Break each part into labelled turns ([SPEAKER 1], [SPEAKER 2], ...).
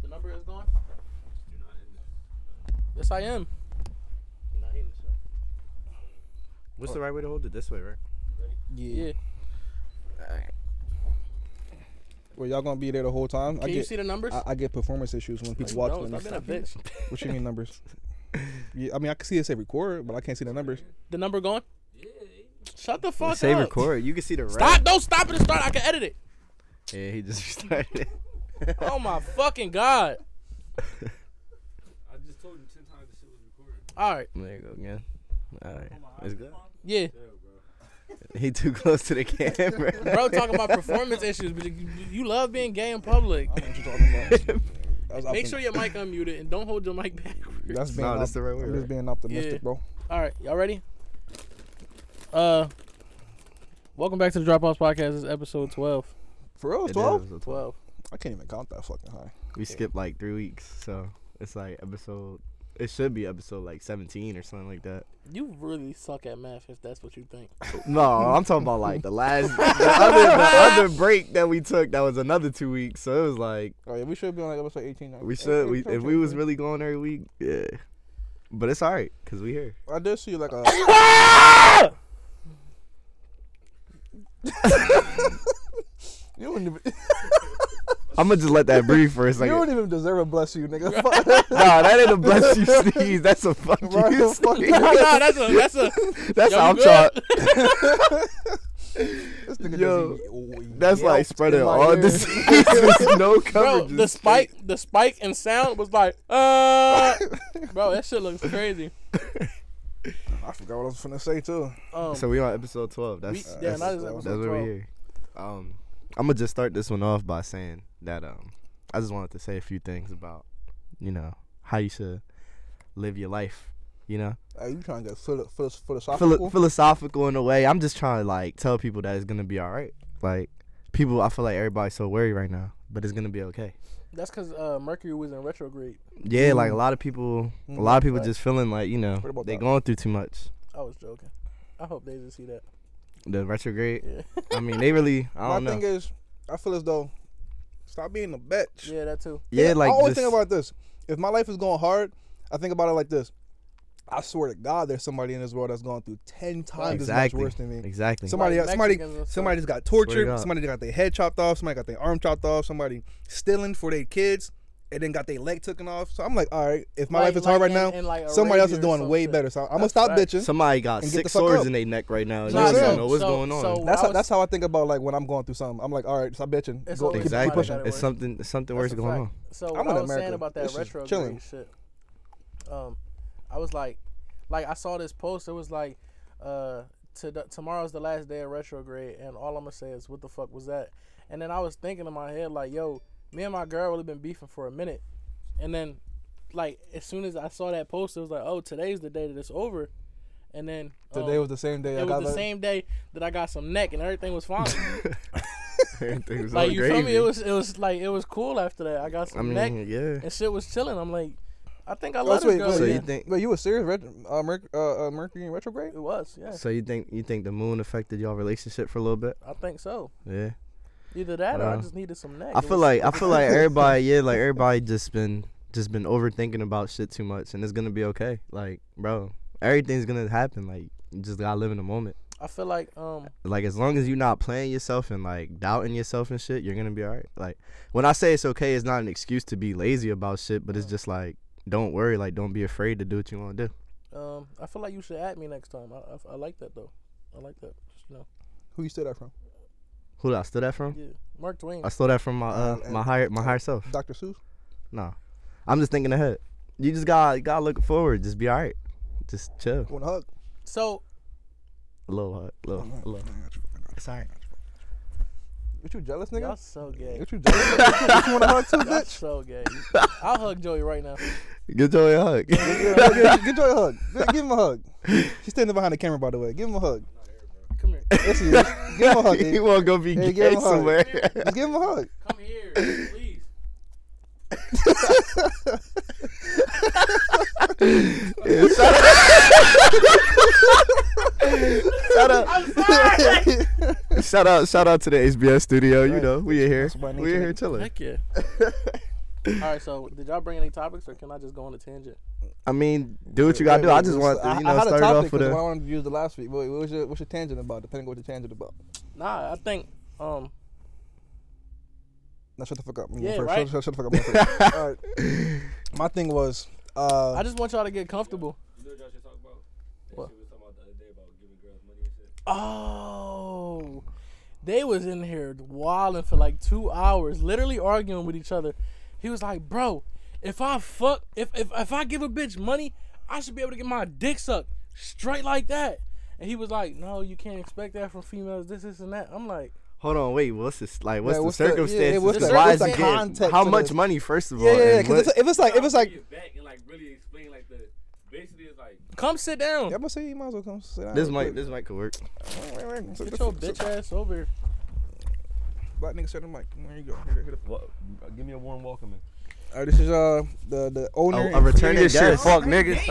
[SPEAKER 1] mine's going?
[SPEAKER 2] You're not in this.
[SPEAKER 1] Yes, I am.
[SPEAKER 3] Not hitting this one.
[SPEAKER 4] What's the right way to hold it? This way, right?
[SPEAKER 1] Yeah.
[SPEAKER 5] Well, y'all gonna be there the whole time. I
[SPEAKER 1] Can you
[SPEAKER 5] get,
[SPEAKER 1] see the numbers?
[SPEAKER 5] I, I get performance issues when people watch
[SPEAKER 1] no,
[SPEAKER 5] me.
[SPEAKER 1] stop being a bitch.
[SPEAKER 5] What you mean numbers? yeah, I mean I can see it say record, but I can't see the numbers.
[SPEAKER 1] The number going? Shut the fuck
[SPEAKER 4] Save
[SPEAKER 1] up.
[SPEAKER 4] record. You can see the right.
[SPEAKER 1] Stop! Don't stop it and start. I can edit it.
[SPEAKER 4] Yeah, he just restarted.
[SPEAKER 1] Oh my fucking god!
[SPEAKER 2] I just told you ten times this shit was recorded.
[SPEAKER 1] All right,
[SPEAKER 4] there you go again. All right, it's good.
[SPEAKER 1] yeah,
[SPEAKER 4] He too close to the camera.
[SPEAKER 1] bro. Talking about performance issues, but you, you love being gay in public.
[SPEAKER 5] I don't know what you're talking about. That's
[SPEAKER 1] Make sure your mic unmuted and don't hold your mic back.
[SPEAKER 5] that's being
[SPEAKER 4] No,
[SPEAKER 5] op-
[SPEAKER 4] that's the right way,
[SPEAKER 5] I'm
[SPEAKER 4] right?
[SPEAKER 5] just being optimistic,
[SPEAKER 1] Yeah.
[SPEAKER 5] bro.
[SPEAKER 1] All right, y'all ready? Uh, welcome back to the Dropouts Podcast. This is episode twelve.
[SPEAKER 5] For real,
[SPEAKER 4] It
[SPEAKER 5] twelve.
[SPEAKER 4] is, it's
[SPEAKER 1] Twelve.
[SPEAKER 5] I can't even count that fucking high.
[SPEAKER 4] We skipped like three weeks, so it's like episode. It should be episode like 17 or something like that.
[SPEAKER 1] You really suck at math if that's what you think.
[SPEAKER 4] No, I'm talking about like the last, the other, the other break that we took. That was another two weeks, so it was like
[SPEAKER 5] Oh yeah, we should be on like episode eighteen. now.
[SPEAKER 4] we should. We, if we was
[SPEAKER 5] Okay.
[SPEAKER 4] really going every week, yeah. But it's alright, cause we here.
[SPEAKER 5] I did see like a. you wouldn't even.
[SPEAKER 4] I'm gonna just let that breathe for a
[SPEAKER 5] you
[SPEAKER 4] second.
[SPEAKER 5] don't even deserve a bless you, nigga. Fuck.
[SPEAKER 4] Nah, that ain't a bless you sneeze. That's a fuck
[SPEAKER 5] Right,
[SPEAKER 4] you
[SPEAKER 5] a fuck
[SPEAKER 4] sneeze.
[SPEAKER 1] no, no, that's a that's a
[SPEAKER 4] That's
[SPEAKER 1] Yo,
[SPEAKER 4] how
[SPEAKER 1] you
[SPEAKER 4] I'm
[SPEAKER 1] good?
[SPEAKER 4] trying.
[SPEAKER 5] this nigga
[SPEAKER 4] Yo,
[SPEAKER 5] just yelped
[SPEAKER 4] That's like
[SPEAKER 5] in
[SPEAKER 4] spreading
[SPEAKER 5] my
[SPEAKER 4] all
[SPEAKER 5] ear.
[SPEAKER 4] diseases. no coverage.
[SPEAKER 1] bro. The
[SPEAKER 4] Just-
[SPEAKER 1] spike, the spike in sound was like, uh, bro. That shit looks crazy.
[SPEAKER 5] I forgot what I was finna say too.
[SPEAKER 1] Um,
[SPEAKER 4] So we on episode 12.
[SPEAKER 1] we,
[SPEAKER 4] That's
[SPEAKER 1] yeah,
[SPEAKER 4] that's,
[SPEAKER 1] now this is
[SPEAKER 5] that's
[SPEAKER 1] episode
[SPEAKER 4] that's where
[SPEAKER 1] 12.
[SPEAKER 4] we here. Um, I'm gonna just start this one off by saying that um, I just wanted to say a few things about you know how you should live your life. You know,
[SPEAKER 5] Hey, you trying to get philo- philo-
[SPEAKER 4] Philo-
[SPEAKER 5] philosophical?
[SPEAKER 4] philosophical in a way. I'm just trying to like tell people that it's gonna be all right. Like people, I feel like everybody's so worried right now, but it's gonna be okay.
[SPEAKER 1] That's because uh, Mercury was in retrograde.
[SPEAKER 4] Yeah, like a lot of people,
[SPEAKER 5] Mm,
[SPEAKER 4] a lot of people
[SPEAKER 5] facts.
[SPEAKER 4] just feeling like you know
[SPEAKER 5] What about
[SPEAKER 4] they
[SPEAKER 5] that?
[SPEAKER 4] going through too much.
[SPEAKER 1] I was joking. I hope they didn't see that.
[SPEAKER 4] The retrograde.
[SPEAKER 1] Yeah,
[SPEAKER 4] I mean, they really. I
[SPEAKER 5] My
[SPEAKER 4] don't know.
[SPEAKER 5] thing is, I feel as though stop being a bitch.
[SPEAKER 1] yeah, that too.
[SPEAKER 4] yeah, like
[SPEAKER 5] I always
[SPEAKER 4] just-
[SPEAKER 5] think about this. If my life is going hard, I think about it like this. I swear to God, there's somebody in this world that's going through ten times as much
[SPEAKER 4] exactly,
[SPEAKER 5] worse than me.
[SPEAKER 4] exactly.
[SPEAKER 5] Somebody,
[SPEAKER 1] Like
[SPEAKER 5] somebody,
[SPEAKER 1] Mexicans and stuff.
[SPEAKER 5] somebody just got
[SPEAKER 4] to
[SPEAKER 5] tortured.
[SPEAKER 4] God.
[SPEAKER 5] Somebody got their head chopped off. Somebody got their arm chopped off. Somebody stealing for their kids, and then got their leg taken off. So I'm like, all right, if my
[SPEAKER 1] Like-
[SPEAKER 5] life is hard
[SPEAKER 1] like
[SPEAKER 5] right
[SPEAKER 1] in-
[SPEAKER 5] now,
[SPEAKER 1] in, like,
[SPEAKER 5] somebody else
[SPEAKER 1] Arabia
[SPEAKER 5] is
[SPEAKER 1] or
[SPEAKER 5] doing
[SPEAKER 1] some
[SPEAKER 5] way
[SPEAKER 1] shit.
[SPEAKER 5] better. So I'm gonna
[SPEAKER 1] That's
[SPEAKER 5] stop
[SPEAKER 1] facts.
[SPEAKER 5] bitching.
[SPEAKER 4] Somebody got
[SPEAKER 5] and get the
[SPEAKER 4] six
[SPEAKER 5] fuck
[SPEAKER 4] swords
[SPEAKER 5] up.
[SPEAKER 4] in their neck right now. and
[SPEAKER 1] No,
[SPEAKER 4] they don't
[SPEAKER 5] so-
[SPEAKER 4] even know what's
[SPEAKER 1] so-
[SPEAKER 4] going on.
[SPEAKER 1] so-
[SPEAKER 5] That's
[SPEAKER 1] I
[SPEAKER 5] how,
[SPEAKER 1] was-
[SPEAKER 5] that's how I think about like when I'm going through something. I'm like, all right, stop bitching.
[SPEAKER 1] It's
[SPEAKER 5] Go,
[SPEAKER 1] always
[SPEAKER 5] keep
[SPEAKER 1] somebody
[SPEAKER 4] exactly.
[SPEAKER 5] pushing.
[SPEAKER 1] gotta
[SPEAKER 4] It's
[SPEAKER 1] work.
[SPEAKER 4] something. it's Something worse
[SPEAKER 1] a
[SPEAKER 4] going on.
[SPEAKER 1] fact. So
[SPEAKER 5] I'm
[SPEAKER 1] what
[SPEAKER 5] in
[SPEAKER 1] I was
[SPEAKER 5] America.
[SPEAKER 1] saying about that
[SPEAKER 5] This is
[SPEAKER 1] retrograde
[SPEAKER 5] chilling.
[SPEAKER 1] shit, um, I was like, like I saw this post. It was like, uh, to tomorrow's the last day of retrograde, and all I'm gonna say is, what the fuck was that? And then I was thinking in my head like, yo, me and my girl really been beefing for a minute, and then, like, as soon as I saw that post, it was like, oh, today's the day that it's over, and then um,
[SPEAKER 5] Today was the same day. I
[SPEAKER 1] it
[SPEAKER 5] got
[SPEAKER 1] was the
[SPEAKER 5] let-
[SPEAKER 1] same day that I got some neck, and everything was fine.
[SPEAKER 4] Everything was all
[SPEAKER 1] like you feel me?
[SPEAKER 4] gravy.
[SPEAKER 1] It was it was like it was cool after that. I got some
[SPEAKER 4] I mean,
[SPEAKER 1] neck
[SPEAKER 4] yeah.
[SPEAKER 1] and shit was chilling. I'm like, I think I
[SPEAKER 5] Oh,
[SPEAKER 1] love this
[SPEAKER 5] wait,
[SPEAKER 1] girl.
[SPEAKER 5] wait,
[SPEAKER 4] So
[SPEAKER 1] yeah.
[SPEAKER 4] you think?
[SPEAKER 5] But you were serious, Ret- uh, Merc- uh, uh, Mercury in retrograde?
[SPEAKER 1] It was, yeah.
[SPEAKER 4] So you think you think the moon affected y'all relationship for a little bit?
[SPEAKER 1] I think so.
[SPEAKER 4] Yeah.
[SPEAKER 1] Either that or I
[SPEAKER 4] Wow.
[SPEAKER 1] just needed some neck.
[SPEAKER 4] Uh, I
[SPEAKER 1] It
[SPEAKER 4] feel
[SPEAKER 1] was-
[SPEAKER 4] like I feel like everybody, yeah, like everybody just been just been overthinking about shit too much, and it's gonna be okay. Like, bro, everything's gonna happen. Like, you just gotta live in the moment.
[SPEAKER 1] I feel like um
[SPEAKER 4] Like, as long as you're not playing yourself and like doubting yourself and shit, you're gonna be alright. Like, when I say it's okay, it's not an excuse to be lazy about shit, but it's just like, don't worry. Like, don't be afraid to do what you want to do.
[SPEAKER 1] um I feel like you should add me next time. I I, I like that though. I like that. Just, you know,
[SPEAKER 5] Who you stood that from?
[SPEAKER 4] Who did I steal that from?
[SPEAKER 1] yeah. Mark Twain.
[SPEAKER 4] I stole that from my uh, my higher my higher self.
[SPEAKER 5] Dr. Seuss.
[SPEAKER 4] No, I'm just thinking ahead. You just gotta gotta look forward. Just be alright. Just chill.
[SPEAKER 5] Want a hug?
[SPEAKER 1] So
[SPEAKER 4] A little hug. A little. A little. It's alright.
[SPEAKER 5] What you jealous,
[SPEAKER 1] y'all
[SPEAKER 5] nigga?
[SPEAKER 1] so gay.
[SPEAKER 5] What you jealous? What you want a hug too,
[SPEAKER 1] Y'all
[SPEAKER 5] bitch?
[SPEAKER 1] so gay. I'll hug Joey right now.
[SPEAKER 4] Get Joey a hug.
[SPEAKER 5] Yeah, yeah, Get Joy a hug. Gi- Give him a hug. She's standing behind the camera, by the way. Give him a hug.
[SPEAKER 1] Come here.
[SPEAKER 5] Yes, he is. Give him a hug.
[SPEAKER 4] he
[SPEAKER 5] Ig.
[SPEAKER 4] won't go be
[SPEAKER 5] Hey, give
[SPEAKER 4] gay
[SPEAKER 5] him a hug.
[SPEAKER 4] somewhere.
[SPEAKER 5] Just give him a hug.
[SPEAKER 1] Come here, please.
[SPEAKER 4] Yeah, shut up. Shout out, shout out, shout out to the HBS studio. You know, we in here,
[SPEAKER 5] what I need
[SPEAKER 4] we in
[SPEAKER 5] to
[SPEAKER 4] here
[SPEAKER 5] do.
[SPEAKER 4] chilling.
[SPEAKER 1] Heck yeah. All right, so did y'all bring any topics, or can I just go on a tangent?
[SPEAKER 4] I mean, do what you gotta do. I just want to, you know, start it off with
[SPEAKER 5] what I
[SPEAKER 4] a.
[SPEAKER 5] wanted to use the last week. Wait, what's your what's your tangent about? Depending on what your tangent about.
[SPEAKER 1] Nah, I think um
[SPEAKER 5] Now shut the fuck up. You
[SPEAKER 1] Yeah,
[SPEAKER 5] first.
[SPEAKER 1] right.
[SPEAKER 5] Shut, shut, shut the fuck up. All right. My thing was. Uh,
[SPEAKER 1] I just want y'all to get comfortable.
[SPEAKER 2] You know what y'all should talk about? That
[SPEAKER 1] What?
[SPEAKER 2] shit we was talking about the other day about giving girls money and shit.
[SPEAKER 1] Oh, they was in here wilding for like two hours, literally arguing with each other. He was like, "Bro, if I fuck, if if if I give a bitch money, I should be able to get my dick sucked straight like that." And he was like, "No, you can't expect that from females. This, this, and that." I'm like,
[SPEAKER 4] Hold on, wait. What's this? Like, what's
[SPEAKER 5] Yeah,
[SPEAKER 4] the
[SPEAKER 5] what's the- yeah, yeah,
[SPEAKER 4] circumstances?
[SPEAKER 5] what's
[SPEAKER 1] the-
[SPEAKER 4] Why
[SPEAKER 1] what's
[SPEAKER 4] is
[SPEAKER 1] the
[SPEAKER 4] it getting?
[SPEAKER 5] context
[SPEAKER 4] How
[SPEAKER 5] to
[SPEAKER 4] much
[SPEAKER 5] this?
[SPEAKER 4] money? First of all,
[SPEAKER 5] yeah, yeah, yeah.
[SPEAKER 4] and
[SPEAKER 5] 'cause
[SPEAKER 4] what-
[SPEAKER 5] it's- if it's like if it's
[SPEAKER 2] Bring
[SPEAKER 5] like.
[SPEAKER 2] it back and like really explain like the basically it's like
[SPEAKER 1] "Come sit down.
[SPEAKER 5] Yeah, I'm gonna say you might as well come sit down.
[SPEAKER 4] this
[SPEAKER 5] real
[SPEAKER 4] might
[SPEAKER 5] quick.
[SPEAKER 4] this might could work.
[SPEAKER 1] Get your bitch ass over." here.
[SPEAKER 5] Black nigga said the mic. There you go. Here, here, here.
[SPEAKER 2] what, give me a warm welcome in.
[SPEAKER 5] All right, this is uh the the owner.
[SPEAKER 4] A,
[SPEAKER 5] and
[SPEAKER 4] a returning
[SPEAKER 5] creator-
[SPEAKER 4] guest. Fuck niggas.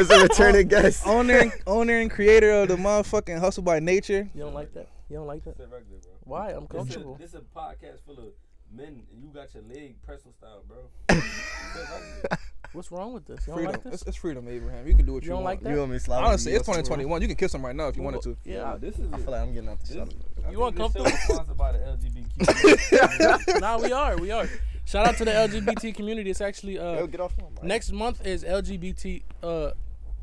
[SPEAKER 4] it's a returning guest.
[SPEAKER 5] Owner, and- owner and creator of the motherfucking Hustle by Nature.
[SPEAKER 1] You don't like that? You don't like that?
[SPEAKER 2] Sit right there, bro.
[SPEAKER 1] Why? I'm
[SPEAKER 2] This is,
[SPEAKER 1] comfortable.
[SPEAKER 2] this is a podcast full of men and you got your leg pressing style, bro.
[SPEAKER 1] What's wrong with this? You don't
[SPEAKER 5] Freedom.
[SPEAKER 1] like this?
[SPEAKER 5] it's, it's freedom, Abraham. You can do what
[SPEAKER 1] You
[SPEAKER 5] you,
[SPEAKER 1] don't
[SPEAKER 5] want.
[SPEAKER 1] like that?
[SPEAKER 4] want me to slide?
[SPEAKER 5] Honestly,
[SPEAKER 4] with
[SPEAKER 5] it's
[SPEAKER 4] you on some
[SPEAKER 5] 2021. You can kiss him right now if you wanted to.
[SPEAKER 1] Yeah.
[SPEAKER 2] this is
[SPEAKER 4] room? I feel like I'm getting out the shot.
[SPEAKER 1] You want comfortable?
[SPEAKER 2] Sponsored by the LGBTQ.
[SPEAKER 1] nah, we are. We are. Shout out to the LGBT community. It's actually uh
[SPEAKER 4] Yo, get off my mic.
[SPEAKER 1] Next month is LGBT uh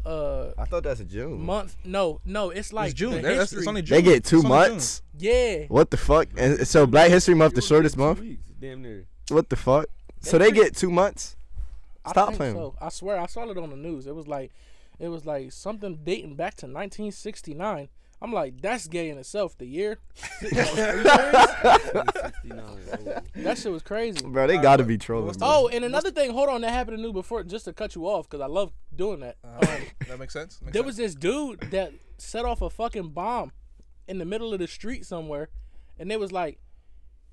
[SPEAKER 1] uh
[SPEAKER 4] I thought that's a June.
[SPEAKER 1] month. No, no, it's like
[SPEAKER 5] it's June.
[SPEAKER 1] The
[SPEAKER 5] That- that's-
[SPEAKER 1] history.
[SPEAKER 5] it's only June.
[SPEAKER 4] They get two
[SPEAKER 5] It's only June.
[SPEAKER 4] months.
[SPEAKER 1] yeah.
[SPEAKER 4] What the fuck? And so Black History Month, the shortest month.
[SPEAKER 2] Damn near.
[SPEAKER 4] What the fuck? So they get two months.
[SPEAKER 1] I
[SPEAKER 4] Stop
[SPEAKER 1] think
[SPEAKER 4] playing.
[SPEAKER 1] So. I swear I saw it on the news. It was like it was like something dating back to 1969. I'm like that's gay in itself. The year that shit was crazy.
[SPEAKER 4] Bro, they gotta be trolling. bro.
[SPEAKER 1] Oh, and another thing, hold on, that happened to me before. Just to cut you off, because I love doing that. Um,
[SPEAKER 5] That makes sense. Makes
[SPEAKER 1] there
[SPEAKER 5] sense.
[SPEAKER 1] was this dude that set off a fucking bomb in the middle of the street somewhere, and it was like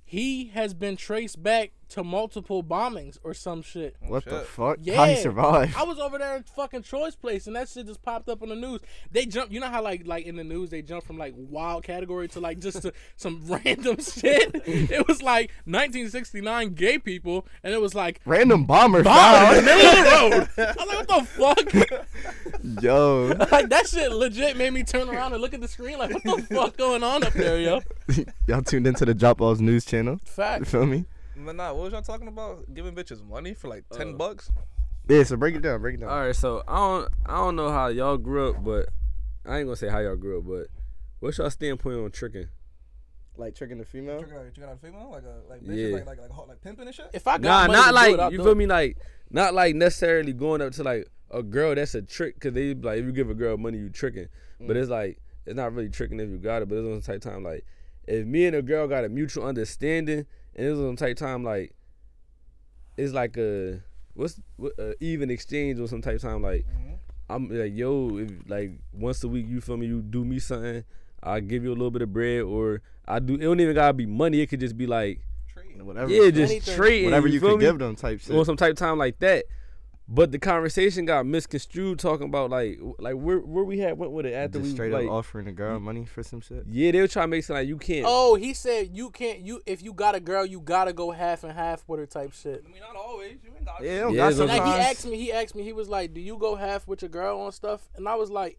[SPEAKER 1] he has been traced back to multiple bombings or some shit.
[SPEAKER 4] What the
[SPEAKER 5] Shit.
[SPEAKER 4] fuck?
[SPEAKER 1] Yeah,
[SPEAKER 4] How he survived?
[SPEAKER 1] I was over there in fucking Troy's place, and that shit just popped up on the news. They jump, you know how like like in the news they jump from like wild category to like just to, some random shit. It was like 1969 gay people, and it was like.
[SPEAKER 4] Random bomber
[SPEAKER 1] Bomb in the
[SPEAKER 4] found.
[SPEAKER 1] middle of the road. I was like, what the fuck?
[SPEAKER 4] Yo,
[SPEAKER 1] like that shit legit made me turn around and look at the screen like what the fuck going on up there yo
[SPEAKER 4] y'all tuned into the Drop Offs News Channel. You
[SPEAKER 1] fact
[SPEAKER 4] feel me?
[SPEAKER 5] But nah, what was y'all talking about? Giving bitches money for like ten
[SPEAKER 2] Uh,
[SPEAKER 5] bucks?
[SPEAKER 4] Yeah, so break it down. Break it down.
[SPEAKER 2] All right, so I don't I don't know how y'all grew up, but I ain't gonna say how y'all grew up, but what's y'all standpoint on tricking?
[SPEAKER 4] Like tricking the female.
[SPEAKER 5] You got a female like a like
[SPEAKER 2] bitches, Yeah.
[SPEAKER 5] like
[SPEAKER 2] like-
[SPEAKER 5] like like pimping and shit.
[SPEAKER 1] if i
[SPEAKER 2] Nah,
[SPEAKER 1] got money
[SPEAKER 2] not
[SPEAKER 1] to do it, I'll
[SPEAKER 2] like you
[SPEAKER 1] do
[SPEAKER 2] feel
[SPEAKER 1] it.
[SPEAKER 2] me, like not like necessarily going up to like a girl. That's a trick because they be like if you give a girl money, you tricking. But
[SPEAKER 1] Mm.
[SPEAKER 2] it's like it's not really tricking if you got it. But it's on the type time like if me and a girl got a mutual understanding, and it's on the type time like it's like a what's what, a even exchange or some type time like
[SPEAKER 5] Mm-hmm.
[SPEAKER 2] I'm like yo if like once a week you feel me you do me something I give you a little bit of bread or I do it don't even gotta be money it could just be like
[SPEAKER 4] Whatever.
[SPEAKER 2] yeah just
[SPEAKER 1] Anything.
[SPEAKER 2] trading
[SPEAKER 4] Whatever you,
[SPEAKER 2] feel
[SPEAKER 4] could
[SPEAKER 2] me?
[SPEAKER 4] give them, type shit.
[SPEAKER 2] on some type of time like that. But the conversation got misconstrued, talking about like like where where we had went with it after
[SPEAKER 4] Just
[SPEAKER 2] we
[SPEAKER 4] straight
[SPEAKER 2] like
[SPEAKER 4] up offering a girl money for some shit.
[SPEAKER 2] yeah they were trying to make something like you can't.
[SPEAKER 1] oh he said you can't you if you got a girl you gotta go half and half with her type shit
[SPEAKER 5] I mean, not always. You ain't got.
[SPEAKER 4] Yeah, they don't
[SPEAKER 2] Yeah,
[SPEAKER 4] got
[SPEAKER 2] it's on-
[SPEAKER 1] like he
[SPEAKER 4] sometimes.
[SPEAKER 1] asked me he asked me he was like do you go half with your girl on stuff and i was like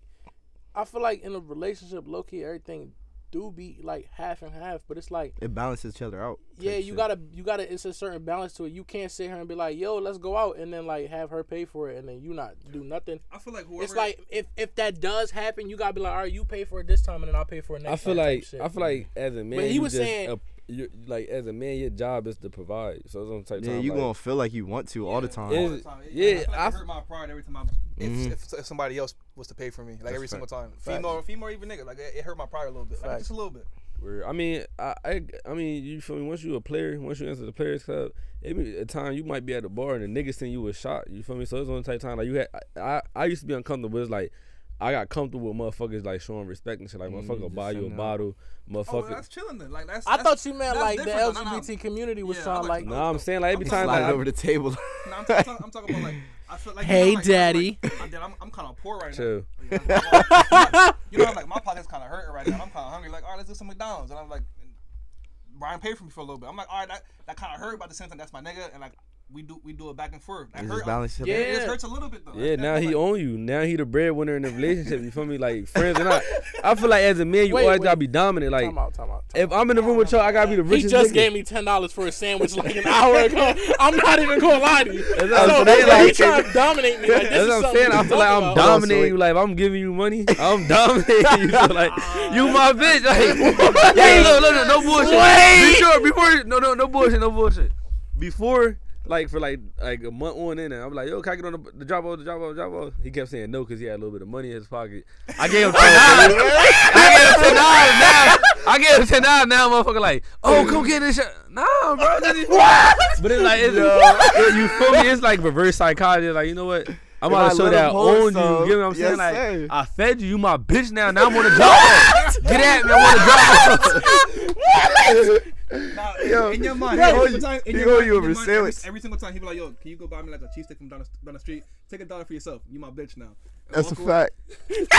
[SPEAKER 1] i feel like in a relationship low-key everything do be like half and half but it's like
[SPEAKER 4] it balances each other out.
[SPEAKER 1] yeah
[SPEAKER 4] type
[SPEAKER 1] you
[SPEAKER 4] shit.
[SPEAKER 1] gotta you gotta it's a certain balance to it you can't sit here and be like yo let's go out and then like have her pay for it and then you not do nothing
[SPEAKER 5] I feel like whoever.
[SPEAKER 1] It's like if if that does happen, you gotta be like, all right, you pay for it this time, and then I'll pay for it next
[SPEAKER 2] I feel
[SPEAKER 1] time. type
[SPEAKER 2] like
[SPEAKER 1] shit.
[SPEAKER 2] I feel like as a man,
[SPEAKER 1] he
[SPEAKER 2] you
[SPEAKER 1] was
[SPEAKER 2] just
[SPEAKER 1] saying-
[SPEAKER 2] a- you- like as a man, your job is to provide. So it's on type
[SPEAKER 4] Yeah,
[SPEAKER 2] time.
[SPEAKER 4] you
[SPEAKER 2] like,
[SPEAKER 4] gonna feel like you want to all the time.
[SPEAKER 2] Is- yeah, I f-
[SPEAKER 5] my pride every time I.
[SPEAKER 4] Mhm.
[SPEAKER 5] If, if somebody else was to pay for me, like every
[SPEAKER 4] fact.
[SPEAKER 5] single time, female, female, or even nigga, like it, it hurt my pride a little bit, like
[SPEAKER 1] Fact.
[SPEAKER 5] just a little bit.
[SPEAKER 2] where- I mean, I, I I mean, you feel me? Once you a player, once you enter the players club, it be a time you might be at the bar and the niggas send you a shot. You feel me? So it's on the type time like you had. I, I I used to be uncomfortable. It's like. I got comfortable with motherfuckers like showing respect and shit. Like, motherfucker,
[SPEAKER 4] Mm-hmm. just
[SPEAKER 2] buy you a
[SPEAKER 4] send out.
[SPEAKER 2] bottle.
[SPEAKER 5] Oh,
[SPEAKER 2] Motherfucker,
[SPEAKER 5] that's chilling then. Like that's.
[SPEAKER 1] I
[SPEAKER 5] that's-
[SPEAKER 1] thought you meant
[SPEAKER 5] that's
[SPEAKER 1] like the
[SPEAKER 5] different though. No, no.
[SPEAKER 1] LGBT community was
[SPEAKER 5] Yeah,
[SPEAKER 1] trying
[SPEAKER 5] I
[SPEAKER 1] like,
[SPEAKER 5] like
[SPEAKER 2] No, I'm saying like every
[SPEAKER 5] I'm
[SPEAKER 2] time
[SPEAKER 4] Slide
[SPEAKER 2] like,
[SPEAKER 4] over the table.
[SPEAKER 5] Nah, I'm, I'm, talking, I'm talking about like I feel like.
[SPEAKER 1] Hey,
[SPEAKER 5] I'm like,
[SPEAKER 1] daddy.
[SPEAKER 5] I'm, like, I'm, dead, I'm, I'm kind of poor right
[SPEAKER 2] Chill.
[SPEAKER 5] now. Like, I'm- you know, I'm like my pocket's kind of hurting right now. I'm kind of hungry. Like, all right, let's do some McDonald's. And I'm like, Brian paid for me for a little bit. I'm like, all right, that, that kind of hurt, but at the same time, that's my nigga, and like we do we do it back and forth. That
[SPEAKER 4] It's
[SPEAKER 5] hurt.
[SPEAKER 4] just balance.
[SPEAKER 2] Yeah.
[SPEAKER 4] Yeah.
[SPEAKER 5] It just hurts a little bit though.
[SPEAKER 2] Yeah,
[SPEAKER 5] That's-
[SPEAKER 2] now
[SPEAKER 5] that's
[SPEAKER 2] he
[SPEAKER 5] like-
[SPEAKER 2] own you. Now he the breadwinner in the relationship. You feel me? Like friends or not, I feel like as a man you
[SPEAKER 1] Wait,
[SPEAKER 2] always
[SPEAKER 1] wait.
[SPEAKER 2] gotta be dominant. Like
[SPEAKER 1] Time out, time out.
[SPEAKER 2] if I'm in the room with y'all, I gotta be the
[SPEAKER 1] He
[SPEAKER 2] richest.
[SPEAKER 1] just
[SPEAKER 2] nigga.
[SPEAKER 1] gave me ten dollars for a sandwich like an hour ago. I'm not even gonna lie to you.
[SPEAKER 2] That's what I'm
[SPEAKER 1] So,
[SPEAKER 2] saying,
[SPEAKER 1] he
[SPEAKER 2] like-
[SPEAKER 1] trying to dominate me. Like, this
[SPEAKER 2] That's
[SPEAKER 1] is
[SPEAKER 2] what I'm
[SPEAKER 1] something
[SPEAKER 2] saying.
[SPEAKER 1] we
[SPEAKER 2] I feel like
[SPEAKER 1] talk
[SPEAKER 2] I'm
[SPEAKER 1] about.
[SPEAKER 2] dominating
[SPEAKER 4] wait.
[SPEAKER 2] you. Like if I'm giving you money, I'm dominating you. So like you my bitch. Like hey, look, look, look, no bullshit. Be sure before no, no, no bullshit, no bullshit. Before like for like like a month on in, and I'm like, yo, can I get on the, the drop off, the drop off, the drop off? He kept saying no because he had a little bit of money in his pocket. I gave him ten dollars. I gave him ten dollars now. I gave him ten dollars now, motherfucker. Like, oh, come get this shit. Nah, bro. This is- But it's like, it's, it- you feel me? It's like reverse psychology. Like, you know what? I'm
[SPEAKER 4] If
[SPEAKER 2] about
[SPEAKER 4] I
[SPEAKER 2] to show
[SPEAKER 4] let
[SPEAKER 2] that I
[SPEAKER 4] him hold
[SPEAKER 2] own you.
[SPEAKER 4] some,
[SPEAKER 2] You get what I'm saying?
[SPEAKER 4] yes,
[SPEAKER 2] like,
[SPEAKER 4] sir.
[SPEAKER 2] I fed you. You my bitch now. Now I'm on the job. get at me. I'm on the job.
[SPEAKER 5] Nah,
[SPEAKER 4] Yo,
[SPEAKER 5] in your mind,
[SPEAKER 4] he
[SPEAKER 5] every
[SPEAKER 4] owe
[SPEAKER 5] single
[SPEAKER 4] you-
[SPEAKER 5] time, in
[SPEAKER 4] he
[SPEAKER 5] your
[SPEAKER 4] owe
[SPEAKER 5] mind-
[SPEAKER 4] you
[SPEAKER 5] in
[SPEAKER 4] over
[SPEAKER 5] your mind, every,
[SPEAKER 4] sandwich.
[SPEAKER 5] every single time, he be like, "Yo, can you go buy me like a cheesesteak from down the, down the street? Take a dollar for yourself. You my bitch now." And
[SPEAKER 4] That's a
[SPEAKER 5] walk away.
[SPEAKER 4] fact.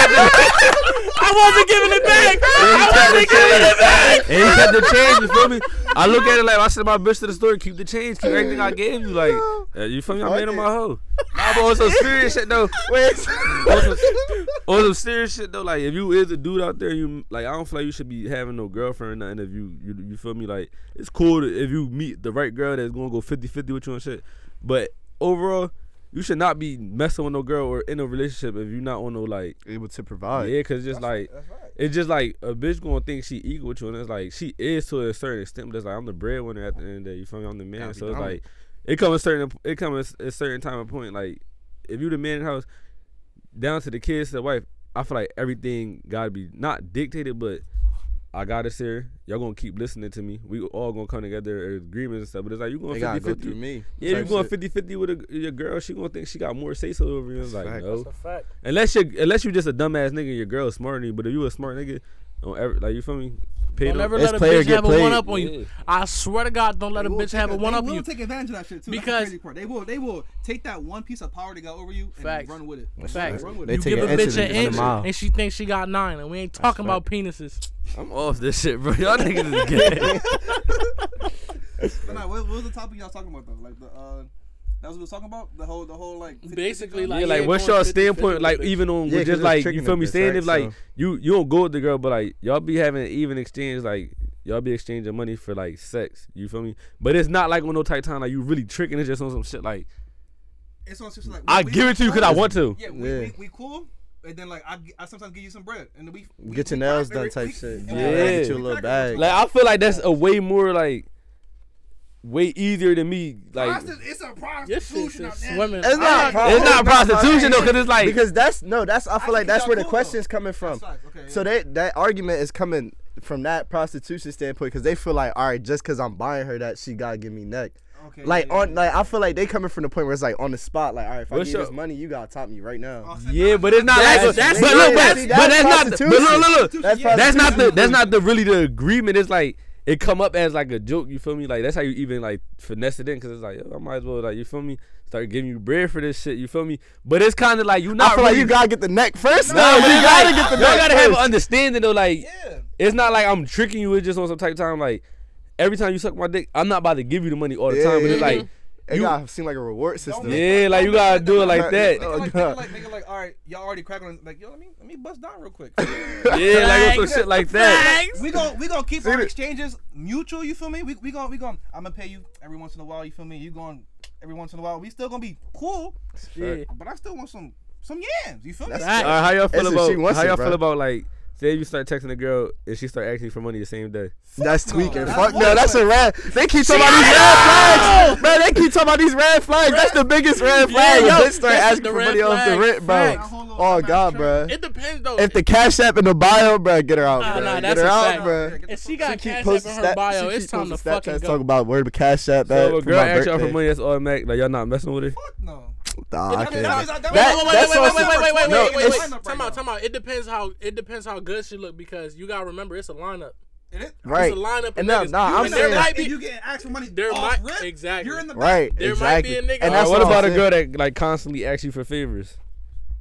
[SPEAKER 1] I wasn't giving it back. I wasn't giving it back.
[SPEAKER 2] And he kept the change, you feel me? I look at it like I sent my bitch to the store, keep the change, keep everything I gave you. Like, uh, you feel me? I made him my hoe. Nah, but on some serious shit though. on, some, on some serious shit though, like if you is a dude out there, you like I don't feel like you should be having no girlfriend or nothing. If you you, you feel me, like it's cool to, if you meet the right girl that's gonna go 50-50 with you and shit. But overall, you should not be messing with no girl or in a relationship if you're not on no like
[SPEAKER 4] Able to provide.
[SPEAKER 2] yeah, cause just like it's just like a bitch gonna think she equal with you, and it's like she is to a certain extent, but it's like I'm the breadwinner at the end of the day. You feel me? I'm the man,
[SPEAKER 4] Gotta be
[SPEAKER 2] so it's
[SPEAKER 4] dominant.
[SPEAKER 2] like it comes a certain it comes a certain time and point. Like if you the man in the house, down to the kids, to the wife, I feel like everything gotta be not dictated, but I got us here. Y'all gonna keep listening to me. We all gonna come together agreements and stuff. But it's like you going
[SPEAKER 4] They gotta
[SPEAKER 2] 50
[SPEAKER 4] go through
[SPEAKER 2] 50.
[SPEAKER 4] me.
[SPEAKER 2] Yeah, you
[SPEAKER 4] Type
[SPEAKER 2] going
[SPEAKER 4] shit.
[SPEAKER 2] 50 50 with a, your girl. She gonna think she got more say so over you. It's like,
[SPEAKER 4] Fact.
[SPEAKER 2] no.
[SPEAKER 1] That's a fact.
[SPEAKER 2] Unless you unless you just a dumbass nigga, your girl's smarter than you. But if you a smart nigga, don't ever like you feel me. Pay
[SPEAKER 1] Don't
[SPEAKER 2] them-
[SPEAKER 1] ever
[SPEAKER 4] This
[SPEAKER 1] let a
[SPEAKER 4] player
[SPEAKER 1] bitch
[SPEAKER 4] get
[SPEAKER 1] have a
[SPEAKER 4] played.
[SPEAKER 1] one up on
[SPEAKER 2] Yeah.
[SPEAKER 1] you. I swear to God, don't let a
[SPEAKER 5] They will
[SPEAKER 1] bitch
[SPEAKER 5] take
[SPEAKER 1] have a
[SPEAKER 5] ad-
[SPEAKER 1] one up
[SPEAKER 5] They
[SPEAKER 1] on
[SPEAKER 5] will
[SPEAKER 1] you.
[SPEAKER 5] take advantage of that shit too. That's the
[SPEAKER 1] Because-
[SPEAKER 5] crazy part. they will, they will take that one piece of power they got over you and
[SPEAKER 1] Facts.
[SPEAKER 5] run with it.
[SPEAKER 1] Facts.
[SPEAKER 5] Run with
[SPEAKER 4] They
[SPEAKER 5] it.
[SPEAKER 1] You
[SPEAKER 4] take
[SPEAKER 1] give a
[SPEAKER 4] an inch
[SPEAKER 1] bitch
[SPEAKER 4] and
[SPEAKER 1] an
[SPEAKER 4] run a
[SPEAKER 1] inch,
[SPEAKER 4] mile.
[SPEAKER 1] and she thinks she got nine, and we ain't talking about penises.
[SPEAKER 2] I'm off this shit, bro. Y'all niggas is gay.
[SPEAKER 5] But nah, what, what was the topic y'all talking about though? Like the uh, that's what we was talking about. The whole, the whole like um,
[SPEAKER 1] Basically,
[SPEAKER 2] yeah, like what's
[SPEAKER 1] going
[SPEAKER 2] y'all
[SPEAKER 1] 50-50
[SPEAKER 2] standpoint?
[SPEAKER 1] with
[SPEAKER 2] Like
[SPEAKER 1] bitches.
[SPEAKER 2] even on
[SPEAKER 4] Yeah,
[SPEAKER 2] with
[SPEAKER 4] 'cause
[SPEAKER 2] just
[SPEAKER 4] it's
[SPEAKER 2] like you
[SPEAKER 4] tricking
[SPEAKER 2] feel
[SPEAKER 4] them
[SPEAKER 2] me?
[SPEAKER 4] bitch,
[SPEAKER 2] Saying
[SPEAKER 4] right?
[SPEAKER 2] if like
[SPEAKER 4] So-
[SPEAKER 2] you you don't go with the girl, but like y'all be having an even exchange. Like y'all be exchanging money for like sex. You feel me? But it's not like on no tight time. Like you really tricking. It's just on some shit. Like
[SPEAKER 5] It's on just like
[SPEAKER 2] I
[SPEAKER 5] we-
[SPEAKER 2] give it to you because I want to.
[SPEAKER 5] Yeah, we,
[SPEAKER 4] Yeah.
[SPEAKER 5] We, we cool. And then like I, gi- I sometimes give you some bread and then we, we
[SPEAKER 4] Get
[SPEAKER 5] we
[SPEAKER 4] your nails
[SPEAKER 5] crack
[SPEAKER 4] done
[SPEAKER 5] every
[SPEAKER 4] type
[SPEAKER 5] week.
[SPEAKER 4] shit.
[SPEAKER 5] And
[SPEAKER 4] Yeah.
[SPEAKER 5] we
[SPEAKER 2] Yeah.
[SPEAKER 4] Get you a
[SPEAKER 5] we
[SPEAKER 4] little
[SPEAKER 5] crack
[SPEAKER 4] bag.
[SPEAKER 5] every week.
[SPEAKER 2] Like I feel like that's a way more like way easier than me. Like
[SPEAKER 5] Prosti- it's a
[SPEAKER 1] Your shit's
[SPEAKER 5] prostitution out
[SPEAKER 1] just
[SPEAKER 5] there.
[SPEAKER 1] swimming.
[SPEAKER 4] It's not.
[SPEAKER 2] it's not prostitution though, because it's like
[SPEAKER 4] because that's no. That's I feel
[SPEAKER 5] I
[SPEAKER 4] like
[SPEAKER 5] think
[SPEAKER 4] that's
[SPEAKER 5] y'all
[SPEAKER 4] where the
[SPEAKER 5] cool,
[SPEAKER 4] question's coming
[SPEAKER 5] That's
[SPEAKER 4] from.
[SPEAKER 5] facts, okay,
[SPEAKER 4] So
[SPEAKER 5] yeah.
[SPEAKER 4] that that argument is coming from that prostitution standpoint because they feel like all right, just because I'm buying her that she gotta give me neck.
[SPEAKER 5] Okay,
[SPEAKER 4] Like
[SPEAKER 5] yeah,
[SPEAKER 4] on
[SPEAKER 5] yeah,
[SPEAKER 4] like I feel like they coming from the point where it's like on the spot. Like all right, if I
[SPEAKER 2] What's
[SPEAKER 4] give you this
[SPEAKER 2] up?
[SPEAKER 4] money, you gotta top me right now.
[SPEAKER 1] Oh,
[SPEAKER 5] I'll say
[SPEAKER 2] Yeah,
[SPEAKER 5] no,
[SPEAKER 2] but it's not
[SPEAKER 1] That's-
[SPEAKER 2] like.
[SPEAKER 1] that's-
[SPEAKER 2] but look, but,
[SPEAKER 4] See,
[SPEAKER 2] but that's not. The, but look, look, look.
[SPEAKER 4] That's
[SPEAKER 5] Yeah.
[SPEAKER 2] That's not the.
[SPEAKER 4] prostitution.
[SPEAKER 2] That's not the really the agreement. It's like it come up as like a joke. You feel me? Like that's how you even like finesse it in, cause it's like yo, I might as well like you feel me. Start giving you bread for this shit. You feel me? But it's kind of like you not
[SPEAKER 4] I feel
[SPEAKER 2] really.
[SPEAKER 4] like you gotta get the neck first.
[SPEAKER 2] no,
[SPEAKER 4] though.
[SPEAKER 2] but
[SPEAKER 4] you
[SPEAKER 2] it's
[SPEAKER 4] gotta
[SPEAKER 2] like,
[SPEAKER 4] get the
[SPEAKER 2] y'all
[SPEAKER 4] neck
[SPEAKER 2] gotta have an
[SPEAKER 4] first.
[SPEAKER 2] understanding though. Like
[SPEAKER 5] Yeah.
[SPEAKER 2] it's not like I'm tricking you. It's just on some type of time. Like every time you suck my dick, I'm not about to give you the money all the
[SPEAKER 4] Yeah,
[SPEAKER 2] time. But it's
[SPEAKER 4] yeah,
[SPEAKER 2] like
[SPEAKER 4] it
[SPEAKER 2] you-
[SPEAKER 4] gotta seem like a reward system.
[SPEAKER 2] yeah, like you gotta do it like that.
[SPEAKER 5] Nigga, like,
[SPEAKER 4] Oh,
[SPEAKER 5] nigga, like, nigga, like, all right, y'all already cracking. on- Like, yo, let me let me bust down real quick.
[SPEAKER 2] Yeah, like on some shit like that.
[SPEAKER 5] we gon' we gon' keep our
[SPEAKER 4] it?
[SPEAKER 5] exchanges mutual. You feel me? We we gon' we gon' I'm gonna pay you every once in a while. You feel me? You going every once in a while. We still gonna be cool,
[SPEAKER 1] Yeah.
[SPEAKER 5] but I still want some some yams. You feel me?
[SPEAKER 1] Facts.
[SPEAKER 2] All right, how y'all feel
[SPEAKER 4] That's if she
[SPEAKER 2] about
[SPEAKER 4] wants
[SPEAKER 2] how
[SPEAKER 4] it,
[SPEAKER 2] y'all
[SPEAKER 4] bro.
[SPEAKER 2] feel about like say you start texting a girl and she start asking you for money the same day.
[SPEAKER 4] That's
[SPEAKER 5] No,
[SPEAKER 4] tweaking.
[SPEAKER 5] that's
[SPEAKER 4] Fuck no,
[SPEAKER 5] bullshit.
[SPEAKER 4] that's a red. They keep talking about these red flags, man. They keep talking about these red flags. That's the biggest red flag.
[SPEAKER 1] yo,
[SPEAKER 4] Yeah, bitch start
[SPEAKER 1] that's
[SPEAKER 4] asking
[SPEAKER 1] the
[SPEAKER 4] for
[SPEAKER 1] red
[SPEAKER 4] money off the
[SPEAKER 1] flag.
[SPEAKER 4] rent, bro.
[SPEAKER 1] Facts.
[SPEAKER 4] Oh god, bro.
[SPEAKER 1] It depends though.
[SPEAKER 4] If the cash app in the bio, bro, get her out,
[SPEAKER 1] Nah,
[SPEAKER 4] bro.
[SPEAKER 1] nah,
[SPEAKER 4] get
[SPEAKER 1] that's
[SPEAKER 4] her
[SPEAKER 1] a
[SPEAKER 4] out,
[SPEAKER 1] fact.
[SPEAKER 4] bro.
[SPEAKER 1] if she got
[SPEAKER 4] She keep
[SPEAKER 1] cash app
[SPEAKER 4] posting
[SPEAKER 1] in her
[SPEAKER 4] stat-
[SPEAKER 1] bio,
[SPEAKER 4] she
[SPEAKER 1] it's
[SPEAKER 4] keep
[SPEAKER 1] time to
[SPEAKER 4] posting
[SPEAKER 1] fucking
[SPEAKER 4] Snapchats
[SPEAKER 1] go.
[SPEAKER 4] talking about where the cash app at
[SPEAKER 2] So if a
[SPEAKER 4] for
[SPEAKER 2] girl
[SPEAKER 4] my
[SPEAKER 2] asks y'all for
[SPEAKER 4] birthday.
[SPEAKER 2] money, that's automatic. Like y'all not messing with it.
[SPEAKER 5] Fuck no.
[SPEAKER 4] Nah, I
[SPEAKER 5] That-
[SPEAKER 4] can't.
[SPEAKER 5] that- that- that-
[SPEAKER 4] That-
[SPEAKER 1] wait, wait,
[SPEAKER 4] that's
[SPEAKER 1] wait,
[SPEAKER 4] also-
[SPEAKER 1] wait, wait, wait, wait,
[SPEAKER 4] no,
[SPEAKER 1] wait, wait,
[SPEAKER 4] it's-
[SPEAKER 1] wait, wait. Time out, time out. It depends how it depends how good she look because you gotta remember it's a lineup.
[SPEAKER 5] It is.
[SPEAKER 4] Right.
[SPEAKER 1] It's a lineup. Of
[SPEAKER 4] And now-
[SPEAKER 1] niggas.
[SPEAKER 4] nah,
[SPEAKER 1] You-
[SPEAKER 4] I'm
[SPEAKER 1] and
[SPEAKER 5] there
[SPEAKER 1] there
[SPEAKER 4] saying-
[SPEAKER 1] might
[SPEAKER 5] if you
[SPEAKER 1] be
[SPEAKER 5] get actual money.
[SPEAKER 1] There
[SPEAKER 5] off
[SPEAKER 1] might-
[SPEAKER 5] rip,
[SPEAKER 1] exactly.
[SPEAKER 5] You're in the back.
[SPEAKER 4] Right,
[SPEAKER 1] There might be
[SPEAKER 4] exactly.
[SPEAKER 1] a nigga-
[SPEAKER 4] And
[SPEAKER 2] All right,
[SPEAKER 4] that's
[SPEAKER 2] what
[SPEAKER 4] I'm
[SPEAKER 2] about a
[SPEAKER 4] saying.
[SPEAKER 2] girl that like constantly asks you for favors?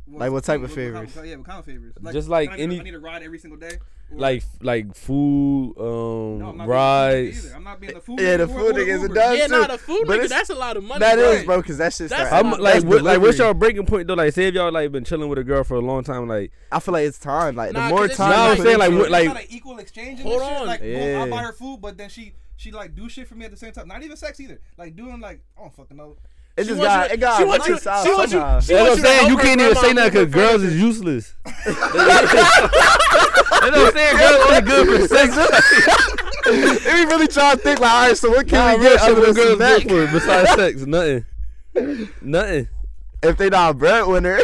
[SPEAKER 4] Like, what type of
[SPEAKER 5] kind-
[SPEAKER 4] favors?
[SPEAKER 5] Yeah, what kind of favors?
[SPEAKER 2] Just like
[SPEAKER 5] can I get-
[SPEAKER 2] any-
[SPEAKER 5] I need a ride every single day.
[SPEAKER 2] like like food,
[SPEAKER 6] No,
[SPEAKER 2] um,
[SPEAKER 6] I'm not being a food nigga
[SPEAKER 2] rides.
[SPEAKER 6] either. I'm not being a food.
[SPEAKER 4] Yeah,
[SPEAKER 6] nigga
[SPEAKER 4] the
[SPEAKER 6] or-
[SPEAKER 4] food
[SPEAKER 6] or
[SPEAKER 4] niggas, it
[SPEAKER 6] Uber.
[SPEAKER 4] does.
[SPEAKER 1] yeah,
[SPEAKER 4] too,
[SPEAKER 1] not a food
[SPEAKER 4] but
[SPEAKER 1] nigga.
[SPEAKER 4] it's-
[SPEAKER 1] That's a lot of money.
[SPEAKER 4] That is,
[SPEAKER 1] right.
[SPEAKER 4] bro, because that shit's
[SPEAKER 1] That's-
[SPEAKER 4] like,
[SPEAKER 2] I'm
[SPEAKER 1] That's
[SPEAKER 2] like, what, like, what's
[SPEAKER 4] delivery.
[SPEAKER 2] y'all breaking point though? Like, say if y'all like been chilling with a girl for a long time, like,
[SPEAKER 4] I feel like it's time. Like
[SPEAKER 1] Nah,
[SPEAKER 4] the more
[SPEAKER 1] 'cause it's
[SPEAKER 4] time,
[SPEAKER 1] Nah,
[SPEAKER 4] you
[SPEAKER 1] I'm
[SPEAKER 4] put
[SPEAKER 2] saying,
[SPEAKER 4] into
[SPEAKER 2] like,
[SPEAKER 4] it-
[SPEAKER 2] what-
[SPEAKER 6] It's not an equal exchange. and
[SPEAKER 1] Hold
[SPEAKER 6] shit.
[SPEAKER 1] on.
[SPEAKER 6] Like, boom, I
[SPEAKER 4] Yeah.
[SPEAKER 6] buy her food, but then she she like do shit for me at the same time. Not even sex either. Like doing like I don't fucking know.
[SPEAKER 4] it
[SPEAKER 1] She
[SPEAKER 4] just
[SPEAKER 1] wants
[SPEAKER 4] got
[SPEAKER 1] you-
[SPEAKER 4] it got
[SPEAKER 1] she wants you-
[SPEAKER 4] nice out
[SPEAKER 1] she wants you-
[SPEAKER 4] somehow.
[SPEAKER 1] she-
[SPEAKER 2] that's what I'm
[SPEAKER 1] wants to
[SPEAKER 2] saying.
[SPEAKER 1] help
[SPEAKER 2] You
[SPEAKER 1] her
[SPEAKER 2] can't even say
[SPEAKER 1] grandma
[SPEAKER 2] nothing
[SPEAKER 1] move
[SPEAKER 2] because
[SPEAKER 1] her
[SPEAKER 2] girls is useless. that's what I'm saying. Girls only good for sex.
[SPEAKER 4] If we really try to think like, all right, so what
[SPEAKER 2] Nah,
[SPEAKER 4] can we
[SPEAKER 2] real
[SPEAKER 4] get
[SPEAKER 2] shit,
[SPEAKER 4] other
[SPEAKER 2] what
[SPEAKER 4] than
[SPEAKER 2] girls
[SPEAKER 4] that?
[SPEAKER 2] good for besides sex? Nothing. Nothing.
[SPEAKER 4] If they not a breadwinner,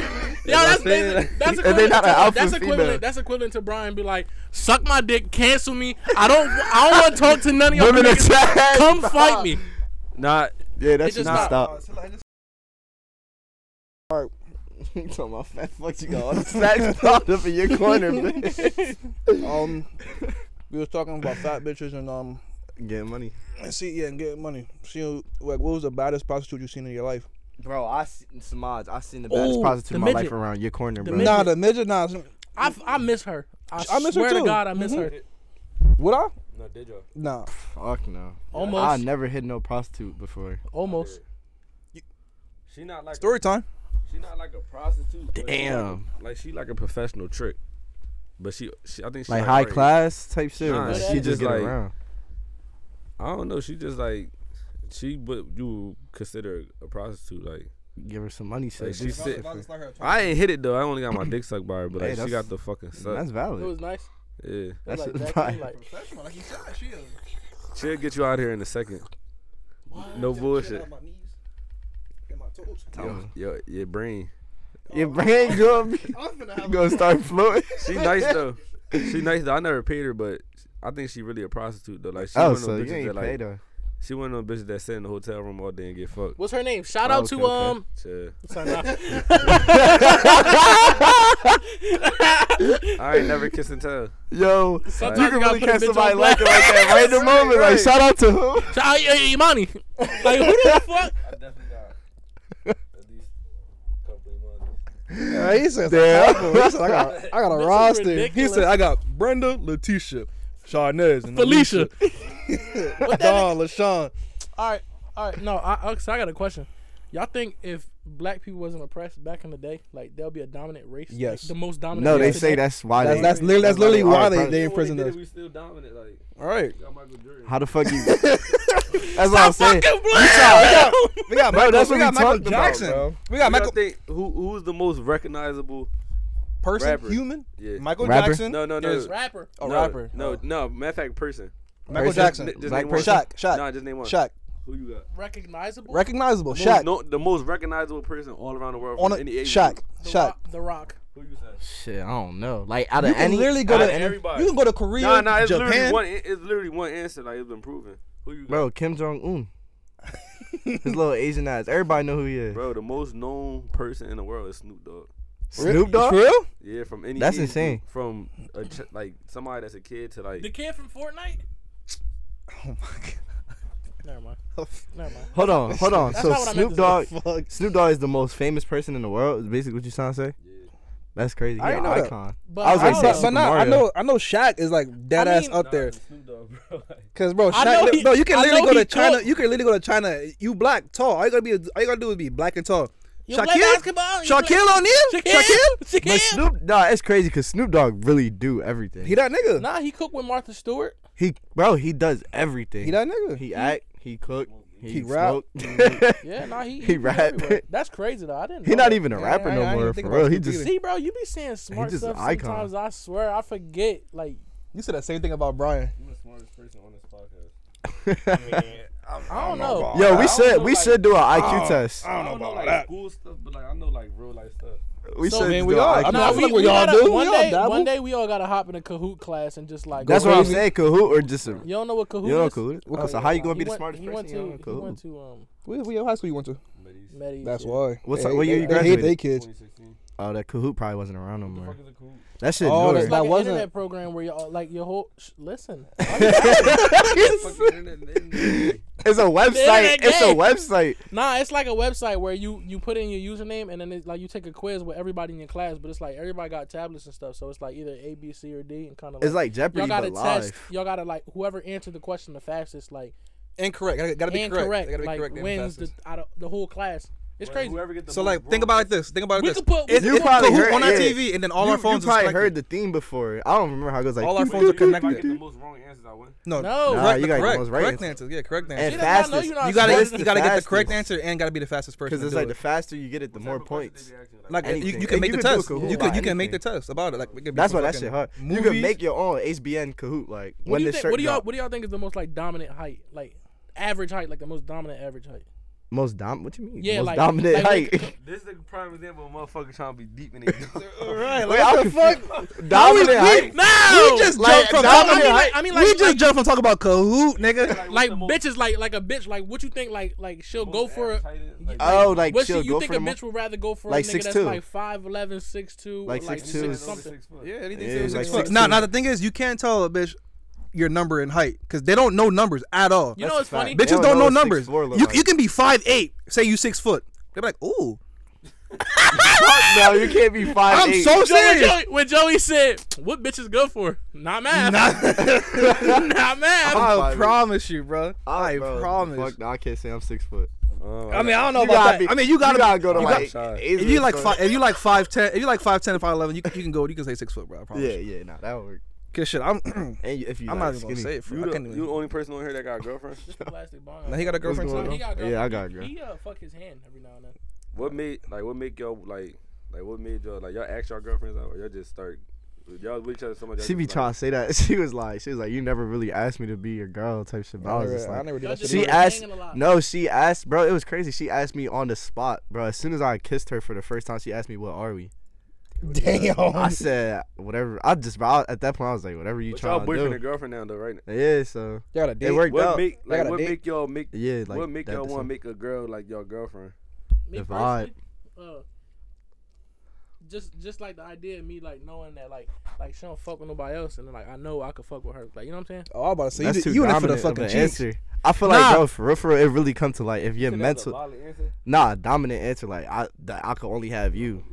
[SPEAKER 2] You know
[SPEAKER 1] Yo,
[SPEAKER 2] what
[SPEAKER 1] that's
[SPEAKER 2] I'm saying?
[SPEAKER 1] basically that's
[SPEAKER 4] And they
[SPEAKER 1] equivalent.
[SPEAKER 4] not an
[SPEAKER 1] To,
[SPEAKER 4] alpha
[SPEAKER 1] that's
[SPEAKER 4] female.
[SPEAKER 1] equivalent. That's equivalent to Brian be like, suck my dick, cancel me. I don't. I don't want to talk to none of y'all
[SPEAKER 4] women are
[SPEAKER 1] niggas.
[SPEAKER 4] trash.
[SPEAKER 1] Come fight me.
[SPEAKER 2] Not
[SPEAKER 4] Yeah, that
[SPEAKER 1] It's
[SPEAKER 4] should
[SPEAKER 1] just
[SPEAKER 4] not
[SPEAKER 1] not-
[SPEAKER 4] stop.
[SPEAKER 6] So, like, just-
[SPEAKER 4] You talking about fat fuck you got all the snacks popped up in your corner, bitch.
[SPEAKER 5] Um, we was talking about fat bitches and um,
[SPEAKER 4] Get money.
[SPEAKER 5] and see, yeah, and getting money. See, like, what was the baddest prostitute you seen in your life?
[SPEAKER 4] Bro, I Samaj, I seen the baddest
[SPEAKER 1] Ooh,
[SPEAKER 4] prostitute
[SPEAKER 1] the
[SPEAKER 4] in my life
[SPEAKER 1] midget.
[SPEAKER 4] around your corner, bro.
[SPEAKER 1] midget.
[SPEAKER 5] Nah, the midget. Nah,
[SPEAKER 1] I, f- I miss her. I,
[SPEAKER 5] I miss her
[SPEAKER 1] swear to
[SPEAKER 5] too.
[SPEAKER 1] God, I miss her.
[SPEAKER 4] Mm-hmm.
[SPEAKER 5] would I?
[SPEAKER 2] No, did y'all?
[SPEAKER 5] Nah.
[SPEAKER 4] Fuck no.
[SPEAKER 1] Almost.
[SPEAKER 4] I never hit no prostitute before.
[SPEAKER 1] Almost.
[SPEAKER 2] She not like
[SPEAKER 5] Story time.
[SPEAKER 2] she not like a prostitute. but she
[SPEAKER 4] Damn.
[SPEAKER 2] like- Like she like a professional trick, but she, she I think she
[SPEAKER 4] Like high
[SPEAKER 2] already-
[SPEAKER 4] class type shit.
[SPEAKER 2] Nah,
[SPEAKER 4] like,
[SPEAKER 1] she
[SPEAKER 4] she just
[SPEAKER 2] just
[SPEAKER 4] get
[SPEAKER 2] like-
[SPEAKER 4] around.
[SPEAKER 2] I don't know. She just like she, but you would consider a prostitute. Like
[SPEAKER 4] Give her some money, shit.
[SPEAKER 2] Like,
[SPEAKER 4] do
[SPEAKER 2] she
[SPEAKER 6] if I-
[SPEAKER 2] said-
[SPEAKER 4] something
[SPEAKER 6] if I
[SPEAKER 4] for-
[SPEAKER 6] just like her at
[SPEAKER 2] I ain't hit it though. I only got my dick sucked by her, but
[SPEAKER 4] Hey,
[SPEAKER 2] like she
[SPEAKER 4] that's-
[SPEAKER 2] got the fucking suck.
[SPEAKER 4] That's
[SPEAKER 1] It
[SPEAKER 4] valid.
[SPEAKER 1] was nice.
[SPEAKER 2] yeah,
[SPEAKER 4] That's
[SPEAKER 1] like,
[SPEAKER 4] like,
[SPEAKER 1] back then, like,
[SPEAKER 6] professional, like you said, she a-
[SPEAKER 2] she'll get you out here in a second. No
[SPEAKER 6] Shit
[SPEAKER 2] bullshit.
[SPEAKER 6] out my knees and my toes.
[SPEAKER 2] Yo, yo, your brain.
[SPEAKER 4] your brain gonna be
[SPEAKER 6] I'm finna have
[SPEAKER 4] gonna start floating.
[SPEAKER 2] She nice though. She nice though. I never paid her, but I think she really a prostitute though. Like she
[SPEAKER 4] Oh,
[SPEAKER 2] one of
[SPEAKER 4] so you
[SPEAKER 2] them bitches
[SPEAKER 4] ain't
[SPEAKER 2] that
[SPEAKER 4] paid
[SPEAKER 2] like
[SPEAKER 4] her.
[SPEAKER 2] she one of them bitches that sit in the hotel room all day and get fucked.
[SPEAKER 1] What's her name? Shout
[SPEAKER 4] Oh,
[SPEAKER 1] out
[SPEAKER 4] okay,
[SPEAKER 1] to
[SPEAKER 4] okay.
[SPEAKER 1] um.
[SPEAKER 2] Chill.
[SPEAKER 1] Sorry, nah.
[SPEAKER 2] I ain't never kiss and tell.
[SPEAKER 4] Yo,
[SPEAKER 1] Sometimes
[SPEAKER 4] you
[SPEAKER 1] you
[SPEAKER 4] can
[SPEAKER 1] gotta
[SPEAKER 4] really
[SPEAKER 1] put a
[SPEAKER 4] catch
[SPEAKER 1] bitch
[SPEAKER 4] somebody
[SPEAKER 1] on
[SPEAKER 4] lacking like that right in the moment. Like, shout out to who?
[SPEAKER 1] Shout out hey, uh, Imani. Like who the fuck?
[SPEAKER 2] I definitely got at least a couple of months.
[SPEAKER 5] Yeah, he says
[SPEAKER 4] Damn.
[SPEAKER 5] he said, I got, I got a
[SPEAKER 1] This is
[SPEAKER 5] roster. He
[SPEAKER 1] ridiculous.
[SPEAKER 5] said, I got Brenda, Letitia, Sharnez, and
[SPEAKER 1] Felicia.
[SPEAKER 5] Alicia. Don, LaShawn.
[SPEAKER 1] All right, all right. No, I, I, so I got a question. Y'all think if black people wasn't oppressed back in the day, like there'll be a dominant race? Like,
[SPEAKER 5] Yes.
[SPEAKER 1] the most dominant.
[SPEAKER 4] No, they
[SPEAKER 1] race
[SPEAKER 4] say
[SPEAKER 1] today?
[SPEAKER 4] that's why
[SPEAKER 5] That's,
[SPEAKER 4] they.
[SPEAKER 5] that's, literally, that's
[SPEAKER 4] why
[SPEAKER 5] literally why
[SPEAKER 4] are
[SPEAKER 5] they,
[SPEAKER 4] prostitutes.
[SPEAKER 5] they imprisoned us.
[SPEAKER 2] We still dominant. Like
[SPEAKER 5] All right.
[SPEAKER 2] got Michael Jordan.
[SPEAKER 4] How the fuck you? that's what I'm saying.
[SPEAKER 5] We
[SPEAKER 4] Bro,
[SPEAKER 5] got Michael,
[SPEAKER 4] that's
[SPEAKER 5] we
[SPEAKER 4] what
[SPEAKER 5] got
[SPEAKER 4] we
[SPEAKER 5] Michael
[SPEAKER 4] talked about,
[SPEAKER 5] Jackson.
[SPEAKER 4] bro.
[SPEAKER 5] we got Michael
[SPEAKER 2] think who who's the most recognizable?
[SPEAKER 5] Person,
[SPEAKER 2] rapper.
[SPEAKER 5] human.
[SPEAKER 2] Yeah.
[SPEAKER 5] Michael
[SPEAKER 4] Rapper?
[SPEAKER 5] Jackson.
[SPEAKER 2] No, no, no.
[SPEAKER 5] is
[SPEAKER 1] rapper.
[SPEAKER 5] A
[SPEAKER 2] no,
[SPEAKER 5] rapper. Oh.
[SPEAKER 2] No, no. Matter of fact, person.
[SPEAKER 5] Michael
[SPEAKER 4] Person?
[SPEAKER 5] Jackson.
[SPEAKER 2] N- just
[SPEAKER 4] Black
[SPEAKER 2] name one.
[SPEAKER 4] person?
[SPEAKER 5] Shaq. Shaq.
[SPEAKER 2] Nah, just name one.
[SPEAKER 5] Shaq.
[SPEAKER 2] Who you got?
[SPEAKER 1] Recognizable.
[SPEAKER 5] Recognizable.
[SPEAKER 2] Most
[SPEAKER 5] Shaq.
[SPEAKER 2] no- the most recognizable person all around the world
[SPEAKER 5] on
[SPEAKER 2] from
[SPEAKER 5] a,
[SPEAKER 2] any age.
[SPEAKER 5] Shaq.
[SPEAKER 2] group.
[SPEAKER 1] the
[SPEAKER 5] Shaq.
[SPEAKER 1] Rock, the Rock.
[SPEAKER 2] Who you say?
[SPEAKER 4] Shit, I don't know. Like out
[SPEAKER 5] You
[SPEAKER 4] of
[SPEAKER 5] can
[SPEAKER 4] any,
[SPEAKER 5] literally go
[SPEAKER 2] out
[SPEAKER 5] to
[SPEAKER 2] of everybody.
[SPEAKER 5] You can go to Korea,
[SPEAKER 2] Nah, nah. It's literally
[SPEAKER 5] Japan.
[SPEAKER 2] one. It's literally one answer. Like it's been proven. Who you got?
[SPEAKER 4] bro, Kim Jong Un. His little Asian eyes. Everybody know who he is.
[SPEAKER 2] Bro, the most known person in the world is Snoop Dogg.
[SPEAKER 4] Snoop Dogg.
[SPEAKER 5] For real?
[SPEAKER 2] Yeah, from any.
[SPEAKER 4] That's
[SPEAKER 2] age group,
[SPEAKER 4] insane.
[SPEAKER 2] From a ch- like somebody that's a kid to
[SPEAKER 1] The
[SPEAKER 2] like.
[SPEAKER 1] kid from Fortnite.
[SPEAKER 5] Oh my
[SPEAKER 1] Never mind.
[SPEAKER 4] Oh.
[SPEAKER 5] god.
[SPEAKER 1] Never mind.
[SPEAKER 4] Hold on, hold on.
[SPEAKER 1] That's
[SPEAKER 4] so
[SPEAKER 1] not what I meant
[SPEAKER 4] Snoop
[SPEAKER 1] to
[SPEAKER 4] Dogg,
[SPEAKER 5] Fuck.
[SPEAKER 4] Snoop Dogg is the most famous person in the world. Is basically what you sound to say. That's crazy.
[SPEAKER 5] I
[SPEAKER 4] He
[SPEAKER 5] didn't
[SPEAKER 4] an
[SPEAKER 5] know that.
[SPEAKER 4] icon.
[SPEAKER 1] But
[SPEAKER 4] I was
[SPEAKER 1] I
[SPEAKER 4] like,
[SPEAKER 5] But,
[SPEAKER 1] don't
[SPEAKER 4] Snoop
[SPEAKER 1] know.
[SPEAKER 5] but nah, I
[SPEAKER 4] Mario.
[SPEAKER 5] know, I know, Shaq is like dead
[SPEAKER 1] I
[SPEAKER 5] ass
[SPEAKER 1] mean-
[SPEAKER 5] up there.
[SPEAKER 2] Snoop Dogg, bro.
[SPEAKER 5] Cause bro,
[SPEAKER 1] I
[SPEAKER 5] Shaq,
[SPEAKER 1] know he-
[SPEAKER 5] bro, you can
[SPEAKER 1] I
[SPEAKER 5] literally
[SPEAKER 1] know
[SPEAKER 5] go to
[SPEAKER 1] he
[SPEAKER 5] China.
[SPEAKER 1] cooked.
[SPEAKER 5] You can literally go to China. You black, tall. All you gotta be, all you gotta do is be black and tall.
[SPEAKER 1] You play
[SPEAKER 5] Shaquille,
[SPEAKER 1] basketball. You play-
[SPEAKER 5] Shaquille O'Neal,
[SPEAKER 1] Shaquille.
[SPEAKER 5] Shaquille.
[SPEAKER 4] But
[SPEAKER 1] Shaquille.
[SPEAKER 4] Snoop, nah, it's crazy because Snoop Dogg really do everything.
[SPEAKER 5] He
[SPEAKER 4] He,
[SPEAKER 5] that nigga.
[SPEAKER 1] Nah, he cooked with Martha Stewart.
[SPEAKER 4] bro, he does everything.
[SPEAKER 5] He that nigga.
[SPEAKER 4] He act, he cook, he,
[SPEAKER 5] He rap.
[SPEAKER 4] smoke. he
[SPEAKER 1] Yeah, nah, he
[SPEAKER 4] He
[SPEAKER 1] he, he
[SPEAKER 4] rap.
[SPEAKER 1] That's crazy though. I didn't. know
[SPEAKER 4] not
[SPEAKER 1] that.
[SPEAKER 4] even a
[SPEAKER 5] I-
[SPEAKER 4] rapper
[SPEAKER 5] I- I
[SPEAKER 4] no
[SPEAKER 5] didn't
[SPEAKER 4] more
[SPEAKER 5] think
[SPEAKER 4] for
[SPEAKER 5] about
[SPEAKER 4] real. He
[SPEAKER 5] Snoop
[SPEAKER 4] just
[SPEAKER 5] either.
[SPEAKER 1] See, bro, you be saying smart
[SPEAKER 4] just
[SPEAKER 1] stuff
[SPEAKER 4] an icon.
[SPEAKER 1] sometimes. I swear, I forget. Like,
[SPEAKER 5] You said that same thing about Brian.
[SPEAKER 2] You the smartest person on this podcast.
[SPEAKER 1] I don't know.
[SPEAKER 4] yo, we
[SPEAKER 2] I
[SPEAKER 4] should
[SPEAKER 2] don't
[SPEAKER 4] we
[SPEAKER 2] know,
[SPEAKER 4] should do an IQ test.
[SPEAKER 2] I don't know like school stuff, but like I know like real life stuff.
[SPEAKER 4] We
[SPEAKER 1] So,
[SPEAKER 4] should
[SPEAKER 5] man,
[SPEAKER 4] do
[SPEAKER 5] we
[SPEAKER 4] an
[SPEAKER 5] are.
[SPEAKER 4] IQ
[SPEAKER 5] I mean,
[SPEAKER 1] Nah,
[SPEAKER 5] I
[SPEAKER 4] test.
[SPEAKER 5] feel like we all
[SPEAKER 1] gotta-
[SPEAKER 5] do.
[SPEAKER 1] One
[SPEAKER 5] We all
[SPEAKER 1] day,
[SPEAKER 5] dabble.
[SPEAKER 1] one day we all gotta hop in a Kahoot class and just like.
[SPEAKER 4] That's
[SPEAKER 1] go
[SPEAKER 4] what I'm
[SPEAKER 1] crazy.
[SPEAKER 4] saying. Kahoot or just a,
[SPEAKER 1] You don't know what Kahoot
[SPEAKER 4] you know
[SPEAKER 1] is?
[SPEAKER 4] Kahoot.
[SPEAKER 5] What
[SPEAKER 4] Okay, so
[SPEAKER 5] Kahoot
[SPEAKER 4] how
[SPEAKER 5] is?
[SPEAKER 4] you gonna be
[SPEAKER 1] He
[SPEAKER 4] the
[SPEAKER 1] went-
[SPEAKER 4] smartest
[SPEAKER 1] he
[SPEAKER 4] person?
[SPEAKER 1] went
[SPEAKER 4] You don't know
[SPEAKER 1] to- He went
[SPEAKER 4] Kahoot.
[SPEAKER 1] to um,
[SPEAKER 5] Where, where high school you went to?
[SPEAKER 2] Medis.
[SPEAKER 1] Medi.
[SPEAKER 5] That's
[SPEAKER 1] shit.
[SPEAKER 5] why.
[SPEAKER 4] What's
[SPEAKER 5] They-
[SPEAKER 4] up- what year
[SPEAKER 5] they-
[SPEAKER 4] you
[SPEAKER 5] They hate
[SPEAKER 4] graduated?
[SPEAKER 5] they kids.
[SPEAKER 2] 2016.
[SPEAKER 4] Oh, that Kahoot probably wasn't around no more.
[SPEAKER 2] Fuck is a cool.
[SPEAKER 4] That shit.
[SPEAKER 5] Oh,
[SPEAKER 4] newer.
[SPEAKER 5] that's
[SPEAKER 1] It's like
[SPEAKER 5] That
[SPEAKER 1] an
[SPEAKER 5] wasn't-
[SPEAKER 1] internet program where you all like your whole. Sh- listen,
[SPEAKER 2] Fucking internet, man.
[SPEAKER 4] It's It's a website.
[SPEAKER 1] internet
[SPEAKER 4] It's a
[SPEAKER 1] gay.
[SPEAKER 4] website.
[SPEAKER 1] Nah, it's like a website where you you put in your username and then it's like you take a quiz with everybody in your class, but it's like everybody got tablets and stuff, so it's like either A, B, C, or D, and kind of
[SPEAKER 4] It's like
[SPEAKER 1] y'all
[SPEAKER 4] Jeopardy,
[SPEAKER 1] gotta
[SPEAKER 4] but
[SPEAKER 1] test,
[SPEAKER 4] live.
[SPEAKER 1] y'all gotta like whoever answered the question the fastest, like
[SPEAKER 5] Incorrect. Gotta, gotta be
[SPEAKER 1] incorrect,
[SPEAKER 5] correct. Gotta be
[SPEAKER 1] like
[SPEAKER 5] correct. damn
[SPEAKER 1] wins the
[SPEAKER 5] fastest.
[SPEAKER 1] out of the whole class. It's crazy.
[SPEAKER 7] Whoever get the
[SPEAKER 5] so
[SPEAKER 7] most
[SPEAKER 5] like,
[SPEAKER 7] wrong-
[SPEAKER 5] think about it like this. Think about it
[SPEAKER 1] We
[SPEAKER 5] this.
[SPEAKER 1] could put-
[SPEAKER 5] It's-
[SPEAKER 1] You
[SPEAKER 5] it's
[SPEAKER 4] probably
[SPEAKER 5] Kahoot
[SPEAKER 4] heard-
[SPEAKER 5] on our
[SPEAKER 4] yeah.
[SPEAKER 5] TV, and then all
[SPEAKER 4] you,
[SPEAKER 5] our phones.
[SPEAKER 4] You probably
[SPEAKER 5] is connected.
[SPEAKER 4] heard the theme before. I don't remember how it goes. Like
[SPEAKER 5] All our
[SPEAKER 4] doo,
[SPEAKER 5] phones
[SPEAKER 4] doo,
[SPEAKER 5] are
[SPEAKER 4] doo,
[SPEAKER 5] connected.
[SPEAKER 4] doo,
[SPEAKER 5] Like
[SPEAKER 4] doo.
[SPEAKER 5] the
[SPEAKER 7] the most wrong answers, I win.
[SPEAKER 5] No,
[SPEAKER 1] No.
[SPEAKER 5] correct,
[SPEAKER 4] Nah, you gotta
[SPEAKER 5] the
[SPEAKER 4] get the
[SPEAKER 5] correct,
[SPEAKER 4] most right
[SPEAKER 5] correct
[SPEAKER 4] answer.
[SPEAKER 5] answers. Yeah, correct
[SPEAKER 4] And
[SPEAKER 5] answers.
[SPEAKER 1] Did I not know
[SPEAKER 4] fastest.
[SPEAKER 1] you're not
[SPEAKER 5] You
[SPEAKER 1] What's
[SPEAKER 5] gotta,
[SPEAKER 4] the
[SPEAKER 5] you gotta get the correct
[SPEAKER 4] fastest?
[SPEAKER 5] answer and gotta be the fastest person.
[SPEAKER 4] Because
[SPEAKER 5] to
[SPEAKER 4] it's
[SPEAKER 5] do
[SPEAKER 4] like the
[SPEAKER 5] it.
[SPEAKER 4] faster you get it, the more points.
[SPEAKER 5] like you, you
[SPEAKER 4] anything.
[SPEAKER 5] can
[SPEAKER 4] And
[SPEAKER 5] make
[SPEAKER 4] you
[SPEAKER 5] the
[SPEAKER 4] can do
[SPEAKER 5] test.
[SPEAKER 4] a Kahoot
[SPEAKER 5] You
[SPEAKER 4] about
[SPEAKER 5] can you can make the
[SPEAKER 4] anything.
[SPEAKER 5] test about it. Like it could be
[SPEAKER 4] That's why
[SPEAKER 5] some
[SPEAKER 4] that
[SPEAKER 5] fucking
[SPEAKER 4] shit hard. You
[SPEAKER 5] movies.
[SPEAKER 4] can make your own HBN Kahoot. Like
[SPEAKER 1] What
[SPEAKER 4] when
[SPEAKER 1] do you
[SPEAKER 4] this
[SPEAKER 1] think?
[SPEAKER 4] shirt
[SPEAKER 1] What do y'all
[SPEAKER 4] drop.
[SPEAKER 1] what do y'all think is the most like dominant height, like average height, like the most dominant average height?
[SPEAKER 4] Most dom. What you mean?
[SPEAKER 1] Yeah,
[SPEAKER 4] most
[SPEAKER 1] like-
[SPEAKER 4] dominant
[SPEAKER 1] like when it
[SPEAKER 4] height.
[SPEAKER 2] This is the prime example of a motherfucker trying to be deep in it.
[SPEAKER 5] Right,
[SPEAKER 4] Wait,
[SPEAKER 5] like
[SPEAKER 4] I'm
[SPEAKER 5] what the fuck?
[SPEAKER 4] confused. Dominant height.
[SPEAKER 1] No,
[SPEAKER 5] We just
[SPEAKER 4] Like,
[SPEAKER 5] jumped from.
[SPEAKER 4] dominant
[SPEAKER 5] I mean,
[SPEAKER 4] height.
[SPEAKER 5] like-
[SPEAKER 1] I mean,
[SPEAKER 5] we
[SPEAKER 1] like-
[SPEAKER 5] just
[SPEAKER 1] like-
[SPEAKER 5] jumped from talking about Kahoot, nigga.
[SPEAKER 1] like bitches, like like a bitch, like what you think, like like she'll go for a.
[SPEAKER 4] Oh, like
[SPEAKER 1] What she,
[SPEAKER 4] chill.
[SPEAKER 1] you
[SPEAKER 4] Go
[SPEAKER 1] think
[SPEAKER 4] for
[SPEAKER 1] a
[SPEAKER 4] the mo-
[SPEAKER 1] bitch would rather go for
[SPEAKER 4] Like
[SPEAKER 1] a nigga that's
[SPEAKER 4] 6'2"..
[SPEAKER 1] like 5'11", 6'2",
[SPEAKER 4] Like
[SPEAKER 1] or like
[SPEAKER 4] 6'2"
[SPEAKER 1] 6
[SPEAKER 4] is-
[SPEAKER 1] something.
[SPEAKER 2] Yeah.
[SPEAKER 5] anything
[SPEAKER 4] Yeah, it's like
[SPEAKER 5] Fuck.
[SPEAKER 4] six
[SPEAKER 5] Nah,
[SPEAKER 4] two.
[SPEAKER 5] nah. The thing is, you can't tell a bitch your number and height because they don't know numbers at all.
[SPEAKER 1] You know what's
[SPEAKER 4] a fact.
[SPEAKER 1] funny?
[SPEAKER 4] They
[SPEAKER 5] Bitches don't,
[SPEAKER 4] don't
[SPEAKER 5] know
[SPEAKER 4] know what
[SPEAKER 5] numbers.
[SPEAKER 4] 6'4" look
[SPEAKER 5] You
[SPEAKER 4] like.
[SPEAKER 5] you can be five eight. Say you six foot. They're like, ooh,
[SPEAKER 4] no, you can't be five
[SPEAKER 5] I'm so
[SPEAKER 1] Yo, when,
[SPEAKER 5] serious.
[SPEAKER 1] Joey, when Joey said, "What bitch is good for?" Not math. Not math.
[SPEAKER 4] I'm
[SPEAKER 5] I
[SPEAKER 4] five eight.
[SPEAKER 5] promise you, bro. I
[SPEAKER 4] I
[SPEAKER 5] promise.
[SPEAKER 4] Fuck, no, I can't say I'm six foot.
[SPEAKER 2] Oh,
[SPEAKER 5] I mean, I don't know
[SPEAKER 4] You
[SPEAKER 5] about
[SPEAKER 4] gotta
[SPEAKER 5] that.
[SPEAKER 4] be-
[SPEAKER 5] I mean, you gotta,
[SPEAKER 4] go to
[SPEAKER 5] you
[SPEAKER 4] like.
[SPEAKER 2] gotta-
[SPEAKER 4] eighth
[SPEAKER 5] If you
[SPEAKER 4] or
[SPEAKER 5] like
[SPEAKER 4] something.
[SPEAKER 5] five, if you like five ten, if you like five ten, five eleven, you can, you can go. You can say six foot, bro. I promise.
[SPEAKER 4] Yeah,
[SPEAKER 5] Yeah.
[SPEAKER 4] yeah, nah, that would work.
[SPEAKER 5] Cause shit, I'm. I'm
[SPEAKER 4] And you- if you,
[SPEAKER 5] not
[SPEAKER 4] like,
[SPEAKER 5] even gonna
[SPEAKER 4] skinny.
[SPEAKER 5] say it. For,
[SPEAKER 2] You
[SPEAKER 5] I
[SPEAKER 2] the,
[SPEAKER 5] can't
[SPEAKER 2] you
[SPEAKER 5] even.
[SPEAKER 2] the only person on here that got a girlfrind.
[SPEAKER 1] Plastic bond.
[SPEAKER 5] Now he got a girlfriend
[SPEAKER 4] going
[SPEAKER 5] too.
[SPEAKER 4] on?
[SPEAKER 1] He got a
[SPEAKER 4] Yeah,
[SPEAKER 1] girlfriend.
[SPEAKER 4] I got a girl.
[SPEAKER 1] He uh, fuck his hand every now and then.
[SPEAKER 2] What made like what make y'all like like what made y'all like y'all ask y'all girlfriends out or y'all just start y'all with each other so much. y'all
[SPEAKER 4] She be
[SPEAKER 2] just, like,
[SPEAKER 4] trying to say that. She was like, she was like, you never really asked me to be your girl type shit. But I was just like,
[SPEAKER 5] never
[SPEAKER 1] did that shit
[SPEAKER 4] she
[SPEAKER 1] They were
[SPEAKER 4] asked.
[SPEAKER 1] hanging a lot.
[SPEAKER 4] No, she asked, bro. It was crazy. She asked me on the spot, bro. As soon as I kissed her for the first time, she asked me, "What are we?" I
[SPEAKER 5] Damn.
[SPEAKER 4] said, "Whatever." I just, bro, I- at that point, I was like, "Whatever you
[SPEAKER 2] But y'all
[SPEAKER 4] trying to
[SPEAKER 2] boyfriend and
[SPEAKER 4] do."
[SPEAKER 2] girlfriend now though, right?
[SPEAKER 4] Yeah, so
[SPEAKER 5] Y'all a
[SPEAKER 4] it worked
[SPEAKER 2] What
[SPEAKER 4] out.
[SPEAKER 2] make
[SPEAKER 5] got
[SPEAKER 2] like
[SPEAKER 5] a
[SPEAKER 2] what
[SPEAKER 5] date.
[SPEAKER 2] make y'all make
[SPEAKER 4] yeah, like
[SPEAKER 2] what make
[SPEAKER 4] that
[SPEAKER 2] y'all
[SPEAKER 4] the
[SPEAKER 2] want
[SPEAKER 4] same.
[SPEAKER 2] to make a girl like y'all girlfriend?
[SPEAKER 1] Me
[SPEAKER 4] The
[SPEAKER 1] personally, uh, just just like the idea of me like knowing that like like she don't fuck with nobody else, and then like I know I could fuck with her. Like you know what I'm saying?
[SPEAKER 5] Oh, I'm about to say
[SPEAKER 4] That's
[SPEAKER 5] you,
[SPEAKER 4] too
[SPEAKER 5] you in it for the
[SPEAKER 4] dominant of
[SPEAKER 5] fucking
[SPEAKER 4] an
[SPEAKER 5] cheeks.
[SPEAKER 4] answer. I feel
[SPEAKER 5] Nah.
[SPEAKER 4] like, bro, for real, for real, it really comes to like if your
[SPEAKER 2] Shit, that's a
[SPEAKER 4] mental,
[SPEAKER 2] valid answer.
[SPEAKER 4] nah, dominant answer, like I, that I could only have you.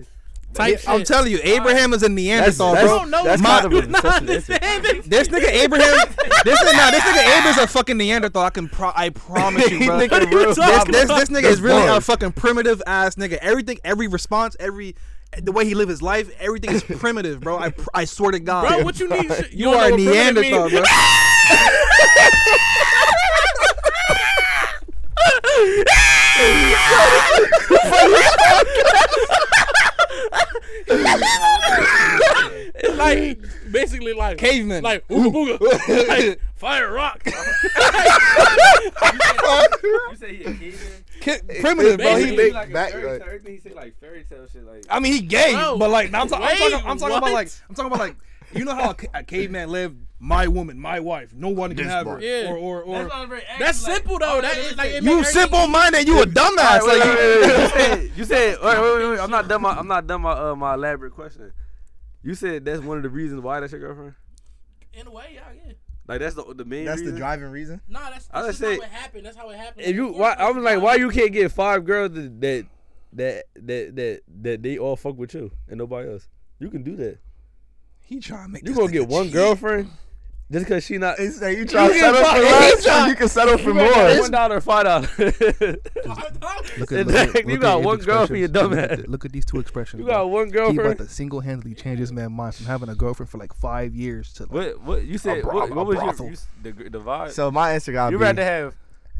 [SPEAKER 1] Type
[SPEAKER 5] I'm
[SPEAKER 1] shit.
[SPEAKER 5] telling you, Abraham is a Neanderthal,
[SPEAKER 4] that's-
[SPEAKER 5] bro.
[SPEAKER 1] don't know
[SPEAKER 4] that's
[SPEAKER 1] my-
[SPEAKER 4] kind of a
[SPEAKER 1] Nah,
[SPEAKER 4] discussion,
[SPEAKER 1] this
[SPEAKER 4] isn't
[SPEAKER 1] ain't-
[SPEAKER 5] This nigga Abraham, this is not this nigga Abraham's a fucking Neanderthal. I can pro- I promise you, bro.
[SPEAKER 4] Nigga,
[SPEAKER 5] this,
[SPEAKER 1] you
[SPEAKER 4] real
[SPEAKER 1] talking
[SPEAKER 4] problem.
[SPEAKER 5] this this nigga is
[SPEAKER 4] That's
[SPEAKER 5] really a
[SPEAKER 4] bars.
[SPEAKER 5] fucking primitive ass nigga. Everything, every response, every the way he live his life, everything is primitive, bro. I I swear to God,
[SPEAKER 1] Bro, what you need? shit-
[SPEAKER 5] you
[SPEAKER 1] don't
[SPEAKER 5] are
[SPEAKER 1] know
[SPEAKER 5] a
[SPEAKER 1] what primitive
[SPEAKER 5] Neanderthal,
[SPEAKER 1] means.
[SPEAKER 5] bro.
[SPEAKER 1] It's like basically like
[SPEAKER 5] Caveman.
[SPEAKER 1] like ooga booga, like fire rock.
[SPEAKER 2] You say he a caveman?
[SPEAKER 5] Ki- primitive, bro.
[SPEAKER 1] Basically,
[SPEAKER 5] He,
[SPEAKER 2] He
[SPEAKER 1] make
[SPEAKER 2] be like a
[SPEAKER 4] back-
[SPEAKER 2] fairy
[SPEAKER 4] like-
[SPEAKER 2] tale. Everything he said like fairy tale shit like.
[SPEAKER 5] I mean, he gay,
[SPEAKER 1] Bro,
[SPEAKER 5] but like I'm, ta- I'm
[SPEAKER 1] wait,
[SPEAKER 5] talking, I'm talking about
[SPEAKER 1] what?
[SPEAKER 5] like I'm talking about like you know how a, ca- a caveman lived. My woman, my wife. No one can have her.
[SPEAKER 4] part.
[SPEAKER 1] Yeah.
[SPEAKER 5] Or or or.
[SPEAKER 1] That's simple though. That is like it
[SPEAKER 5] you
[SPEAKER 1] make
[SPEAKER 5] simple minded. You a dumbass.
[SPEAKER 2] Wait,
[SPEAKER 5] Like
[SPEAKER 2] wait,
[SPEAKER 5] you-
[SPEAKER 2] wait, wait, wait. You said- you said wait, wait, wait, wait. I'm not done my I'm not done my uh, my elaborate question. You said that's one of the reasons why that's your girlfriend.
[SPEAKER 1] everything- In a way, yeah, yeah.
[SPEAKER 2] Like that's the the main.
[SPEAKER 4] That's the
[SPEAKER 2] reason?
[SPEAKER 4] driving reason.
[SPEAKER 1] Nah, that's,
[SPEAKER 2] I
[SPEAKER 1] that's just
[SPEAKER 2] just say-
[SPEAKER 1] how it happened. That's how it happened.
[SPEAKER 2] If you, why, I'm like, why you can't get five girls that that that that that, that they all fuck with you and nobody else? You can do that.
[SPEAKER 5] He trying to make
[SPEAKER 2] You
[SPEAKER 5] this
[SPEAKER 2] gonna
[SPEAKER 5] nigga
[SPEAKER 2] get one
[SPEAKER 5] cheat.
[SPEAKER 2] girlfriend just cause she not.
[SPEAKER 4] It's like you try to
[SPEAKER 2] can
[SPEAKER 4] settle
[SPEAKER 2] fuck-
[SPEAKER 4] for
[SPEAKER 2] you
[SPEAKER 4] less,
[SPEAKER 2] try-
[SPEAKER 4] and you can settle for
[SPEAKER 2] You better get
[SPEAKER 4] more.
[SPEAKER 2] One dollar, or five dollars.
[SPEAKER 5] Look
[SPEAKER 2] at- look at- You look got at his one girl for your expressions. dumb Look at ass. the-
[SPEAKER 5] Look at these two expressions.
[SPEAKER 2] you got one
[SPEAKER 5] He about
[SPEAKER 2] girlfriend.
[SPEAKER 5] to single handedly change his man's mind from having a girlfriend for like five years to like,
[SPEAKER 2] What what you said?
[SPEAKER 5] bro-
[SPEAKER 2] what,
[SPEAKER 5] a
[SPEAKER 2] what was
[SPEAKER 5] brothel.
[SPEAKER 2] your you, s- the the vibe?
[SPEAKER 4] So my answer got
[SPEAKER 2] you rather have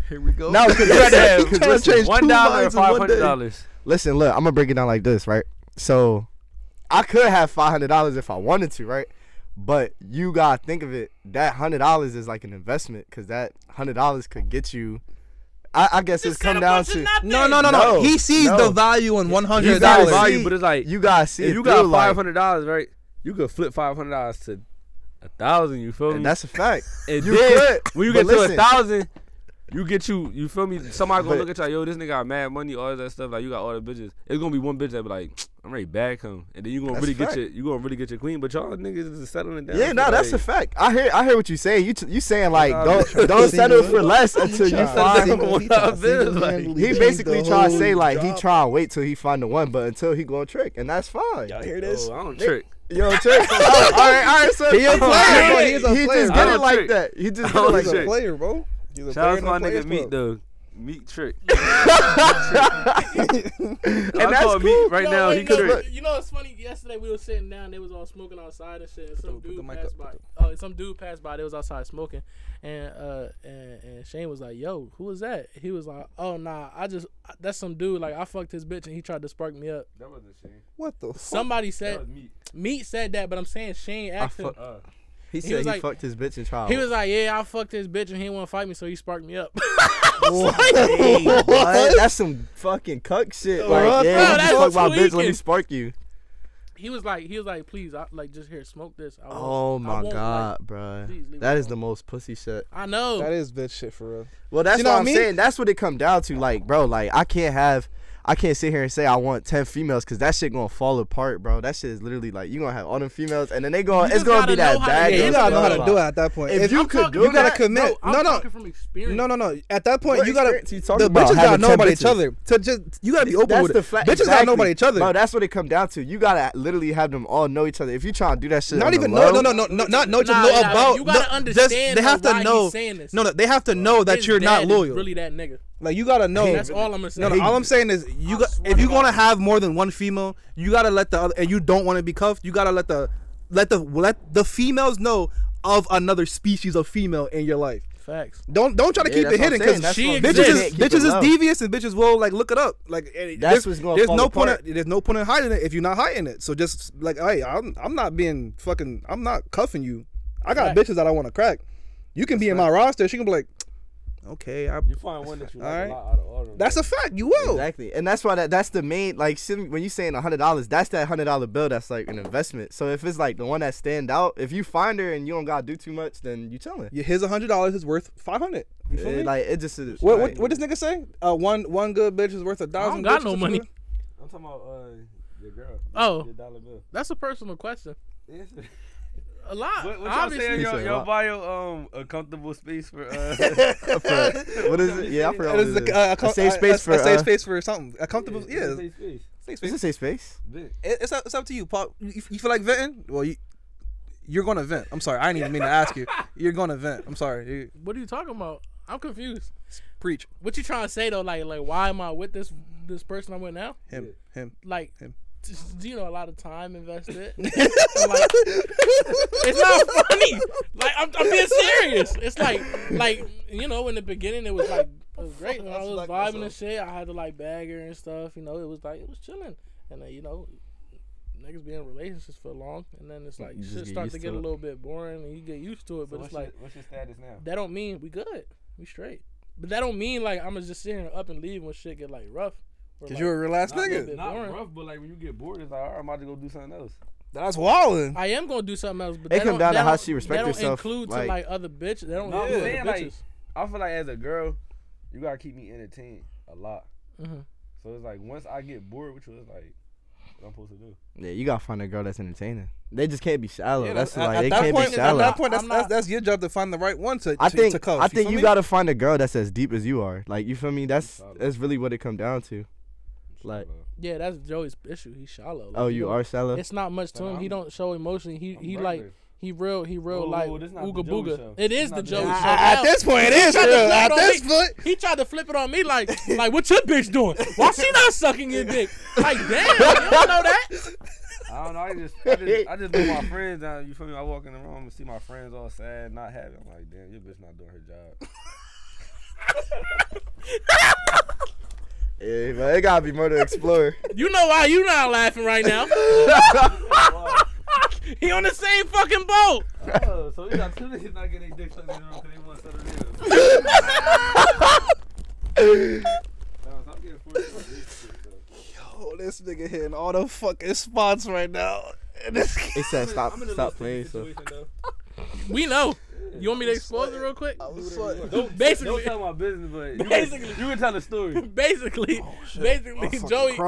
[SPEAKER 5] here we go.
[SPEAKER 4] no, because
[SPEAKER 2] you rather have
[SPEAKER 4] because listen,
[SPEAKER 5] change
[SPEAKER 2] one
[SPEAKER 5] two
[SPEAKER 2] dollar or
[SPEAKER 5] minds in one
[SPEAKER 2] five hundred dollars.
[SPEAKER 4] listen, look, I'm gonna break it down like this, right? So I could have five hundred dollars if I wanted to, right? But you gotta think of it. That hundred dollars is like an investment, cause that hundred dollars could get you. I, I guess it's come down to
[SPEAKER 5] no, no, no, no.
[SPEAKER 4] No,
[SPEAKER 5] He sees
[SPEAKER 4] no.
[SPEAKER 5] the value in one
[SPEAKER 2] You
[SPEAKER 5] hundred
[SPEAKER 2] got
[SPEAKER 4] gotta
[SPEAKER 5] dollars.
[SPEAKER 4] see-
[SPEAKER 2] value, but it's like
[SPEAKER 4] you gotta see.
[SPEAKER 2] if
[SPEAKER 4] it
[SPEAKER 2] you got
[SPEAKER 4] through, like-
[SPEAKER 2] five hundred dollars, right? You could flip five hundred dollars to a thousand. You feel me?
[SPEAKER 4] and That's a fact.
[SPEAKER 2] And
[SPEAKER 4] You
[SPEAKER 2] then
[SPEAKER 4] could,
[SPEAKER 2] when you
[SPEAKER 4] but
[SPEAKER 2] get to a
[SPEAKER 4] listen.
[SPEAKER 2] thousand, You get you, you feel me? Somebody gonna
[SPEAKER 4] But-
[SPEAKER 2] look at you, yo, this nigga got mad money, all that stuff. Like you got all the bitches. It's gonna be one bitch that be like, I'm ready to bag him, and then you gonna
[SPEAKER 4] That's
[SPEAKER 2] really
[SPEAKER 4] fact.
[SPEAKER 2] get your, you gonna really get your queen. But y'all niggas is settling down.
[SPEAKER 4] Yeah, no,
[SPEAKER 2] So,
[SPEAKER 4] that's a
[SPEAKER 2] like,
[SPEAKER 4] fact. I hear, I hear what you saying. You, t- you saying like,
[SPEAKER 2] Nah,
[SPEAKER 4] don't, don't settle for less until you
[SPEAKER 2] tried.
[SPEAKER 4] find.
[SPEAKER 2] Single- what I feel like.
[SPEAKER 4] He basically try to say like he try and wait till he find the one, but until he going trick, and that's fine.
[SPEAKER 5] Y'all hear this?
[SPEAKER 2] Oh, I don't trick.
[SPEAKER 4] Yo, trick. all right, all right, so
[SPEAKER 5] He a player.
[SPEAKER 4] He,
[SPEAKER 5] He is a player.
[SPEAKER 4] just
[SPEAKER 2] I
[SPEAKER 4] did it
[SPEAKER 2] don't
[SPEAKER 4] like
[SPEAKER 2] trick.
[SPEAKER 4] that. He just
[SPEAKER 2] I
[SPEAKER 4] did it
[SPEAKER 2] don't
[SPEAKER 4] like
[SPEAKER 5] He's
[SPEAKER 4] that.
[SPEAKER 5] a
[SPEAKER 2] Shit.
[SPEAKER 5] player, bro. He's a
[SPEAKER 2] Shout out to
[SPEAKER 5] player
[SPEAKER 2] my
[SPEAKER 5] in the
[SPEAKER 2] nigga
[SPEAKER 5] players
[SPEAKER 2] Meat
[SPEAKER 5] club.
[SPEAKER 2] though. Meat trick.
[SPEAKER 4] And
[SPEAKER 2] I
[SPEAKER 4] that's
[SPEAKER 2] call
[SPEAKER 4] cool.
[SPEAKER 2] Meat right
[SPEAKER 1] No,
[SPEAKER 2] now.
[SPEAKER 1] wait,
[SPEAKER 2] he
[SPEAKER 1] no,
[SPEAKER 2] trick.
[SPEAKER 1] but You know, it's funny. Yesterday we were sitting down. They was all smoking outside and shit. And some
[SPEAKER 5] the- put the
[SPEAKER 1] dude
[SPEAKER 5] mic
[SPEAKER 1] passed
[SPEAKER 5] up,
[SPEAKER 1] by. Oh, some dude passed by. They was outside smoking, and uh, and, and Shane was like, "Yo, who was that?" He was like, "Oh, nah, I just that's some dude. Like, I fucked his bitch, and he tried to spark me up."
[SPEAKER 2] That wasn't Shane.
[SPEAKER 5] What the? Fuck?
[SPEAKER 1] Somebody
[SPEAKER 2] That
[SPEAKER 1] said
[SPEAKER 2] was Meat.
[SPEAKER 1] Meat said that, but I'm saying Shane asked him.
[SPEAKER 4] fuck- He
[SPEAKER 1] was
[SPEAKER 4] said he
[SPEAKER 1] like-
[SPEAKER 4] fucked his bitch and
[SPEAKER 5] oh.
[SPEAKER 4] tried.
[SPEAKER 1] He was like, "Yeah, I fucked his bitch, and he want to fight me, so he sparked me up."
[SPEAKER 4] What? That's some fucking cuck shit. Like,
[SPEAKER 5] What?
[SPEAKER 4] yeah,
[SPEAKER 5] Bro,
[SPEAKER 4] you
[SPEAKER 1] that's
[SPEAKER 4] just fuck my bitch. Let me
[SPEAKER 1] tweaking.
[SPEAKER 4] spark you.
[SPEAKER 1] he was like, "He was like, please, I like just here, smoke this." I won't- I
[SPEAKER 4] Oh my
[SPEAKER 1] won't, like,
[SPEAKER 4] god, bro.
[SPEAKER 1] please leave
[SPEAKER 4] That
[SPEAKER 1] it
[SPEAKER 4] is the
[SPEAKER 1] alone.
[SPEAKER 4] most pussy shit.
[SPEAKER 1] I know.
[SPEAKER 5] That is bitch shit for real.
[SPEAKER 4] Well, that's
[SPEAKER 5] You know
[SPEAKER 4] what
[SPEAKER 5] what I
[SPEAKER 4] I'm
[SPEAKER 5] mean?
[SPEAKER 4] saying. That's what it come down to. Like, bro, like I can't have, I can't sit here and say I want ten females because that shit gonna fall apart, bro. That shit is literally like you gonna have all them females, and then they going,
[SPEAKER 1] You
[SPEAKER 4] it's
[SPEAKER 1] just
[SPEAKER 4] gonna
[SPEAKER 1] gotta
[SPEAKER 4] be that
[SPEAKER 1] know how to-
[SPEAKER 4] bad.
[SPEAKER 1] Yeah,
[SPEAKER 5] Yeah,
[SPEAKER 1] you
[SPEAKER 5] you
[SPEAKER 1] gotta
[SPEAKER 5] gotta know how
[SPEAKER 1] know
[SPEAKER 5] to do it at that point.
[SPEAKER 4] If
[SPEAKER 5] If
[SPEAKER 4] you
[SPEAKER 1] I'm
[SPEAKER 4] could
[SPEAKER 1] talking-
[SPEAKER 4] do
[SPEAKER 5] you gotta
[SPEAKER 4] that,
[SPEAKER 5] commit.
[SPEAKER 1] No, I'm
[SPEAKER 5] No, no.
[SPEAKER 1] talking from experience.
[SPEAKER 5] No, no, no. At that point,
[SPEAKER 4] What
[SPEAKER 5] you gotta.
[SPEAKER 4] experience you talking
[SPEAKER 5] The
[SPEAKER 4] about
[SPEAKER 5] bitches gotta
[SPEAKER 4] having
[SPEAKER 5] know
[SPEAKER 4] 10
[SPEAKER 5] about
[SPEAKER 4] bitches?
[SPEAKER 5] each other. To just you gotta be open
[SPEAKER 4] that's
[SPEAKER 5] with
[SPEAKER 4] the
[SPEAKER 5] it.
[SPEAKER 4] flat.
[SPEAKER 5] bitches gotta know
[SPEAKER 4] exactly.
[SPEAKER 5] about each other.
[SPEAKER 4] Bro, that's what it come down to. You gotta literally have them all know each other. If you trying to do that shit, on
[SPEAKER 5] not
[SPEAKER 4] the
[SPEAKER 5] even
[SPEAKER 4] low,
[SPEAKER 5] no, no, no, no, no, not know
[SPEAKER 1] Nah,
[SPEAKER 5] know
[SPEAKER 1] nah,
[SPEAKER 5] about.
[SPEAKER 1] you gotta
[SPEAKER 5] no,
[SPEAKER 1] understand
[SPEAKER 5] Just, they have
[SPEAKER 1] though why he's
[SPEAKER 5] to know.
[SPEAKER 1] saying this.
[SPEAKER 5] No, no, they have to know that
[SPEAKER 1] His
[SPEAKER 5] you're not
[SPEAKER 1] dad is
[SPEAKER 5] loyal.
[SPEAKER 1] Really, that nigga.
[SPEAKER 5] Like you gotta know.
[SPEAKER 1] That's all I'm gonna say.
[SPEAKER 5] No, no, all I'm saying is you got
[SPEAKER 1] swear
[SPEAKER 5] if
[SPEAKER 1] to
[SPEAKER 5] you're gonna
[SPEAKER 1] God.
[SPEAKER 5] have more than one female, you gotta let the other and you don't want to be cuffed. You gotta let the let the let the females know of another species of female in your life.
[SPEAKER 1] Facts.
[SPEAKER 5] Don't don't try to
[SPEAKER 4] Yeah,
[SPEAKER 5] keep
[SPEAKER 4] that's
[SPEAKER 5] it
[SPEAKER 4] what I'm
[SPEAKER 5] hidden
[SPEAKER 4] saying.
[SPEAKER 5] because
[SPEAKER 4] That's
[SPEAKER 1] she
[SPEAKER 4] what I'm
[SPEAKER 5] bitches
[SPEAKER 4] saying.
[SPEAKER 1] exists.
[SPEAKER 5] is
[SPEAKER 4] Can't keep
[SPEAKER 5] bitches
[SPEAKER 4] it
[SPEAKER 5] is
[SPEAKER 4] low.
[SPEAKER 5] devious and bitches will like look it up. Like and
[SPEAKER 4] That's
[SPEAKER 5] there's,
[SPEAKER 4] what's gonna
[SPEAKER 5] there's
[SPEAKER 4] fall
[SPEAKER 5] no point.
[SPEAKER 4] apart.
[SPEAKER 5] in- there's no point in hiding it if you're not hiding it. So just like hey, I'm I'm not being fucking. I'm not cuffing you. I got
[SPEAKER 1] Facts.
[SPEAKER 5] bitches that I want to crack. You can be in my roster. She can be like, okay, I,
[SPEAKER 2] You find one that you like
[SPEAKER 5] Alright.
[SPEAKER 2] a lot out of all of them.
[SPEAKER 5] that's a fact. You will.
[SPEAKER 4] Exactly, and that's why that that's the main like sim- when you saying a hundred dollars, that's that hundred dollar bill that's like an investment. So if it's like the one that stand out, if you find her and you don't gotta do too much, then you chilling.
[SPEAKER 5] Yeah, his hundred dollars is worth five hundred. You feel me?
[SPEAKER 4] It, like it just is.
[SPEAKER 5] what,
[SPEAKER 4] like-
[SPEAKER 5] what what this nigga say? Uh, one one good bitch is worth a
[SPEAKER 1] I
[SPEAKER 5] thousand.
[SPEAKER 1] don't got
[SPEAKER 5] bitches
[SPEAKER 1] no
[SPEAKER 5] or
[SPEAKER 1] money.
[SPEAKER 5] something?
[SPEAKER 2] I'm talking about uh, your girl.
[SPEAKER 1] Oh.
[SPEAKER 2] Your dollar bill.
[SPEAKER 1] That's a personal question.
[SPEAKER 2] Yes.
[SPEAKER 1] A lot.
[SPEAKER 2] What, what y'all saying?
[SPEAKER 1] obviously.
[SPEAKER 4] He
[SPEAKER 2] Y'all,
[SPEAKER 4] said
[SPEAKER 2] y'all
[SPEAKER 4] what?
[SPEAKER 2] buy your um a comfortable space for uh.
[SPEAKER 4] For- what is it? Yeah, I forgot.
[SPEAKER 5] It
[SPEAKER 4] What
[SPEAKER 5] is
[SPEAKER 4] it
[SPEAKER 5] like uh,
[SPEAKER 4] is.
[SPEAKER 5] a, a,
[SPEAKER 4] A
[SPEAKER 5] com-
[SPEAKER 4] safe space
[SPEAKER 5] a,
[SPEAKER 4] for
[SPEAKER 5] a safe
[SPEAKER 4] uh,
[SPEAKER 5] space for something. A comfortable. Yeah,
[SPEAKER 2] it's a safe space.
[SPEAKER 5] safe
[SPEAKER 4] Is
[SPEAKER 5] space.
[SPEAKER 4] it safe space?
[SPEAKER 2] Big.
[SPEAKER 5] It- It's up, it's up to you, Pop. You, you feel like venting? Well, you you're gonna vent. I'm sorry. I didn't even mean to ask you. You're gonna vent. I'm sorry. You,
[SPEAKER 1] What are you talking about? I'm confused.
[SPEAKER 5] preach
[SPEAKER 1] What you trying to say though? Like, like, why am I with this this person I'm with now?
[SPEAKER 5] him. Him.
[SPEAKER 1] Like,
[SPEAKER 5] Him.
[SPEAKER 1] just, you know, a lot of time invested. like, it's not funny. Like, I'm, I'm being serious. It's like, like, you know, in the beginning it was like it was great. When I was vibing and shit, I had to like bag her and stuff. You know, it was like it was chilling, and then you know. Niggas be in relationships for long, and then it's like
[SPEAKER 4] You just
[SPEAKER 1] shit
[SPEAKER 4] get
[SPEAKER 1] start
[SPEAKER 4] used
[SPEAKER 1] to
[SPEAKER 4] to
[SPEAKER 1] get a
[SPEAKER 4] it.
[SPEAKER 1] little bit boring, and you get used to it. But it's like
[SPEAKER 2] what's your status now?
[SPEAKER 1] that don't mean we good. We straight. But that don't mean like I'ma just sit here and up and leave when shit get like rough. Or,
[SPEAKER 5] Cause
[SPEAKER 1] like,
[SPEAKER 5] you're a relaxed
[SPEAKER 1] Nah,
[SPEAKER 5] nigga.
[SPEAKER 1] bit
[SPEAKER 2] Not
[SPEAKER 1] boring.
[SPEAKER 2] rough, but like when you get bored, it's like, all right, I'm about to go do something else.
[SPEAKER 5] That's wilding.
[SPEAKER 1] I am gonna do something else, but
[SPEAKER 4] It
[SPEAKER 1] that
[SPEAKER 4] come
[SPEAKER 1] don't-
[SPEAKER 4] down to
[SPEAKER 1] that
[SPEAKER 4] how
[SPEAKER 1] don't-
[SPEAKER 4] she respect
[SPEAKER 1] that don't
[SPEAKER 4] herself,
[SPEAKER 1] Include
[SPEAKER 4] like-
[SPEAKER 1] to like other bitches. They don't
[SPEAKER 2] No, I'm
[SPEAKER 1] include
[SPEAKER 2] saying,
[SPEAKER 1] other
[SPEAKER 2] like-
[SPEAKER 1] bitches.
[SPEAKER 2] I feel like as a girl, you gotta keep me entertained a lot.
[SPEAKER 1] Mhm.
[SPEAKER 2] So it's like once I get bored, which was like, what I'm supposed to do?
[SPEAKER 4] Yeah, you gotta find a girl that's entertaining. They just can't be shallow.
[SPEAKER 5] Yeah,
[SPEAKER 4] that's
[SPEAKER 5] at-
[SPEAKER 4] like
[SPEAKER 5] at
[SPEAKER 4] they
[SPEAKER 5] that
[SPEAKER 4] can't
[SPEAKER 5] point,
[SPEAKER 4] be
[SPEAKER 5] At
[SPEAKER 4] shallow.
[SPEAKER 5] that point, that's,
[SPEAKER 1] I'm
[SPEAKER 5] that's
[SPEAKER 1] not-
[SPEAKER 5] that's your job to find the right one to.
[SPEAKER 4] I
[SPEAKER 5] to-
[SPEAKER 4] think
[SPEAKER 5] to cuff,
[SPEAKER 4] I
[SPEAKER 5] feel
[SPEAKER 4] think you
[SPEAKER 5] me?
[SPEAKER 4] gotta find a girl that's as deep as you are. Like you feel me? That's that's really what it come down to. Like
[SPEAKER 1] Yeah, that's Joey's issue. He's shallow. Like,
[SPEAKER 4] oh,
[SPEAKER 1] he
[SPEAKER 4] you
[SPEAKER 1] don't-
[SPEAKER 4] are shallow.
[SPEAKER 1] It's not much to
[SPEAKER 2] Nah,
[SPEAKER 1] him. He
[SPEAKER 2] I'm-
[SPEAKER 1] don't show emotion. He
[SPEAKER 2] I'm
[SPEAKER 1] he
[SPEAKER 2] regular.
[SPEAKER 1] like he real he real
[SPEAKER 2] Whoa,
[SPEAKER 1] like
[SPEAKER 2] whoa, this not the
[SPEAKER 1] ooga
[SPEAKER 2] Joey
[SPEAKER 1] booga.
[SPEAKER 2] show.
[SPEAKER 1] It
[SPEAKER 2] This
[SPEAKER 1] is
[SPEAKER 2] not
[SPEAKER 1] the
[SPEAKER 2] the
[SPEAKER 1] Joey
[SPEAKER 2] Joey
[SPEAKER 1] show.
[SPEAKER 2] show.
[SPEAKER 5] At
[SPEAKER 1] Now,
[SPEAKER 5] this point, it
[SPEAKER 1] he
[SPEAKER 5] is
[SPEAKER 1] tried to
[SPEAKER 5] real.
[SPEAKER 1] flip
[SPEAKER 5] At
[SPEAKER 1] it on
[SPEAKER 5] this
[SPEAKER 1] me.
[SPEAKER 5] point,
[SPEAKER 1] He tried to flip it on me like like what your bitch doing? Why she not sucking your dick? Like damn, you don't know that.
[SPEAKER 2] I don't know. I just, I just, I just put my friends down. You feel me? I walk in the room and see my friends all sad, not happy. I'm like, damn, your bitch not doing her job.
[SPEAKER 4] Yeah, man, it gotta be murder explorer.
[SPEAKER 1] You know why you not laughing right now? he on the same fucking boat.
[SPEAKER 2] oh, so we got two niggas not getting their dick sucked in the room because they want to settle down. Nah, so I'm getting forced to do this shit, though.
[SPEAKER 5] oh, this nigga hitting all the fucking spots right now. And this-
[SPEAKER 4] It said stop
[SPEAKER 2] I'm in a
[SPEAKER 4] Uh, stop
[SPEAKER 2] little sticky
[SPEAKER 4] playing. So
[SPEAKER 2] situation, though.
[SPEAKER 1] We know. You want me to expose it real quick?
[SPEAKER 2] Don't,
[SPEAKER 1] Basically-
[SPEAKER 2] don't tell my business, but you
[SPEAKER 1] Basically-
[SPEAKER 2] can, you can tell the story.
[SPEAKER 1] basically, basically, Joey.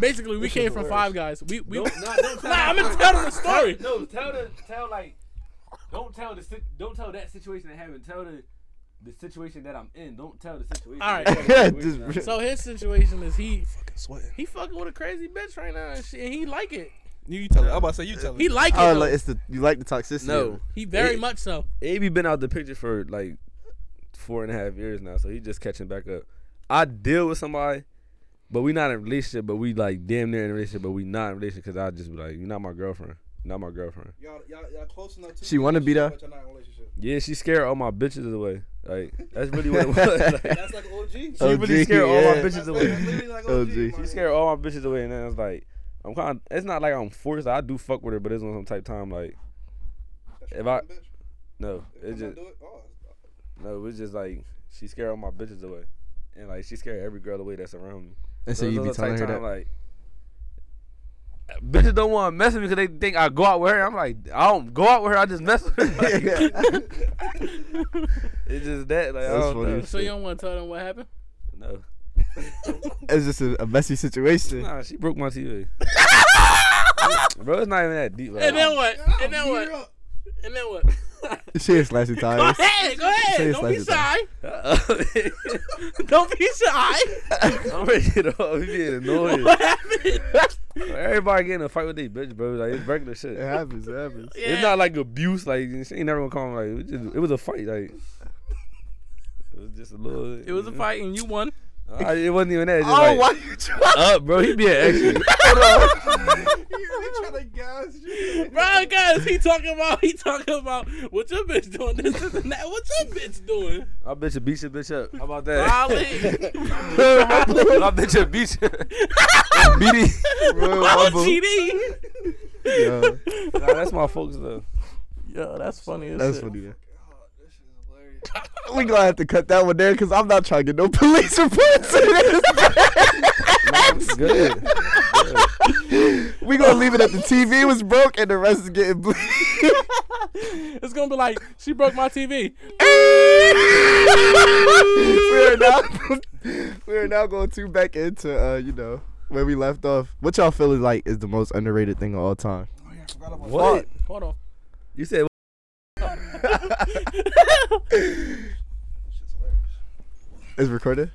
[SPEAKER 1] Basically, we came from Five Guys. We we.
[SPEAKER 2] Don't- nah, don't tell
[SPEAKER 1] nah, I'm gonna tell them the story.
[SPEAKER 2] No, tell the tell like don't tell the sit- don't tell that situation that happened. Tell the the situation that I'm in. Don't tell the situation.
[SPEAKER 1] All right.
[SPEAKER 2] Tell the
[SPEAKER 4] Yeah,
[SPEAKER 2] situation
[SPEAKER 4] just-
[SPEAKER 2] I'm
[SPEAKER 1] So
[SPEAKER 2] in.
[SPEAKER 1] his situation is he
[SPEAKER 8] Sweating.
[SPEAKER 1] he fucking with a crazy bitch right now and shit. And he like it.
[SPEAKER 8] You tell it. I'm about to say you tell it.
[SPEAKER 1] He like it.
[SPEAKER 4] Oh,
[SPEAKER 1] though.
[SPEAKER 4] like, it's the you like the toxicity. of
[SPEAKER 2] no,
[SPEAKER 4] it.
[SPEAKER 1] he very
[SPEAKER 2] it-
[SPEAKER 1] much so.
[SPEAKER 2] AB been out the picture for like four and a half years now, so he just catching back up. I deal with somebody, but we not in a relationship. But we like damn near in a relationship, but we not in a relationship because I just be like, you're not my girlfriend, not my girlfriend.
[SPEAKER 8] Y'all, y'all, y'all close enough to
[SPEAKER 4] She wanna be there?
[SPEAKER 8] but y'all not in a relationship.
[SPEAKER 2] Yeah, she scared all my bitches away. Like that's really what it was. Like,
[SPEAKER 8] That's like an OG. She
[SPEAKER 2] she really scared all my
[SPEAKER 4] Oh, yeah.
[SPEAKER 2] bitches away.
[SPEAKER 8] like
[SPEAKER 4] Oh,
[SPEAKER 8] OG.
[SPEAKER 4] gee.
[SPEAKER 8] my
[SPEAKER 2] She
[SPEAKER 8] nigga.
[SPEAKER 2] scared all my bitches away, and then it's like, I'm kind. Of, it's not like I'm forced. I do fuck with her, but it's on some type time. Like,
[SPEAKER 8] That's
[SPEAKER 2] If
[SPEAKER 8] your
[SPEAKER 2] I-
[SPEAKER 8] bitch.
[SPEAKER 2] no,
[SPEAKER 8] Come
[SPEAKER 2] it's
[SPEAKER 8] on,
[SPEAKER 2] just
[SPEAKER 8] do it. Oh,
[SPEAKER 2] no. It's just like she scared all my bitches away, and like she scared every girl away that's around me.
[SPEAKER 4] And so
[SPEAKER 2] it's
[SPEAKER 4] you
[SPEAKER 2] on
[SPEAKER 4] be
[SPEAKER 2] some type
[SPEAKER 4] telling her that.
[SPEAKER 2] like. Bitches don't want to mess with me because they think I go out with her. I'm like, I don't go out with her. I just mess with her. Like, It's just that. Like, I
[SPEAKER 4] That's
[SPEAKER 2] don't
[SPEAKER 4] funny
[SPEAKER 2] know.
[SPEAKER 4] as
[SPEAKER 1] So you don't want to tell them what happened?
[SPEAKER 2] No.
[SPEAKER 4] it's just a, a messy situation.
[SPEAKER 2] Nah, she broke my TV. Bro, it's not even that deep. Like,
[SPEAKER 1] And then what? And then
[SPEAKER 8] Beat her
[SPEAKER 1] what?
[SPEAKER 8] up.
[SPEAKER 1] And then what?
[SPEAKER 4] She is slashy
[SPEAKER 1] Go
[SPEAKER 4] tires.
[SPEAKER 1] ahead, go ahead.
[SPEAKER 4] Say it's
[SPEAKER 1] Don't be
[SPEAKER 4] like that.
[SPEAKER 1] shy.
[SPEAKER 2] Uh-uh.
[SPEAKER 1] Don't be shy.
[SPEAKER 2] I'm ready to get off. You being annoying.
[SPEAKER 1] What happened?
[SPEAKER 2] Everybody getting a fight with their bitch, bro. Like it's regular shit.
[SPEAKER 4] It happens. It happens.
[SPEAKER 2] It's not like abuse. Like she ain't never gonna call me. Like it was, just, it was a fight. Like it was just a little.
[SPEAKER 1] It was a fight and you won.
[SPEAKER 2] I, it wasn't even that. It's just
[SPEAKER 4] Oh,
[SPEAKER 2] like,
[SPEAKER 4] why you try?
[SPEAKER 2] up, bro. He be an extra.
[SPEAKER 1] Bro, guys, he talking about he talking about what your bitch doing this, this and that. What your bitch doing?
[SPEAKER 2] I bet you beat your bitch up. How about that?
[SPEAKER 1] Probably.
[SPEAKER 2] I bet you beat you. Beat it.
[SPEAKER 4] Bro, my
[SPEAKER 1] Oh,
[SPEAKER 4] boo-
[SPEAKER 1] GD.
[SPEAKER 4] Yo,
[SPEAKER 2] Nah, that's my focus though.
[SPEAKER 1] Yo, that's funny. As
[SPEAKER 4] that's
[SPEAKER 1] shit.
[SPEAKER 4] funny.
[SPEAKER 8] God, Oh, this is hilarious.
[SPEAKER 4] We gonna have to cut that one there because I'm not trying to get no police reports. in this.
[SPEAKER 2] Good.
[SPEAKER 4] we gonna leave it at the TV was broke and the rest is getting bleeped.
[SPEAKER 1] It's gonna be like she broke my TV.
[SPEAKER 4] we are now we are now going to back into uh you know where we left off. What y'all feel is like is the most underrated thing of all time?
[SPEAKER 8] Oh, yeah, I forgot about
[SPEAKER 2] What?
[SPEAKER 1] Hold on.
[SPEAKER 2] You said
[SPEAKER 8] that. Shit's hilarious.
[SPEAKER 4] It's recorded.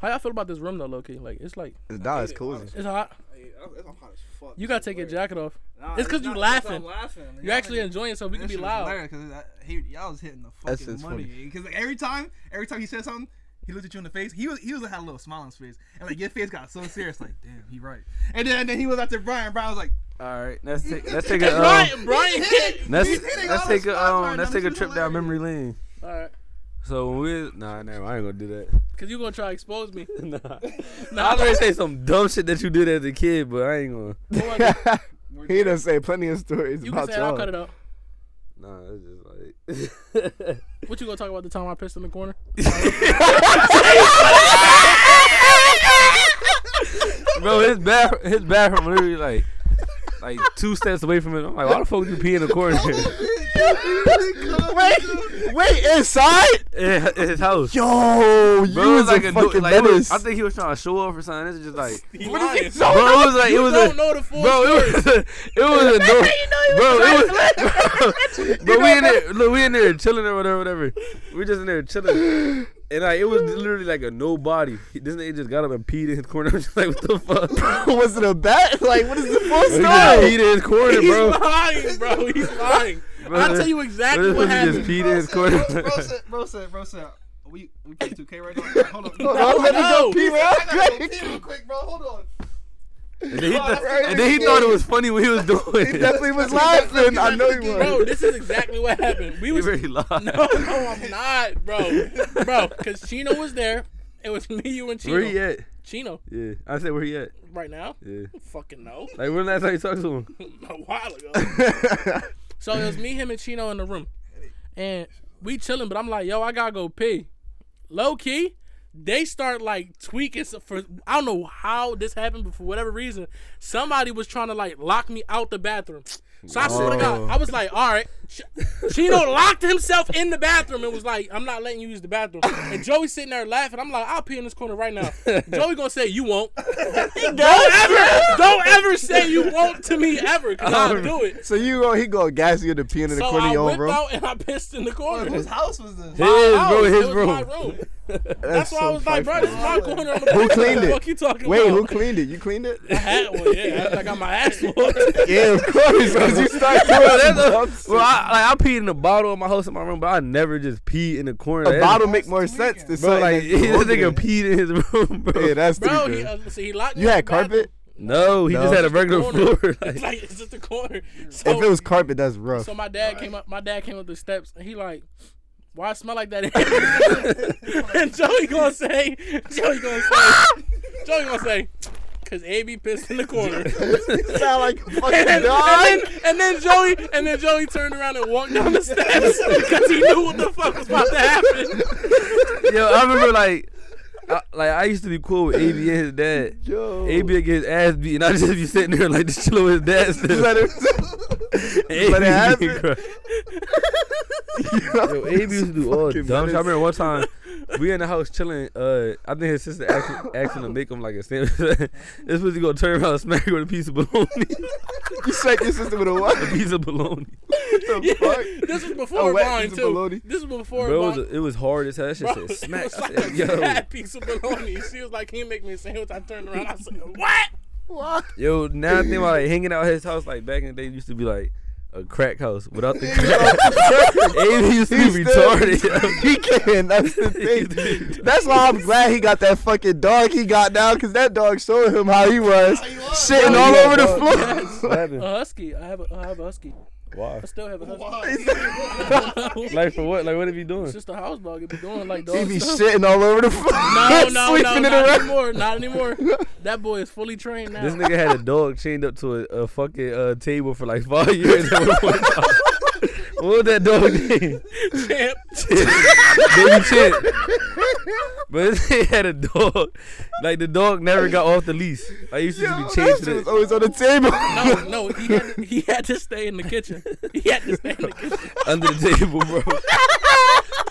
[SPEAKER 1] How y'all feel about this room though, Loki? Like it's like
[SPEAKER 4] It's not as cool as
[SPEAKER 1] it's hot.
[SPEAKER 8] Hey, I'm, I'm hot as fuck.
[SPEAKER 1] You
[SPEAKER 8] This
[SPEAKER 1] gotta
[SPEAKER 8] shit
[SPEAKER 1] take your
[SPEAKER 8] hilarious.
[SPEAKER 1] jacket off.
[SPEAKER 8] Nah,
[SPEAKER 1] It's 'cause you
[SPEAKER 8] not-
[SPEAKER 1] laughing.
[SPEAKER 8] I'm laughing.
[SPEAKER 1] You actually enjoying yourself. We can be loud.
[SPEAKER 8] Because y'all was hitting the fucking
[SPEAKER 4] shit's
[SPEAKER 8] money. Because every time, every time he said something, he looked at you in the face. He was he was had a little smile on his face, and like your face got so serious. Like damn, he right. And then and then he was after Brian. Brian was like,
[SPEAKER 2] All right, let's take let's take a um,
[SPEAKER 1] Brian, Brian.
[SPEAKER 8] hitting-
[SPEAKER 2] let's
[SPEAKER 8] he's hitting
[SPEAKER 2] let's
[SPEAKER 8] all the
[SPEAKER 2] take a
[SPEAKER 8] spots
[SPEAKER 2] um
[SPEAKER 8] right
[SPEAKER 2] let's
[SPEAKER 8] now.
[SPEAKER 2] take a
[SPEAKER 8] This is
[SPEAKER 2] trip
[SPEAKER 8] hilarious.
[SPEAKER 2] down memory lane.
[SPEAKER 1] All right,
[SPEAKER 2] So when we nah, never. I ain't gonna do that.
[SPEAKER 1] cause you gonna try to expose me.
[SPEAKER 2] nah.
[SPEAKER 1] Nah.
[SPEAKER 2] I already say some dumb shit that you did as a kid, but I ain't gonna.
[SPEAKER 1] What was it?
[SPEAKER 4] it. he done say plenty of stories
[SPEAKER 1] You can
[SPEAKER 4] about
[SPEAKER 1] say it, I'll cut
[SPEAKER 4] y'all.
[SPEAKER 1] it out.
[SPEAKER 2] Nah, it's just like.
[SPEAKER 1] What you gonna talk about the time I pissed in the corner?
[SPEAKER 2] Bro, his bathroom, his bathroom literally like, like two steps away from it. I'm like, why the fuck you pee in the corner?
[SPEAKER 4] Wait, wait, inside?
[SPEAKER 2] in hi- in his house.
[SPEAKER 4] Yo, you
[SPEAKER 2] Bro, it
[SPEAKER 4] was
[SPEAKER 2] was like
[SPEAKER 4] a,
[SPEAKER 2] a do-
[SPEAKER 4] fucking
[SPEAKER 2] like, it was-
[SPEAKER 4] menace.
[SPEAKER 2] I think he was trying to show off or something. This is just like,
[SPEAKER 1] He lying.
[SPEAKER 2] bro, it was like it
[SPEAKER 1] You
[SPEAKER 2] was
[SPEAKER 1] don't
[SPEAKER 2] a,
[SPEAKER 1] know the full
[SPEAKER 2] bro, it was a, it was a door. Bro, it was, bro, we in there, look, we in there chilling or whatever, whatever. We just in there chilling, and like it was literally like a nobody. He- This nigga just got up and peed in his corner. I'm just like, what the fuck?
[SPEAKER 4] was it a bat? Like, what is the full
[SPEAKER 2] He just
[SPEAKER 4] story?
[SPEAKER 2] peed in his corner,
[SPEAKER 1] He's
[SPEAKER 2] bro.
[SPEAKER 1] lying, bro. He's lying.
[SPEAKER 2] Bro,
[SPEAKER 1] I'll tell you
[SPEAKER 2] bro,
[SPEAKER 1] exactly
[SPEAKER 2] this
[SPEAKER 1] what
[SPEAKER 2] pussy
[SPEAKER 1] happened.
[SPEAKER 2] just peed in his corner.
[SPEAKER 8] Bro said, bro said, bro said, we we play 2K right now. Hold on, hold on.
[SPEAKER 4] Don't let me go
[SPEAKER 1] No.
[SPEAKER 4] pee
[SPEAKER 8] I gotta go
[SPEAKER 4] real
[SPEAKER 8] pee real quick, bro. Hold on.
[SPEAKER 2] And then he, thought- and then he thought it was funny what he was doing.
[SPEAKER 4] He definitely was laughing. I know he was.
[SPEAKER 1] Bro, this is exactly what happened. We
[SPEAKER 2] He
[SPEAKER 1] was
[SPEAKER 2] very loud.
[SPEAKER 1] No, no, I'm not, bro. Bro, because Chino was there. It was me, you, and Chino.
[SPEAKER 2] Where he at?
[SPEAKER 1] Chino,
[SPEAKER 2] Yeah, I said where he at.
[SPEAKER 1] right now?
[SPEAKER 2] Yeah,
[SPEAKER 1] Fucking no.
[SPEAKER 2] like when last time you talked to him?
[SPEAKER 1] A while ago. so it was me, him, and Chino in the room. And we chilling, but I'm like, yo, I gotta go pee. Low key, they start like tweaking so- for I don't know how this happened, but for whatever reason, somebody was trying to like lock me out the bathroom. So I swear to God, I was like, all right, Chino locked himself in the bathroom and was like, "I'm not letting you use the bathroom." And Joey's sitting there laughing. I'm like, "I'll pee in this corner right now." Joey gonna say, "You won't." don't ever, don't ever say you won't to me ever, cause I'll do it.
[SPEAKER 4] So you go, he go gas you to pee in the
[SPEAKER 1] So
[SPEAKER 4] corner of
[SPEAKER 1] I
[SPEAKER 4] your own
[SPEAKER 1] whipped
[SPEAKER 4] room.
[SPEAKER 1] out and I pissed in the corner.
[SPEAKER 8] Whose house was this?
[SPEAKER 2] His, bro,
[SPEAKER 1] Ours,
[SPEAKER 2] his
[SPEAKER 1] it was
[SPEAKER 2] room.
[SPEAKER 1] my room.
[SPEAKER 4] That's,
[SPEAKER 1] That's why I was like, bro,
[SPEAKER 4] funny.
[SPEAKER 1] this is my corner. I'm gonna
[SPEAKER 4] Who
[SPEAKER 1] pee.
[SPEAKER 4] cleaned
[SPEAKER 1] What the
[SPEAKER 4] it?
[SPEAKER 1] fuck you talking
[SPEAKER 4] Wait,
[SPEAKER 1] about?
[SPEAKER 4] who cleaned it? You cleaned it?
[SPEAKER 1] I had one, yeah. I got my ass whooped.
[SPEAKER 4] yeah, of course, because you start doing
[SPEAKER 2] Bro, that's a-
[SPEAKER 4] bumps.
[SPEAKER 2] well, I, like, I peed in a bottle in my house in my room, but I never just pee in the corner.
[SPEAKER 4] A
[SPEAKER 2] That's-
[SPEAKER 4] bottle make more
[SPEAKER 8] That's
[SPEAKER 4] sense. than
[SPEAKER 8] tweaking.
[SPEAKER 2] bro.
[SPEAKER 4] something
[SPEAKER 2] Like
[SPEAKER 4] that's
[SPEAKER 2] this nigga
[SPEAKER 4] broken.
[SPEAKER 2] peed in his room, bro.
[SPEAKER 4] Yeah, that's
[SPEAKER 1] Bro, he,
[SPEAKER 4] tweaking.
[SPEAKER 1] uh, so he locked me
[SPEAKER 4] You
[SPEAKER 1] in
[SPEAKER 4] had
[SPEAKER 1] the bathroom.
[SPEAKER 4] carpet?
[SPEAKER 2] no, he just
[SPEAKER 4] No.
[SPEAKER 2] had a regular
[SPEAKER 1] Corner.
[SPEAKER 2] floor. Like,
[SPEAKER 1] It's like it's just the corner. So,
[SPEAKER 4] If it was carpet, that's rough.
[SPEAKER 1] so my dad came up. My dad came up the steps and he like, why I smell like that? in here?" and Joey gonna say, Joey gonna say, Joey gonna say, cause AB pissed in the corner.
[SPEAKER 4] sound like a
[SPEAKER 1] And
[SPEAKER 4] fucking
[SPEAKER 1] then,
[SPEAKER 4] dog.
[SPEAKER 1] and, then, and then Joey and then Joey turned around and walked down the steps because he knew what the fuck was about to happen.
[SPEAKER 2] yo, I remember like, I, like I used to be cool with AB and his dad.
[SPEAKER 4] Yo.
[SPEAKER 2] AB would get his ass beat, and I just be sitting there like just chilling with his dad. Still.
[SPEAKER 4] Let it-
[SPEAKER 2] AB
[SPEAKER 4] let it happen.
[SPEAKER 2] Yo, AB used to do all
[SPEAKER 4] Fucking
[SPEAKER 2] dumb shit. I
[SPEAKER 4] menace.
[SPEAKER 2] remember one time we in the house chilling. Uh, I think his sister asked, him- asked him to make him like a sandwich. this was he gonna turn around and smack her with a piece of bologna.
[SPEAKER 4] You shake your sister with a what?
[SPEAKER 2] a piece of bologna.
[SPEAKER 4] What the
[SPEAKER 1] Yeah,
[SPEAKER 4] fuck?
[SPEAKER 1] this was
[SPEAKER 4] A
[SPEAKER 1] before
[SPEAKER 4] wet
[SPEAKER 1] wine
[SPEAKER 4] piece of
[SPEAKER 1] too.
[SPEAKER 4] bologna.
[SPEAKER 1] This was before
[SPEAKER 2] Bro, it
[SPEAKER 1] wine.
[SPEAKER 2] was, it was hard as hell. That shit
[SPEAKER 1] Bro,
[SPEAKER 2] said smack.
[SPEAKER 1] It was
[SPEAKER 2] I
[SPEAKER 1] like
[SPEAKER 2] said,
[SPEAKER 1] a
[SPEAKER 2] yo,
[SPEAKER 1] fat piece of bologna. She was like, "Can you make me a sandwich?" I turned around. I said, "What?"
[SPEAKER 4] What?
[SPEAKER 2] yo. Now I think about like hanging out at his house. Like back in the day, it used to be like a crack house without the crack. Amy used to
[SPEAKER 4] He's
[SPEAKER 2] be
[SPEAKER 4] still-
[SPEAKER 2] retarded. yo.
[SPEAKER 4] He can. That's the thing. That's why I'm glad he got that fucking dog he got now, cause that dog showed him how he was, shitting all over the floor.
[SPEAKER 2] What happened?
[SPEAKER 1] A husky. I have a, I have a husky.
[SPEAKER 2] Why?
[SPEAKER 1] I still have a husky.
[SPEAKER 2] Like for what? Like what are you doing?
[SPEAKER 1] It's just a house dog. It be doing like
[SPEAKER 4] He
[SPEAKER 1] dog
[SPEAKER 4] be
[SPEAKER 1] stuff.
[SPEAKER 4] shitting all over the floor.
[SPEAKER 1] No, no,
[SPEAKER 4] sleeping
[SPEAKER 1] no,
[SPEAKER 4] in the
[SPEAKER 1] not
[SPEAKER 4] rest.
[SPEAKER 1] anymore. Not anymore. That boy is fully trained now.
[SPEAKER 2] This nigga had a dog chained up to a, a fucking uh, table for like five years. at one point. what was that dog name?
[SPEAKER 1] Champ.
[SPEAKER 2] Baby Chip. But this nigga had a dog. Like the dog never got off the leash. I used to
[SPEAKER 4] Yo,
[SPEAKER 2] just be
[SPEAKER 4] that shit
[SPEAKER 2] chasing it.
[SPEAKER 4] was always on the table.
[SPEAKER 1] No, no, he had, he had to stay in the kitchen. He had to stay in the kitchen.
[SPEAKER 2] under the table, bro.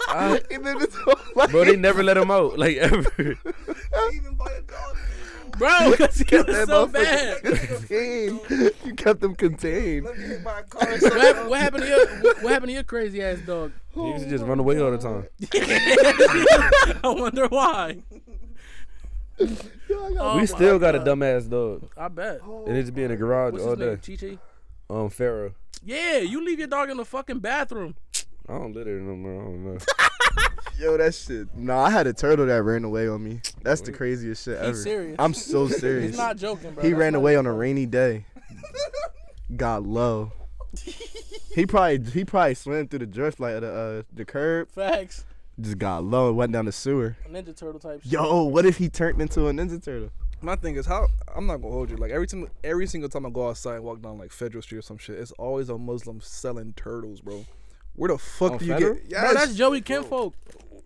[SPEAKER 2] I-
[SPEAKER 4] And then it's all like-
[SPEAKER 2] bro, they never let him out, like ever.
[SPEAKER 8] Even by a dog.
[SPEAKER 1] Bro, because he was
[SPEAKER 4] That
[SPEAKER 1] so
[SPEAKER 4] motherfucker
[SPEAKER 1] bad.
[SPEAKER 4] contained. You kept them contained.
[SPEAKER 8] Let me hit by a car. or
[SPEAKER 1] What,
[SPEAKER 8] something.
[SPEAKER 1] hap- what happened to your what, what happened to your crazy ass dog?
[SPEAKER 2] He used to just run away all the time.
[SPEAKER 1] I wonder why. Oh my
[SPEAKER 2] we still got a
[SPEAKER 1] God.
[SPEAKER 2] dumbass dog,
[SPEAKER 1] I bet.
[SPEAKER 2] and it just be in the garage
[SPEAKER 1] What's
[SPEAKER 2] all
[SPEAKER 1] his
[SPEAKER 2] day.
[SPEAKER 1] name? Chichi.
[SPEAKER 2] Um, Pharaoh.
[SPEAKER 1] Yeah, you leave your dog in the fucking bathroom.
[SPEAKER 2] I don't litter no more. I don't know.
[SPEAKER 4] Yo, that shit. Nah, I had a turtle that ran away on me. That's the craziest shit ever.
[SPEAKER 1] serious.
[SPEAKER 4] I'm so serious.
[SPEAKER 1] He's not joking, bro.
[SPEAKER 4] He
[SPEAKER 1] That's
[SPEAKER 4] ran
[SPEAKER 1] not-
[SPEAKER 4] away on a rainy day. Got low. he probably he probably swam through the drift like the uh, the curb.
[SPEAKER 1] Facts.
[SPEAKER 4] Just got low and went down the sewer.
[SPEAKER 1] Ninja Turtle type shit.
[SPEAKER 4] Yo, what if he turned into a ninja turtle?
[SPEAKER 9] My thing is how I'm not gonna hold you. Like every time, every single time I go outside and walk down like Federal Street or some shit, it's always a Muslim selling turtles, bro. Where the fuck
[SPEAKER 4] On
[SPEAKER 9] do
[SPEAKER 4] Federal?
[SPEAKER 9] you get?
[SPEAKER 1] Bro,
[SPEAKER 9] Yes.
[SPEAKER 1] that's Joey Kinfolk.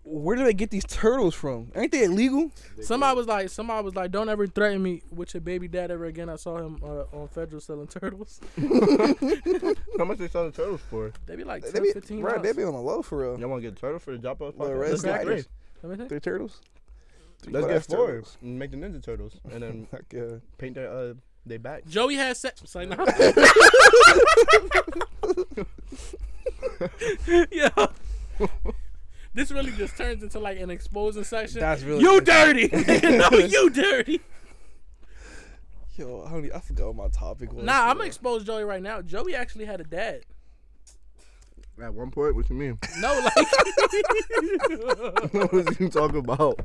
[SPEAKER 9] Where do they get these turtles from? Ain't they illegal?
[SPEAKER 1] Somebody was like, somebody was like, don't ever threaten me with your baby dad ever again. I saw him uh, on Federal selling turtles.
[SPEAKER 4] How much they sell the turtles for?
[SPEAKER 1] They be like 10,
[SPEAKER 9] They be,
[SPEAKER 1] 15
[SPEAKER 9] bro, they
[SPEAKER 1] bucks.
[SPEAKER 9] be on the low for real.
[SPEAKER 4] Y'all want to get a turtle for the drop off?
[SPEAKER 9] Little red sliders.
[SPEAKER 1] Let me think.
[SPEAKER 9] They're turtles.
[SPEAKER 4] Let's
[SPEAKER 9] Well,
[SPEAKER 4] get
[SPEAKER 9] that's
[SPEAKER 4] four
[SPEAKER 9] turtles.
[SPEAKER 4] and make the ninja turtles and then
[SPEAKER 9] Fuck yeah.
[SPEAKER 4] paint their uh they back.
[SPEAKER 1] Joey had sex. It's like, nah. Yo. This really just turns into like an exposing section.
[SPEAKER 9] That's really
[SPEAKER 1] you dirty. no, you dirty.
[SPEAKER 9] Yo, I, don't, e- I forgot what my topic was.
[SPEAKER 1] Nah, I'm
[SPEAKER 9] bro.
[SPEAKER 1] gonna expose Joey right now. Joey actually had a dad.
[SPEAKER 4] At one point, what you mean?
[SPEAKER 1] No, like,
[SPEAKER 4] what was you talking about?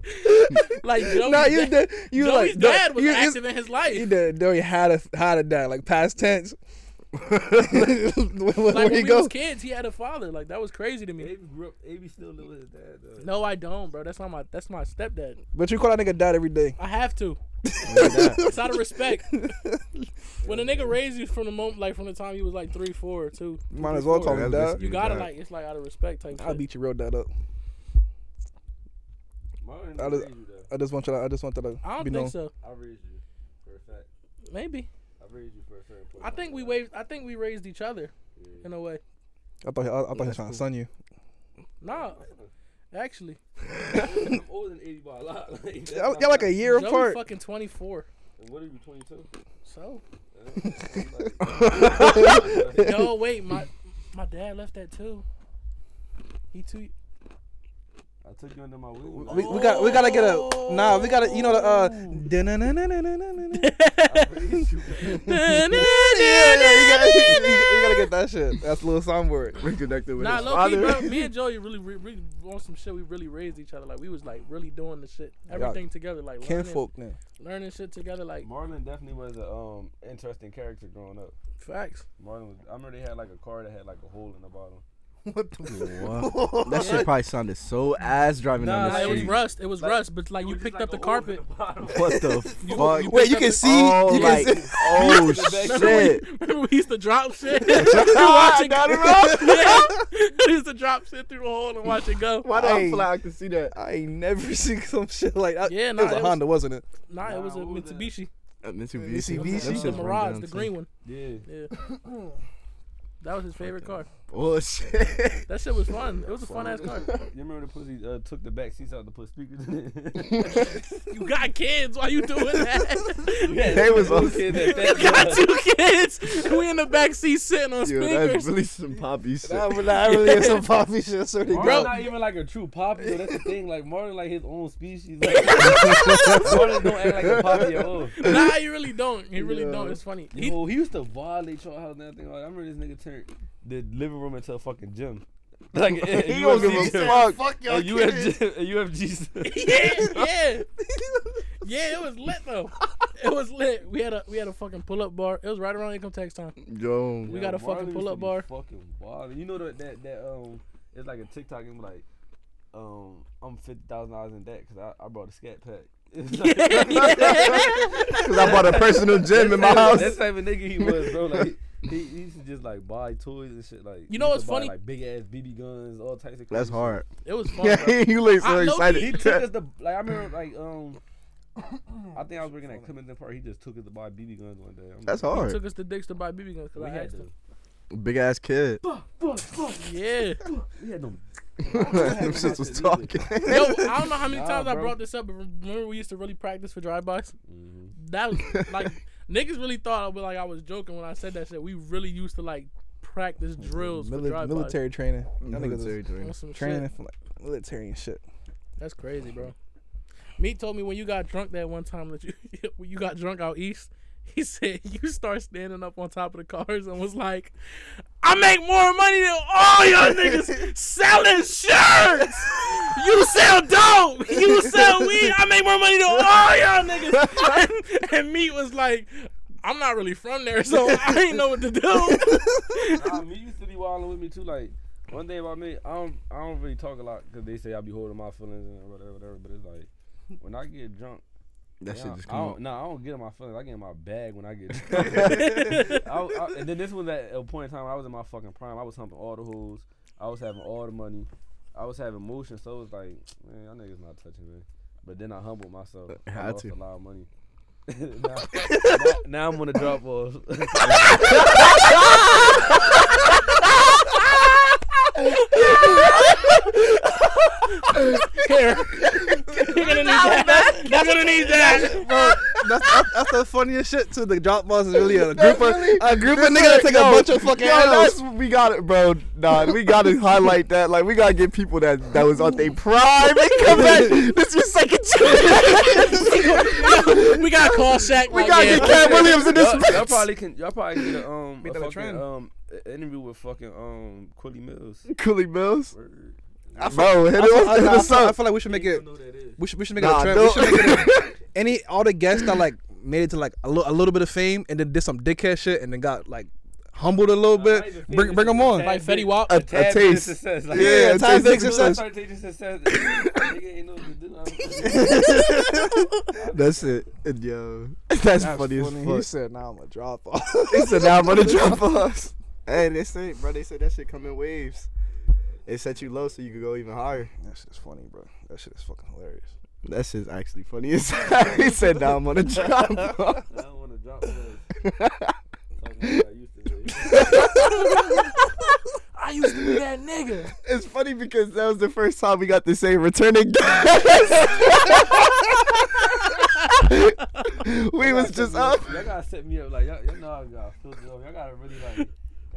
[SPEAKER 1] like Joey's
[SPEAKER 9] Nah, you
[SPEAKER 1] dad,
[SPEAKER 9] did. You
[SPEAKER 1] Joey's
[SPEAKER 9] like no,
[SPEAKER 1] dad was
[SPEAKER 9] you,
[SPEAKER 1] active in his life.
[SPEAKER 9] You, you did. No, you had a had a dad like past tense. where
[SPEAKER 1] like
[SPEAKER 9] you
[SPEAKER 1] when we
[SPEAKER 9] go?
[SPEAKER 1] was kids, he had a father. Like that was crazy to me.
[SPEAKER 2] grew up. AB still live with his dad though.
[SPEAKER 1] No, I don't, bro. That's not my. That's my stepdad.
[SPEAKER 9] But you call that nigga dad every day.
[SPEAKER 1] I have to. it's out of respect. when a nigga raised you from the moment, like from the time you was like three, four, or two,
[SPEAKER 9] Might as well call him
[SPEAKER 4] That's
[SPEAKER 9] dad.
[SPEAKER 1] you gotta
[SPEAKER 4] Yeah.
[SPEAKER 1] like it's like out of respect type.
[SPEAKER 9] I'll
[SPEAKER 1] shit.
[SPEAKER 9] beat your real dad up. I just, I just want you. To, I just want you to
[SPEAKER 1] I don't
[SPEAKER 9] be
[SPEAKER 1] think
[SPEAKER 9] known.
[SPEAKER 1] so.
[SPEAKER 2] I raised you for a fact.
[SPEAKER 1] Maybe.
[SPEAKER 2] I raised you for a certain point.
[SPEAKER 1] I think we raised. I think we raised each other, in a way.
[SPEAKER 9] I thought I, I thought he was trying to sun you.
[SPEAKER 1] Nah, actually,
[SPEAKER 2] I'm older than 80 by a lot. Like, that's
[SPEAKER 9] Y'all,
[SPEAKER 2] not
[SPEAKER 9] y'all like a
[SPEAKER 2] bad.
[SPEAKER 9] year
[SPEAKER 1] Joey
[SPEAKER 9] apart.
[SPEAKER 1] fucking twenty four.
[SPEAKER 2] And What are you, 22?
[SPEAKER 1] So
[SPEAKER 2] Like,
[SPEAKER 1] no, wait, my my dad left that too. He too.
[SPEAKER 2] I took you under my wing.
[SPEAKER 9] We, we got we gotta get a nah. We gotta you know the
[SPEAKER 1] Oh.
[SPEAKER 9] uh. da-na-na-na-na-na-na-na.
[SPEAKER 1] nah,
[SPEAKER 9] yeah, you gotta, you, you gotta get that shit. That's a little soundboard.
[SPEAKER 4] We connected with his
[SPEAKER 1] low key,
[SPEAKER 4] father.
[SPEAKER 1] bro. Me and Joey really, re- really on some shit. We really raised each other. Like we was like really doing the shit, everything together. Like learning,
[SPEAKER 9] Kinfolk now.
[SPEAKER 1] learning shit together. Like
[SPEAKER 2] Marlon definitely was a um interesting character growing up.
[SPEAKER 1] facts.
[SPEAKER 2] Marlon was. I remember they had like a car that had like a hole in the bottom.
[SPEAKER 4] Wow. that shit probably sounded so ass driving down
[SPEAKER 2] Nah,
[SPEAKER 1] Nah,
[SPEAKER 4] the
[SPEAKER 1] it was
[SPEAKER 4] street.
[SPEAKER 1] rust. It was
[SPEAKER 2] Like-
[SPEAKER 1] rust, but like
[SPEAKER 2] It
[SPEAKER 1] you
[SPEAKER 2] was just,
[SPEAKER 1] picked
[SPEAKER 2] like,
[SPEAKER 1] up the
[SPEAKER 2] a hole in
[SPEAKER 1] carpet.
[SPEAKER 2] the bottom.
[SPEAKER 4] What the fuck?
[SPEAKER 9] Wait, you can see.
[SPEAKER 4] Oh,
[SPEAKER 9] you can
[SPEAKER 4] like,
[SPEAKER 9] see.
[SPEAKER 4] oh
[SPEAKER 1] Remember
[SPEAKER 4] shit.
[SPEAKER 1] We, remember we used to drop shit. watch it
[SPEAKER 4] Down the
[SPEAKER 1] yeah. We used to drop shit through a hole and watch it go.
[SPEAKER 4] Why do
[SPEAKER 9] Hey.
[SPEAKER 4] I feel like I can see
[SPEAKER 5] Uh,
[SPEAKER 4] that?
[SPEAKER 9] I ain't never seen some shit like that.
[SPEAKER 1] Yeah,
[SPEAKER 9] it
[SPEAKER 1] nah,
[SPEAKER 9] was a
[SPEAKER 1] it was-
[SPEAKER 9] Honda, wasn't it?
[SPEAKER 1] Nah, it was a
[SPEAKER 2] Nah, what was that?
[SPEAKER 1] Mitsubishi.
[SPEAKER 9] Mitsubishi?
[SPEAKER 4] Mitsubishi. Them
[SPEAKER 9] Shit
[SPEAKER 1] the
[SPEAKER 4] shits run
[SPEAKER 1] Mirage,
[SPEAKER 4] down
[SPEAKER 1] the
[SPEAKER 4] too.
[SPEAKER 1] green one.
[SPEAKER 2] Yeah.
[SPEAKER 1] Yeah. that was his favorite car.
[SPEAKER 4] Bullshit.
[SPEAKER 1] That shit was fun. It was a fun ass car.
[SPEAKER 2] You remember the pussy uh, took the back seats out to put speakers in it?
[SPEAKER 1] You got kids. Why you doing that?
[SPEAKER 2] yeah,
[SPEAKER 4] They was
[SPEAKER 2] those
[SPEAKER 4] awesome.
[SPEAKER 2] kids that
[SPEAKER 1] you
[SPEAKER 2] fat
[SPEAKER 1] got two kids. And we in the back seat sitting on
[SPEAKER 4] Yo,
[SPEAKER 1] speakers.
[SPEAKER 4] that's really some poppy shit.
[SPEAKER 9] That was not really is some poppy shit. So they
[SPEAKER 2] Marlon
[SPEAKER 9] go.
[SPEAKER 2] not even like a true poppy. though. That's the thing. Like Marlon, like his own species. Like, Marlon don't act like a poppy at all.
[SPEAKER 1] nah, you really don't. You really don't. It's funny. He-
[SPEAKER 2] Yo, he used to violate your house and everything. Like, I remember this nigga turned the living room into a fucking gym. Like
[SPEAKER 4] He don't give a fuck. Oh,
[SPEAKER 2] A UFG, a UFG.
[SPEAKER 1] yeah, yeah, yeah. It was lit though. It was lit. We had a we had a fucking pull up bar. It was right around income tax time.
[SPEAKER 4] Yo.
[SPEAKER 1] We got a fucking
[SPEAKER 2] Marley
[SPEAKER 1] pull-up
[SPEAKER 2] used to be
[SPEAKER 1] bar.
[SPEAKER 2] Fucking wild. You know that that that um, it's like a TikTok and like, um, I'm fifty thousand dollars in debt because I, I brought a scat pack. It's like-
[SPEAKER 4] Cause I bought a personal gym in my
[SPEAKER 2] That's type of-
[SPEAKER 4] house.
[SPEAKER 2] That's the type of nigga he was, bro. Like he, he used to just like buy toys and shit. Like he
[SPEAKER 1] know what's
[SPEAKER 2] used to buy,
[SPEAKER 1] funny?
[SPEAKER 2] Like big ass BB guns, all types of.
[SPEAKER 4] That's
[SPEAKER 2] crazy
[SPEAKER 4] hard.
[SPEAKER 1] It was fun. bro.
[SPEAKER 4] Yeah, you look so
[SPEAKER 1] I know
[SPEAKER 4] excited.
[SPEAKER 2] shit.
[SPEAKER 1] he-
[SPEAKER 2] He took us to like I remember like um. I think I was working at Clementon Park. He just took us to buy BB guns one day. I'm
[SPEAKER 4] That's
[SPEAKER 2] like,
[SPEAKER 1] He
[SPEAKER 4] hard.
[SPEAKER 1] took us to Dick's to buy BB guns. 'cause
[SPEAKER 2] We
[SPEAKER 1] I
[SPEAKER 2] had
[SPEAKER 1] asked him.
[SPEAKER 2] to.
[SPEAKER 4] Big ass kid.
[SPEAKER 1] Yeah.
[SPEAKER 2] We had them.
[SPEAKER 4] Them shits was talking.
[SPEAKER 1] Yo, I don't know how many
[SPEAKER 2] Nah,
[SPEAKER 1] times I
[SPEAKER 2] bro.
[SPEAKER 1] brought this up, but remember we used to really practice for drive bys?
[SPEAKER 2] Mhm.
[SPEAKER 1] That was like niggas really thought I was like I was joking when I said that shit. We really used to like practice drills for
[SPEAKER 9] Mili-
[SPEAKER 1] drive bys.
[SPEAKER 9] military training. Y'all niggas was
[SPEAKER 4] Military dream.
[SPEAKER 1] On some
[SPEAKER 9] training
[SPEAKER 1] shit.
[SPEAKER 9] for like military and shit.
[SPEAKER 1] That's crazy, bro. Meat told me when you got drunk that one time that you when you got drunk out east, he said you start standing up on top of the cars and was like, "I make more money than all y'all niggas selling shirts. You sell dope, you sell weed. I make more money than all y'all niggas." And, and Meat was like. I'm not really from there, so I ain't know what to do.
[SPEAKER 2] nah, me used to be wilding with me too. Like one thing about me, I don't I don't really talk a lot because they say I be holding my feelings and whatever, whatever. But it's like when I get drunk,
[SPEAKER 4] That
[SPEAKER 2] yeah,
[SPEAKER 4] shit just
[SPEAKER 2] I
[SPEAKER 4] come
[SPEAKER 2] don't,
[SPEAKER 4] out.
[SPEAKER 2] Nah, I don't get in my feelings. I get in my bag when I get drunk. I, I, and then this was at a point in time I was in my fucking prime. I was humping all the hoes. I was having all the money. I was having motion, so it was like, man, y'all niggas not touching me. But then I humbled myself. I
[SPEAKER 4] Had
[SPEAKER 2] lost
[SPEAKER 4] to.
[SPEAKER 2] a lot of money. now, now, now I'm on the drop off.
[SPEAKER 1] Here, you're gonna need that. You're gonna need that.
[SPEAKER 9] Bro, that's, that's, that's the funniest shit too. The drop balls is really a group of a group of
[SPEAKER 4] This
[SPEAKER 9] niggas that
[SPEAKER 4] shit-
[SPEAKER 9] take
[SPEAKER 4] yo,
[SPEAKER 9] a bunch of fucking
[SPEAKER 4] yo,
[SPEAKER 9] L's.
[SPEAKER 4] that's- We got it, bro. Nah, we gotta highlight that. Like, we gotta get people that that was on their prime and come back. This is your second chance.
[SPEAKER 1] we gotta call Shaq.
[SPEAKER 4] we
[SPEAKER 1] like,
[SPEAKER 4] gotta
[SPEAKER 1] yeah.
[SPEAKER 4] get Cat Williams in this
[SPEAKER 2] y'all,
[SPEAKER 4] bitch.
[SPEAKER 2] y'all probably can. Y'all probably get a um, a
[SPEAKER 9] that a
[SPEAKER 2] fucking,
[SPEAKER 9] trend.
[SPEAKER 2] um a- interview with fucking um Quilly Mills.
[SPEAKER 4] Coolie Mills.
[SPEAKER 2] Word.
[SPEAKER 4] Bro, hit
[SPEAKER 9] I feel,
[SPEAKER 4] us,
[SPEAKER 9] I,
[SPEAKER 4] hit
[SPEAKER 9] I, I,
[SPEAKER 4] us
[SPEAKER 9] feel, I
[SPEAKER 4] up.
[SPEAKER 9] feel like we should make
[SPEAKER 2] You
[SPEAKER 9] it.
[SPEAKER 2] don't know who that is.
[SPEAKER 9] We should we should make
[SPEAKER 4] Nah,
[SPEAKER 9] it a trend.
[SPEAKER 4] don't-
[SPEAKER 9] We should make it a, any all the guests that like made it to like a, li- a little bit of fame and then did some dickhead shit and then got like humbled a little
[SPEAKER 2] Nah, not even
[SPEAKER 9] bit. Bring
[SPEAKER 2] famous,
[SPEAKER 9] bring them
[SPEAKER 2] just
[SPEAKER 9] on.
[SPEAKER 2] a
[SPEAKER 1] Like
[SPEAKER 2] tad
[SPEAKER 1] Fetty
[SPEAKER 2] bit.
[SPEAKER 1] Wap.
[SPEAKER 4] A,
[SPEAKER 2] tad bit
[SPEAKER 4] a
[SPEAKER 2] of
[SPEAKER 4] taste.
[SPEAKER 2] success, like-
[SPEAKER 9] Yeah,
[SPEAKER 4] Yeah,
[SPEAKER 9] yeah, times
[SPEAKER 4] taste
[SPEAKER 9] exercise.
[SPEAKER 4] success.
[SPEAKER 2] Start taking success. Nigga ain't know what to do. I'm-
[SPEAKER 4] That's it. And, yo, that's, funny,
[SPEAKER 9] He
[SPEAKER 4] as fuck.
[SPEAKER 9] said, "Now I'm a drop off."
[SPEAKER 4] He said, "Now I'm gonna drop us." Hey, they say, bro. They said that shit come in waves. It set you low so you could go even higher.
[SPEAKER 9] That shit is funny, bro. That shit is fucking hilarious.
[SPEAKER 4] That shit's actually funny. as hell. he said, "Now I'm gonna drop." us."
[SPEAKER 2] I don't want to drop those. Talking about what I used to do.
[SPEAKER 1] I used to be that nigga.
[SPEAKER 4] It's funny because that was the first time we got to say returning gas. we was just up.
[SPEAKER 2] Y'all gotta set me up like y'all, y'all know I gotta fill this up. Y'all gotta really like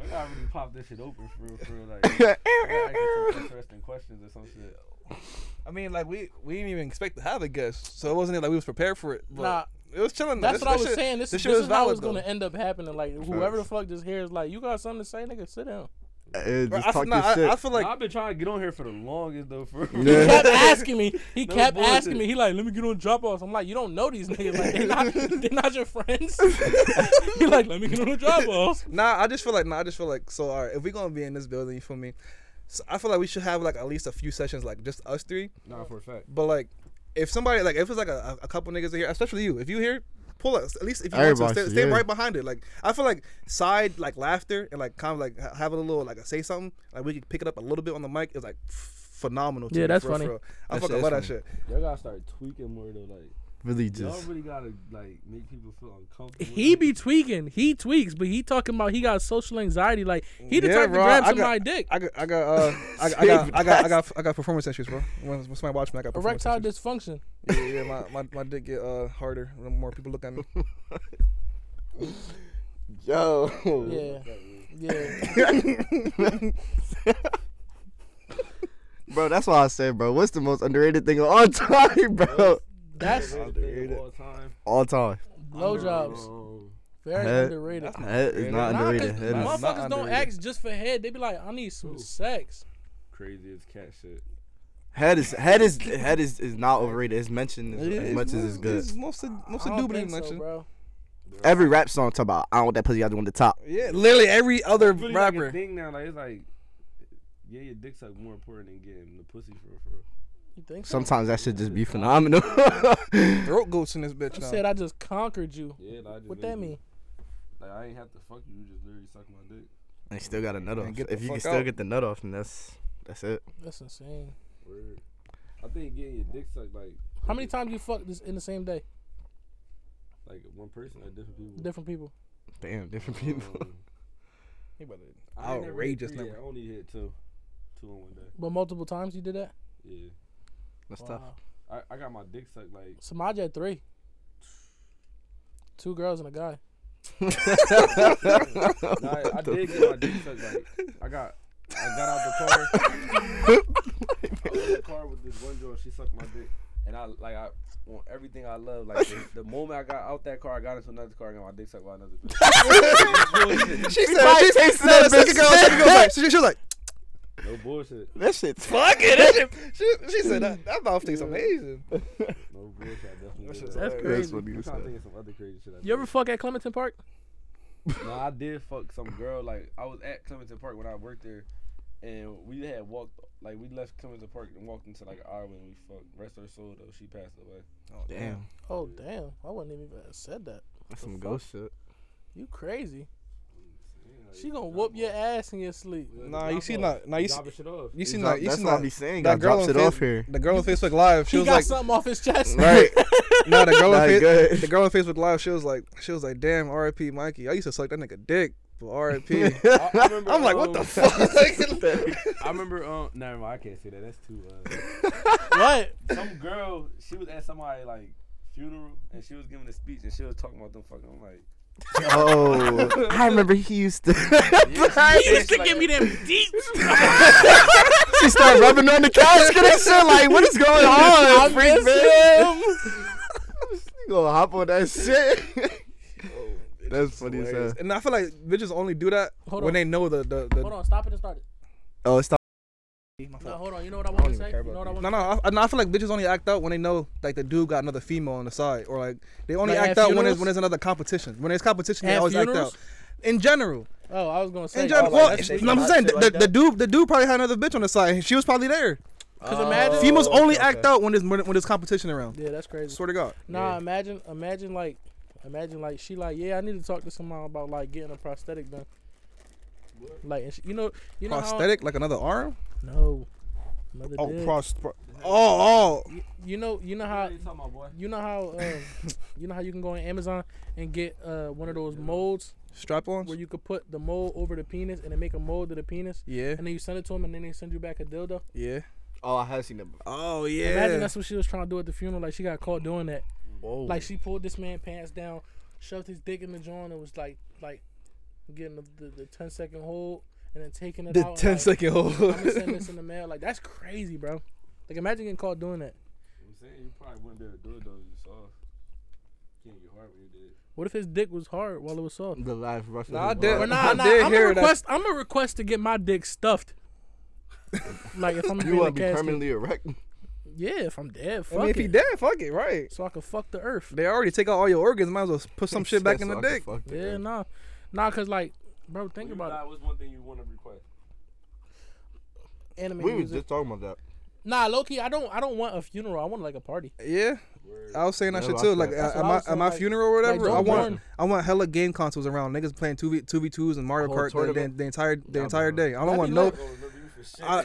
[SPEAKER 2] y'all gotta really pop this shit open for real, for real. Like y'all gotta get some interesting questions or some shit.
[SPEAKER 5] I mean, like we we didn't even expect to have a guest, so it wasn't like we was prepared for it. But
[SPEAKER 1] Nah.
[SPEAKER 5] it was chilling. though.
[SPEAKER 1] That's
[SPEAKER 5] This-
[SPEAKER 1] what I
[SPEAKER 5] this
[SPEAKER 1] was
[SPEAKER 5] shit-
[SPEAKER 1] saying. This,
[SPEAKER 5] this
[SPEAKER 1] this,
[SPEAKER 5] shit was
[SPEAKER 1] is how
[SPEAKER 5] valid,
[SPEAKER 1] it's gonna
[SPEAKER 5] though.
[SPEAKER 1] end up happening. Like whoever the fuck just hears, like, you got something to say, nigga, sit down.
[SPEAKER 4] Eh,
[SPEAKER 5] Bro,
[SPEAKER 4] just
[SPEAKER 5] I,
[SPEAKER 4] talk
[SPEAKER 5] feel- nah,
[SPEAKER 4] your
[SPEAKER 5] I-
[SPEAKER 4] shit.
[SPEAKER 5] I feel
[SPEAKER 2] Like,
[SPEAKER 5] like
[SPEAKER 2] I've been trying to get on here for the longest though, for real.
[SPEAKER 1] He kept asking me. He
[SPEAKER 2] No
[SPEAKER 1] kept
[SPEAKER 2] bullshit.
[SPEAKER 1] asking me. He like, let me get on drop offs. I'm like, you don't know these niggas. Like, they're not, they're not your friends. he like, let me get on the drop offs.
[SPEAKER 5] Nah, I just feel like nah, I just feel like so. All right, if we're gonna be in this building, you feel me? So I feel like we should have like at least a few sessions, like just us three.
[SPEAKER 2] Nah, for a fact.
[SPEAKER 5] But like, if somebody like if it's like a, a couple niggas in here, especially you, if you here, pull us at least if you want
[SPEAKER 4] Everybody
[SPEAKER 5] to stay,
[SPEAKER 4] should,
[SPEAKER 5] stay
[SPEAKER 4] yeah.
[SPEAKER 5] right behind it. Like I feel like side like laughter and like kind of like ha- have a little like say something like we could pick it up a little bit on the mic is like f- phenomenal. To
[SPEAKER 1] Yeah,
[SPEAKER 5] me,
[SPEAKER 1] that's
[SPEAKER 5] for real,
[SPEAKER 1] funny.
[SPEAKER 5] for real. I
[SPEAKER 4] That
[SPEAKER 5] fucking
[SPEAKER 4] shit
[SPEAKER 5] love that
[SPEAKER 4] is
[SPEAKER 5] shit.
[SPEAKER 2] Y'all gotta start tweaking more though. Like
[SPEAKER 4] really
[SPEAKER 2] y'all
[SPEAKER 4] just.
[SPEAKER 2] really gotta like make people feel uncomfortable.
[SPEAKER 1] He be tweaking. He tweaks, but he talking about he got social anxiety. Like he the
[SPEAKER 5] Yeah,
[SPEAKER 1] type
[SPEAKER 5] bro,
[SPEAKER 1] to grab
[SPEAKER 5] I got-
[SPEAKER 1] somebody's dick.
[SPEAKER 5] I got I got uh I, I got I got I got I got performance issues, bro. When, when somebody watch me, I got performance
[SPEAKER 1] Erectile
[SPEAKER 5] issues.
[SPEAKER 1] dysfunction.
[SPEAKER 5] Yeah, yeah, my, my, my dick get uh harder the more people look at me.
[SPEAKER 4] Yo.
[SPEAKER 1] Yeah, yeah.
[SPEAKER 4] Bro, that's why I said, bro, what's the most underrated thing of all time, bro?
[SPEAKER 1] That's
[SPEAKER 2] Underrated all time.
[SPEAKER 4] All time.
[SPEAKER 1] blowjobs.
[SPEAKER 2] Um,
[SPEAKER 1] Very
[SPEAKER 4] Head.
[SPEAKER 1] underrated.
[SPEAKER 4] Head is not
[SPEAKER 1] Nah, 'cause
[SPEAKER 4] underrated. Head is
[SPEAKER 5] Nah.
[SPEAKER 1] motherfuckers
[SPEAKER 5] not
[SPEAKER 1] don't
[SPEAKER 5] underrated.
[SPEAKER 1] ask just for head. They be like, I need some sex.
[SPEAKER 2] crazy as cat shit.
[SPEAKER 4] head is head is head is, is not overrated. It's mentioned as,
[SPEAKER 5] Yeah,
[SPEAKER 4] as much as it's good.
[SPEAKER 5] mostly mostly
[SPEAKER 1] I don't
[SPEAKER 5] doobly
[SPEAKER 1] think so,
[SPEAKER 5] mentioned.
[SPEAKER 1] bro.
[SPEAKER 4] Every rap song talk about I want that pussy. I just want the top.
[SPEAKER 5] yeah, literally every other
[SPEAKER 2] Really like a
[SPEAKER 5] rapper.
[SPEAKER 2] thing now. Like it's like, yeah, your dick suck more important than getting the pussy for real, for real.
[SPEAKER 1] You think so?
[SPEAKER 4] Sometimes that should just be phenomenal.
[SPEAKER 5] Throat goats in this bitch
[SPEAKER 1] You
[SPEAKER 5] now.
[SPEAKER 1] said I just conquered you.
[SPEAKER 2] Yeah, like, I just
[SPEAKER 1] What that
[SPEAKER 2] literally-
[SPEAKER 1] mean?
[SPEAKER 2] Like I ain't have to fuck you. You just literally suck my dick.
[SPEAKER 4] and still got a nut off.
[SPEAKER 5] And get the
[SPEAKER 4] If you can
[SPEAKER 5] fuck
[SPEAKER 4] still
[SPEAKER 5] out.
[SPEAKER 4] get the nut off, and that's that's it.
[SPEAKER 1] That's insane.
[SPEAKER 2] Word. I think getting your dick sucked like
[SPEAKER 1] How many times you fuck this in the same day?
[SPEAKER 2] like one person or different people.
[SPEAKER 1] Different people.
[SPEAKER 4] Damn, different people.
[SPEAKER 2] Um, I ain't never hit
[SPEAKER 5] Outrageous
[SPEAKER 2] three yet.
[SPEAKER 5] number.
[SPEAKER 2] I only hit two, two in one day.
[SPEAKER 1] But multiple times you did that?
[SPEAKER 2] Yeah,
[SPEAKER 4] That's tough.
[SPEAKER 1] Wow.
[SPEAKER 2] I, I got my dick sucked like
[SPEAKER 1] Samaj had three. Two girls and a guy.
[SPEAKER 2] Nah, I, I did get my dick sucked. Like, I got, I got out the car. I was in the car with this one girl. She sucked my dick, and I like I want everything I love. Like the, the moment I got out that car, I got into another car and got my dick sucked by another bitch.
[SPEAKER 5] She said
[SPEAKER 4] Everybody
[SPEAKER 5] she
[SPEAKER 4] tasted
[SPEAKER 5] said
[SPEAKER 4] that
[SPEAKER 5] the second
[SPEAKER 4] bitch.
[SPEAKER 5] girl, second girl was like, she, she was like,
[SPEAKER 2] no bullshit.
[SPEAKER 4] That shit's
[SPEAKER 5] fucking that shit. She, she said that that mouthpiece amazing.
[SPEAKER 2] No bullshit. I definitely.
[SPEAKER 5] That's
[SPEAKER 2] did
[SPEAKER 5] just-
[SPEAKER 2] that.
[SPEAKER 1] That's
[SPEAKER 4] That's
[SPEAKER 1] crazy.
[SPEAKER 4] what you
[SPEAKER 2] I'm trying
[SPEAKER 4] said.
[SPEAKER 2] to think of some other crazy shit. I
[SPEAKER 1] You ever
[SPEAKER 2] did.
[SPEAKER 1] fuck at Clementon Park?
[SPEAKER 2] No, I did fuck some girl. Like I was at Clementon Park when I worked there, and we had walked. Like we left Clementon Park and walked into like an hour when we fucked. Rest her soul though, she passed away.
[SPEAKER 4] Damn,
[SPEAKER 1] Oh damn. I wouldn't even have said that.
[SPEAKER 4] that's some ghost shit.
[SPEAKER 1] You crazy.
[SPEAKER 2] Yeah,
[SPEAKER 1] She gonna whoop your ass in your sleep.
[SPEAKER 5] Nah, you see not. Nah, you see.
[SPEAKER 2] Drop shit off.
[SPEAKER 5] You seen
[SPEAKER 4] Drop-
[SPEAKER 5] that? You
[SPEAKER 4] that's
[SPEAKER 5] seen
[SPEAKER 4] what I
[SPEAKER 5] that?
[SPEAKER 4] be saying. Got
[SPEAKER 5] that girl
[SPEAKER 4] drops
[SPEAKER 5] on
[SPEAKER 4] it off
[SPEAKER 5] Face-
[SPEAKER 4] here.
[SPEAKER 5] The girl on Facebook Live.
[SPEAKER 1] He
[SPEAKER 5] She was
[SPEAKER 1] got
[SPEAKER 5] like,
[SPEAKER 1] something off his chest.
[SPEAKER 5] right. Nah, the girl on
[SPEAKER 4] Not
[SPEAKER 5] Face-
[SPEAKER 4] good.
[SPEAKER 5] the girl on Facebook Live. She was like, she was like, damn, R.I.P. Mikey. I used to suck that nigga dick, but R.I.P.
[SPEAKER 2] I, I remember,
[SPEAKER 5] I'm like, what the
[SPEAKER 2] um,
[SPEAKER 5] fuck?
[SPEAKER 2] I remember. Um, never mind. I can't say that. That's too. Uh,
[SPEAKER 1] what?
[SPEAKER 2] some girl. She was at somebody like funeral, and she was giving a speech, and she was talking about them fucking. I'm like,
[SPEAKER 4] Oh, I remember he used to.
[SPEAKER 2] yeah,
[SPEAKER 1] He used to give me them deep.
[SPEAKER 4] she started rubbing on the casket and shit. Like, what is going on, freak man? you gonna hop on that shit? That's funny as hell.
[SPEAKER 5] And I feel like bitches only do that
[SPEAKER 1] Hold
[SPEAKER 5] when
[SPEAKER 1] on.
[SPEAKER 5] they know the the. the
[SPEAKER 1] Hold on, stop it and start it.
[SPEAKER 4] Oh, it's not.
[SPEAKER 1] No, hold on. You know what I want to
[SPEAKER 5] even
[SPEAKER 1] say?
[SPEAKER 5] care
[SPEAKER 1] You know what
[SPEAKER 5] about
[SPEAKER 1] I want
[SPEAKER 5] No, no, I, no, I feel like bitches only act out when they know like the dude got another female on the side, or like they only
[SPEAKER 1] Like, at
[SPEAKER 5] act out when there's
[SPEAKER 1] funerals?
[SPEAKER 5] when there's another competition. When there's competition, they
[SPEAKER 1] At
[SPEAKER 5] always
[SPEAKER 1] funerals?
[SPEAKER 5] act out. In general,
[SPEAKER 1] Oh, I was gonna say.
[SPEAKER 5] in general, well,
[SPEAKER 1] Because
[SPEAKER 5] it's- no, I'm saying the, the, the dude, the dude probably had another bitch on the side. and She was probably there.
[SPEAKER 1] imagine.
[SPEAKER 5] Females only act out when there's when there's competition around.
[SPEAKER 1] Yeah, that's crazy.
[SPEAKER 5] Swear to God.
[SPEAKER 1] Nah, imagine, imagine like, imagine like she like, yeah, I need to talk to someone about like getting a prosthetic
[SPEAKER 2] "Oh."
[SPEAKER 1] done. Like, and she, you know, you know
[SPEAKER 5] Prosthetic, like another arm.
[SPEAKER 1] how no, Another
[SPEAKER 5] Oh,
[SPEAKER 1] dick.
[SPEAKER 5] pros- pro- oh, oh.
[SPEAKER 1] You- You know, you know how you know how um, you know how you can go on Amazon and get uh, one of those molds
[SPEAKER 5] Strap ons?
[SPEAKER 1] where you could put the mold over the penis and then make a mold of the penis,
[SPEAKER 5] Yeah.
[SPEAKER 1] and then you send it to them and then they send you back a dildo.
[SPEAKER 5] Yeah.
[SPEAKER 4] Oh, I have seen them.
[SPEAKER 5] Oh, yeah.
[SPEAKER 1] Imagine that's what she was trying to do at the funeral. Like she got caught doing that.
[SPEAKER 5] Whoa.
[SPEAKER 1] Like she pulled this man pants down, shoved his dick in the joint, and was like like getting the, the, the 10 second hold and then taking it
[SPEAKER 5] the
[SPEAKER 1] out.
[SPEAKER 5] 10
[SPEAKER 1] like,
[SPEAKER 5] second
[SPEAKER 1] I'm gonna send
[SPEAKER 5] hold.
[SPEAKER 1] this in the mail. Like that's crazy, bro. Like imagine getting caught doing that.
[SPEAKER 2] I'm saying you probably wouldn't be able to do it though. You soft. Can't get hard when you did.
[SPEAKER 1] What if his dick was hard while it was soft?
[SPEAKER 4] The live Russian.
[SPEAKER 2] Nah, I did.
[SPEAKER 1] Or
[SPEAKER 2] I
[SPEAKER 1] nah, nah,
[SPEAKER 2] did
[SPEAKER 1] I'm
[SPEAKER 2] hear
[SPEAKER 1] a
[SPEAKER 2] that.
[SPEAKER 1] request. I'm a request to get my dick stuffed. like if I'm
[SPEAKER 4] You
[SPEAKER 1] in a
[SPEAKER 4] want to be
[SPEAKER 1] casket.
[SPEAKER 4] permanently erect?
[SPEAKER 1] Yeah, if I'm dead,
[SPEAKER 5] I
[SPEAKER 1] fuck
[SPEAKER 5] mean, if
[SPEAKER 1] it.
[SPEAKER 5] he dead, fuck it, right?
[SPEAKER 1] So I can fuck the earth.
[SPEAKER 5] They already take out all your organs. Might as well put some shit back in the
[SPEAKER 4] That's all I
[SPEAKER 5] dick.
[SPEAKER 4] can fuck with.
[SPEAKER 1] Yeah, nah, nah, cause like, bro, think
[SPEAKER 2] When you
[SPEAKER 1] about
[SPEAKER 2] die, What's one thing you want to request?
[SPEAKER 1] it. Anime
[SPEAKER 4] We was
[SPEAKER 1] music.
[SPEAKER 4] just talking about that.
[SPEAKER 1] Nah, Loki, I don't, I don't want a funeral. I want like a party.
[SPEAKER 5] Yeah. I was saying that
[SPEAKER 4] Yeah,
[SPEAKER 5] shit
[SPEAKER 4] I
[SPEAKER 5] too.
[SPEAKER 4] feel
[SPEAKER 5] Like
[SPEAKER 4] that.
[SPEAKER 5] at
[SPEAKER 1] That's
[SPEAKER 5] at
[SPEAKER 1] what I
[SPEAKER 5] my,
[SPEAKER 1] was
[SPEAKER 5] at
[SPEAKER 1] saying,
[SPEAKER 5] my
[SPEAKER 1] like-
[SPEAKER 5] funeral or whatever,
[SPEAKER 1] don't
[SPEAKER 5] I want
[SPEAKER 1] burn.
[SPEAKER 5] I want hella game consoles around. Niggas playing two v two v twos and Mario
[SPEAKER 4] Whole
[SPEAKER 5] Kart the, the,
[SPEAKER 4] tournament?
[SPEAKER 5] the entire the
[SPEAKER 4] Nah,
[SPEAKER 5] entire
[SPEAKER 4] bro.
[SPEAKER 5] day. I don't
[SPEAKER 1] That'd
[SPEAKER 5] want
[SPEAKER 1] be
[SPEAKER 5] no.
[SPEAKER 1] lit.
[SPEAKER 2] I don't remember you for shit.
[SPEAKER 5] I, I, I,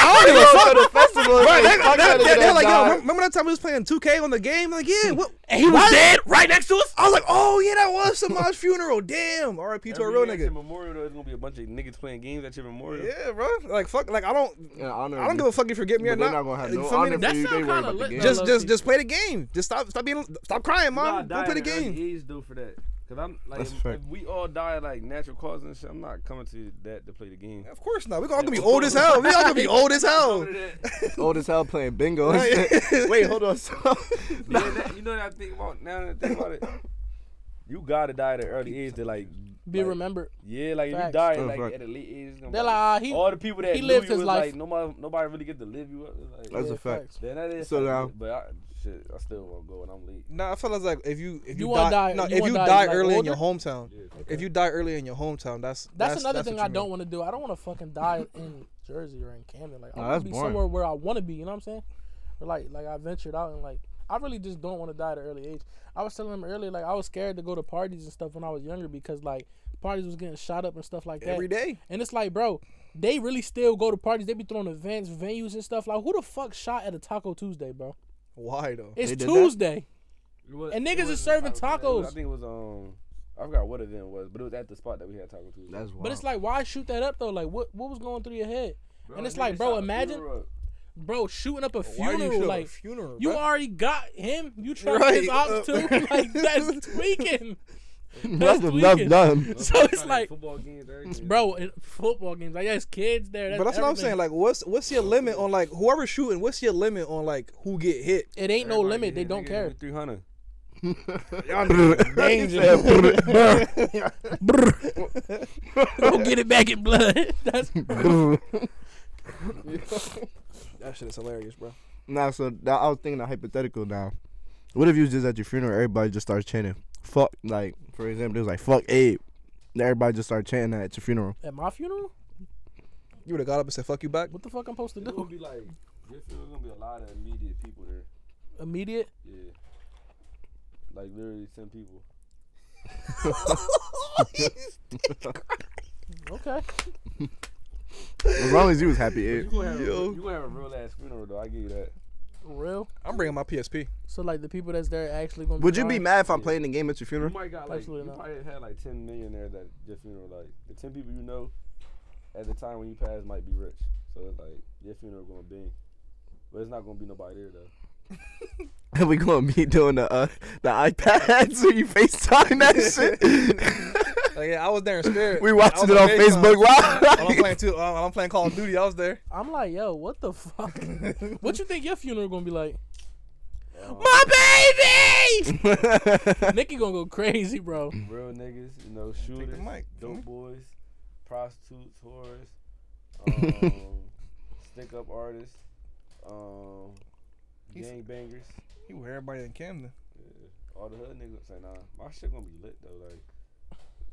[SPEAKER 4] I don't even fuck the festival. Like,
[SPEAKER 5] Right, they,
[SPEAKER 4] fuck
[SPEAKER 5] they,
[SPEAKER 4] outta
[SPEAKER 5] they,
[SPEAKER 4] here,
[SPEAKER 5] are like, yo,
[SPEAKER 4] dog.
[SPEAKER 5] remember- remember that time we was playing 2K on the game? Like, yeah, what?
[SPEAKER 1] And he was dead right next to us.
[SPEAKER 5] I was like, oh yeah, that was somebody's funeral. Damn, RIP to a
[SPEAKER 2] Every
[SPEAKER 5] real
[SPEAKER 2] year at your
[SPEAKER 5] nigga.
[SPEAKER 2] memorial though, it's gonna be a bunch of niggas playing games at your memorial.
[SPEAKER 5] Yeah, bro. Like, fuck. Like, I don't.
[SPEAKER 4] Yeah, honor
[SPEAKER 5] I don't
[SPEAKER 4] you.
[SPEAKER 5] give a fuck if you forget me
[SPEAKER 4] But
[SPEAKER 5] or
[SPEAKER 4] they're
[SPEAKER 5] not.
[SPEAKER 4] not gonna have
[SPEAKER 5] You
[SPEAKER 4] no
[SPEAKER 5] feel me?
[SPEAKER 4] honor for
[SPEAKER 1] That
[SPEAKER 4] you. They
[SPEAKER 1] sound
[SPEAKER 4] worry
[SPEAKER 1] kinda
[SPEAKER 4] about the
[SPEAKER 1] lit,
[SPEAKER 4] game.
[SPEAKER 1] though.
[SPEAKER 5] Just, just, just play the game. Just stop, stop being, stop crying, mom. Go play the game.
[SPEAKER 2] Age, though, for that. Cause I'm like,
[SPEAKER 4] That's
[SPEAKER 2] if,
[SPEAKER 4] a fact.
[SPEAKER 2] if we all die like natural causes and shit, I'm not coming to that to play the game.
[SPEAKER 5] Of course not. We're all gonna be old as hell. We're all gonna be old as hell.
[SPEAKER 4] old as hell playing bingo. and
[SPEAKER 5] Right.
[SPEAKER 4] shit. Wait, hold on. So,
[SPEAKER 2] Yeah, that- you know that I think about now that I think about it. You gotta die at an early age to like
[SPEAKER 1] Be
[SPEAKER 2] like,
[SPEAKER 1] remembered.
[SPEAKER 2] Yeah, like if you
[SPEAKER 1] Facts.
[SPEAKER 2] die
[SPEAKER 4] That's
[SPEAKER 2] like
[SPEAKER 4] right.
[SPEAKER 2] at a late age, it's gonna
[SPEAKER 1] They're
[SPEAKER 2] be
[SPEAKER 1] like, ah, he.
[SPEAKER 2] all the people that
[SPEAKER 1] he
[SPEAKER 2] knew
[SPEAKER 1] lived
[SPEAKER 2] you
[SPEAKER 1] his
[SPEAKER 2] was
[SPEAKER 1] life.
[SPEAKER 2] like nobody, nobody really get to live you up. It's Like,
[SPEAKER 4] That's a fact.
[SPEAKER 1] facts.
[SPEAKER 2] yeah, that is
[SPEAKER 4] So now-
[SPEAKER 2] but I, shit, I still won't go and I'm late.
[SPEAKER 5] Nah, I feel like if you if
[SPEAKER 1] You
[SPEAKER 5] you,
[SPEAKER 1] wanna
[SPEAKER 5] die,
[SPEAKER 1] die-
[SPEAKER 5] no,
[SPEAKER 1] you
[SPEAKER 5] if
[SPEAKER 1] wanna
[SPEAKER 5] you
[SPEAKER 1] die,
[SPEAKER 5] die,
[SPEAKER 1] like,
[SPEAKER 5] early in
[SPEAKER 1] older?
[SPEAKER 5] your hometown, if you die early in your hometown, that's
[SPEAKER 1] That's, another
[SPEAKER 5] that's
[SPEAKER 1] thing
[SPEAKER 5] what
[SPEAKER 1] I
[SPEAKER 5] you
[SPEAKER 1] don't
[SPEAKER 5] mean.
[SPEAKER 1] want to do. I don't want to fucking die in Jersey or in Camden. Like I
[SPEAKER 4] Nah,
[SPEAKER 1] want
[SPEAKER 4] that's
[SPEAKER 1] to be
[SPEAKER 4] boring.
[SPEAKER 1] somewhere where I want to be. You know what I'm saying? Or like, like I ventured out and like I really just don't want to die at an early age. I was telling him earlier, like I was scared to go to parties and stuff when I was younger because like parties was getting shot up and stuff like that
[SPEAKER 5] every day.
[SPEAKER 1] And it's like, bro, they really still go to parties. They be throwing events, venues and stuff. Like, who the fuck shot at a Taco Tuesday, bro?
[SPEAKER 5] Why though?
[SPEAKER 1] It's
[SPEAKER 4] They did that?
[SPEAKER 1] Tuesday. And niggas is serving
[SPEAKER 2] It was- I
[SPEAKER 1] tacos.
[SPEAKER 2] think it was um, I forgot what event it was, but it was at the spot that we had taco Tuesday.
[SPEAKER 4] that's wild.
[SPEAKER 1] But it's like, why shoot that up though? Like, what what was going through your head? and it's
[SPEAKER 2] niggas
[SPEAKER 1] like, bro,
[SPEAKER 2] shot a
[SPEAKER 1] imagine-
[SPEAKER 2] funeral up.
[SPEAKER 1] Bro, shooting up a
[SPEAKER 5] Why do you
[SPEAKER 1] funeral,
[SPEAKER 5] show
[SPEAKER 1] like
[SPEAKER 5] a funeral?
[SPEAKER 1] you
[SPEAKER 5] bruh?
[SPEAKER 1] already got him. You tried
[SPEAKER 5] Right.
[SPEAKER 1] his ops too. like that's tweaking. That's
[SPEAKER 4] that's enough
[SPEAKER 1] tweaking.
[SPEAKER 4] done.
[SPEAKER 1] So it's
[SPEAKER 2] Shot at
[SPEAKER 1] like,
[SPEAKER 2] football games, everything.
[SPEAKER 1] bro, in football games. Like, there's kids there. That's
[SPEAKER 5] but that's what I'm
[SPEAKER 1] everything.
[SPEAKER 5] saying. Like, what's what's your limit on like whoever shooting? What's your limit on like who get hit?
[SPEAKER 1] it ain't no limit. They don't care.
[SPEAKER 2] Three hundred.
[SPEAKER 1] Go get it back in blood. that's
[SPEAKER 5] That shit is hilarious, bro.
[SPEAKER 4] Nah, so that, I was thinking a hypothetical now. What if you was just at your funeral, everybody just starts chanting, fuck, like, for example, it was like, fuck Abe. And everybody just started chanting that at your funeral.
[SPEAKER 1] at my funeral.
[SPEAKER 5] You would have got up and said, "Fuck you back."
[SPEAKER 1] What the fuck I'm supposed to
[SPEAKER 2] It's gonna
[SPEAKER 1] do?
[SPEAKER 2] be like, your funeral's gonna be a lot of immediate people there.
[SPEAKER 1] Immediate.
[SPEAKER 2] Yeah. Like literally ten people.
[SPEAKER 1] Okay.
[SPEAKER 4] As long as you was happy, Abe.
[SPEAKER 2] You gonna have,
[SPEAKER 5] Yo.
[SPEAKER 2] a, you gonna have a real ass funeral though. I give you that.
[SPEAKER 1] Real.
[SPEAKER 5] I'm bringing my PSP.
[SPEAKER 1] So like the people that's there actually gonna.
[SPEAKER 4] Would you be
[SPEAKER 1] crying?
[SPEAKER 4] mad if I'm playing the game at your
[SPEAKER 2] You
[SPEAKER 4] funeral?
[SPEAKER 2] might got like
[SPEAKER 1] Absolutely
[SPEAKER 2] you
[SPEAKER 1] not.
[SPEAKER 2] probably had like ten millionaires at your funeral. Like the ten people you know at the time when you pass might be rich. So it's like your funeral gonna be. But it's not gonna be nobody there though.
[SPEAKER 4] And we gonna be doing the uh, the iPad so you FaceTime that shit.
[SPEAKER 5] Like, yeah, I was there in spirit.
[SPEAKER 4] we
[SPEAKER 5] I was
[SPEAKER 4] watching it on Facebook
[SPEAKER 5] While I'm
[SPEAKER 4] Live.
[SPEAKER 5] playing too. While I'm playing Call of Duty. I was there.
[SPEAKER 1] I'm like, yo, what the fuck? what you think your funeral gonna be like?
[SPEAKER 2] Um,
[SPEAKER 1] My baby. Nikki gonna go crazy, bro.
[SPEAKER 2] Um, real niggas, you know, shooters,
[SPEAKER 5] mic,
[SPEAKER 2] dope
[SPEAKER 5] homie.
[SPEAKER 2] boys, prostitutes, whores, um, stick up artists, um,
[SPEAKER 5] He's-
[SPEAKER 2] gang bangers.
[SPEAKER 5] You were everybody in Camden.
[SPEAKER 2] Yeah. All the hood niggas say, nah, my shit gonna be lit though. Like,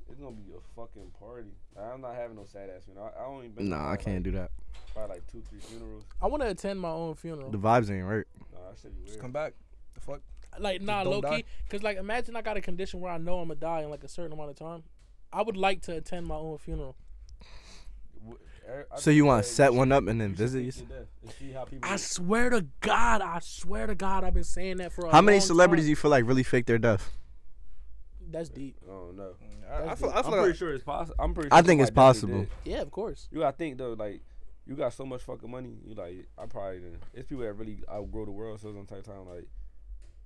[SPEAKER 2] it's gonna be a fucking party. Like, I'm not having no sad ass funeral. I, I only been to
[SPEAKER 4] nah, I
[SPEAKER 2] probably
[SPEAKER 4] can't
[SPEAKER 2] like,
[SPEAKER 4] do that.
[SPEAKER 2] Probably like two, three funerals.
[SPEAKER 1] I want to attend my own funeral.
[SPEAKER 4] The vibes ain't right.
[SPEAKER 2] Nah, that should be weird.
[SPEAKER 5] Just come back. The fuck.
[SPEAKER 1] like nah,
[SPEAKER 5] don't
[SPEAKER 1] low
[SPEAKER 5] die.
[SPEAKER 1] key. Cause like, imagine I got a condition where I know I'm gonna die in like a certain amount of time. I would like to attend my own funeral.
[SPEAKER 2] Wh- er- I
[SPEAKER 4] So
[SPEAKER 2] think
[SPEAKER 4] you want
[SPEAKER 2] that
[SPEAKER 4] to set
[SPEAKER 2] should-
[SPEAKER 4] one up and then
[SPEAKER 2] you should
[SPEAKER 4] visit? yourself?
[SPEAKER 2] fake your death and see how people.
[SPEAKER 1] I swear to God, I swear to God, I've been saying that for a
[SPEAKER 4] How many
[SPEAKER 1] long
[SPEAKER 4] celebrities
[SPEAKER 1] time.
[SPEAKER 4] you feel like really fake their death?
[SPEAKER 1] That's deep.
[SPEAKER 2] I don't know.
[SPEAKER 9] I, I feel, I
[SPEAKER 2] I'm
[SPEAKER 9] feel
[SPEAKER 2] pretty
[SPEAKER 9] like
[SPEAKER 2] sure it's possible. I'm pretty.
[SPEAKER 4] I
[SPEAKER 2] Sure
[SPEAKER 4] think it's
[SPEAKER 2] somebody definitely
[SPEAKER 4] possible.
[SPEAKER 2] did.
[SPEAKER 1] Yeah, of course.
[SPEAKER 2] You gotta think though, like you got so much fucking money. You like, I probably didn't. It's people that really outgrow the world. So sometimes time like,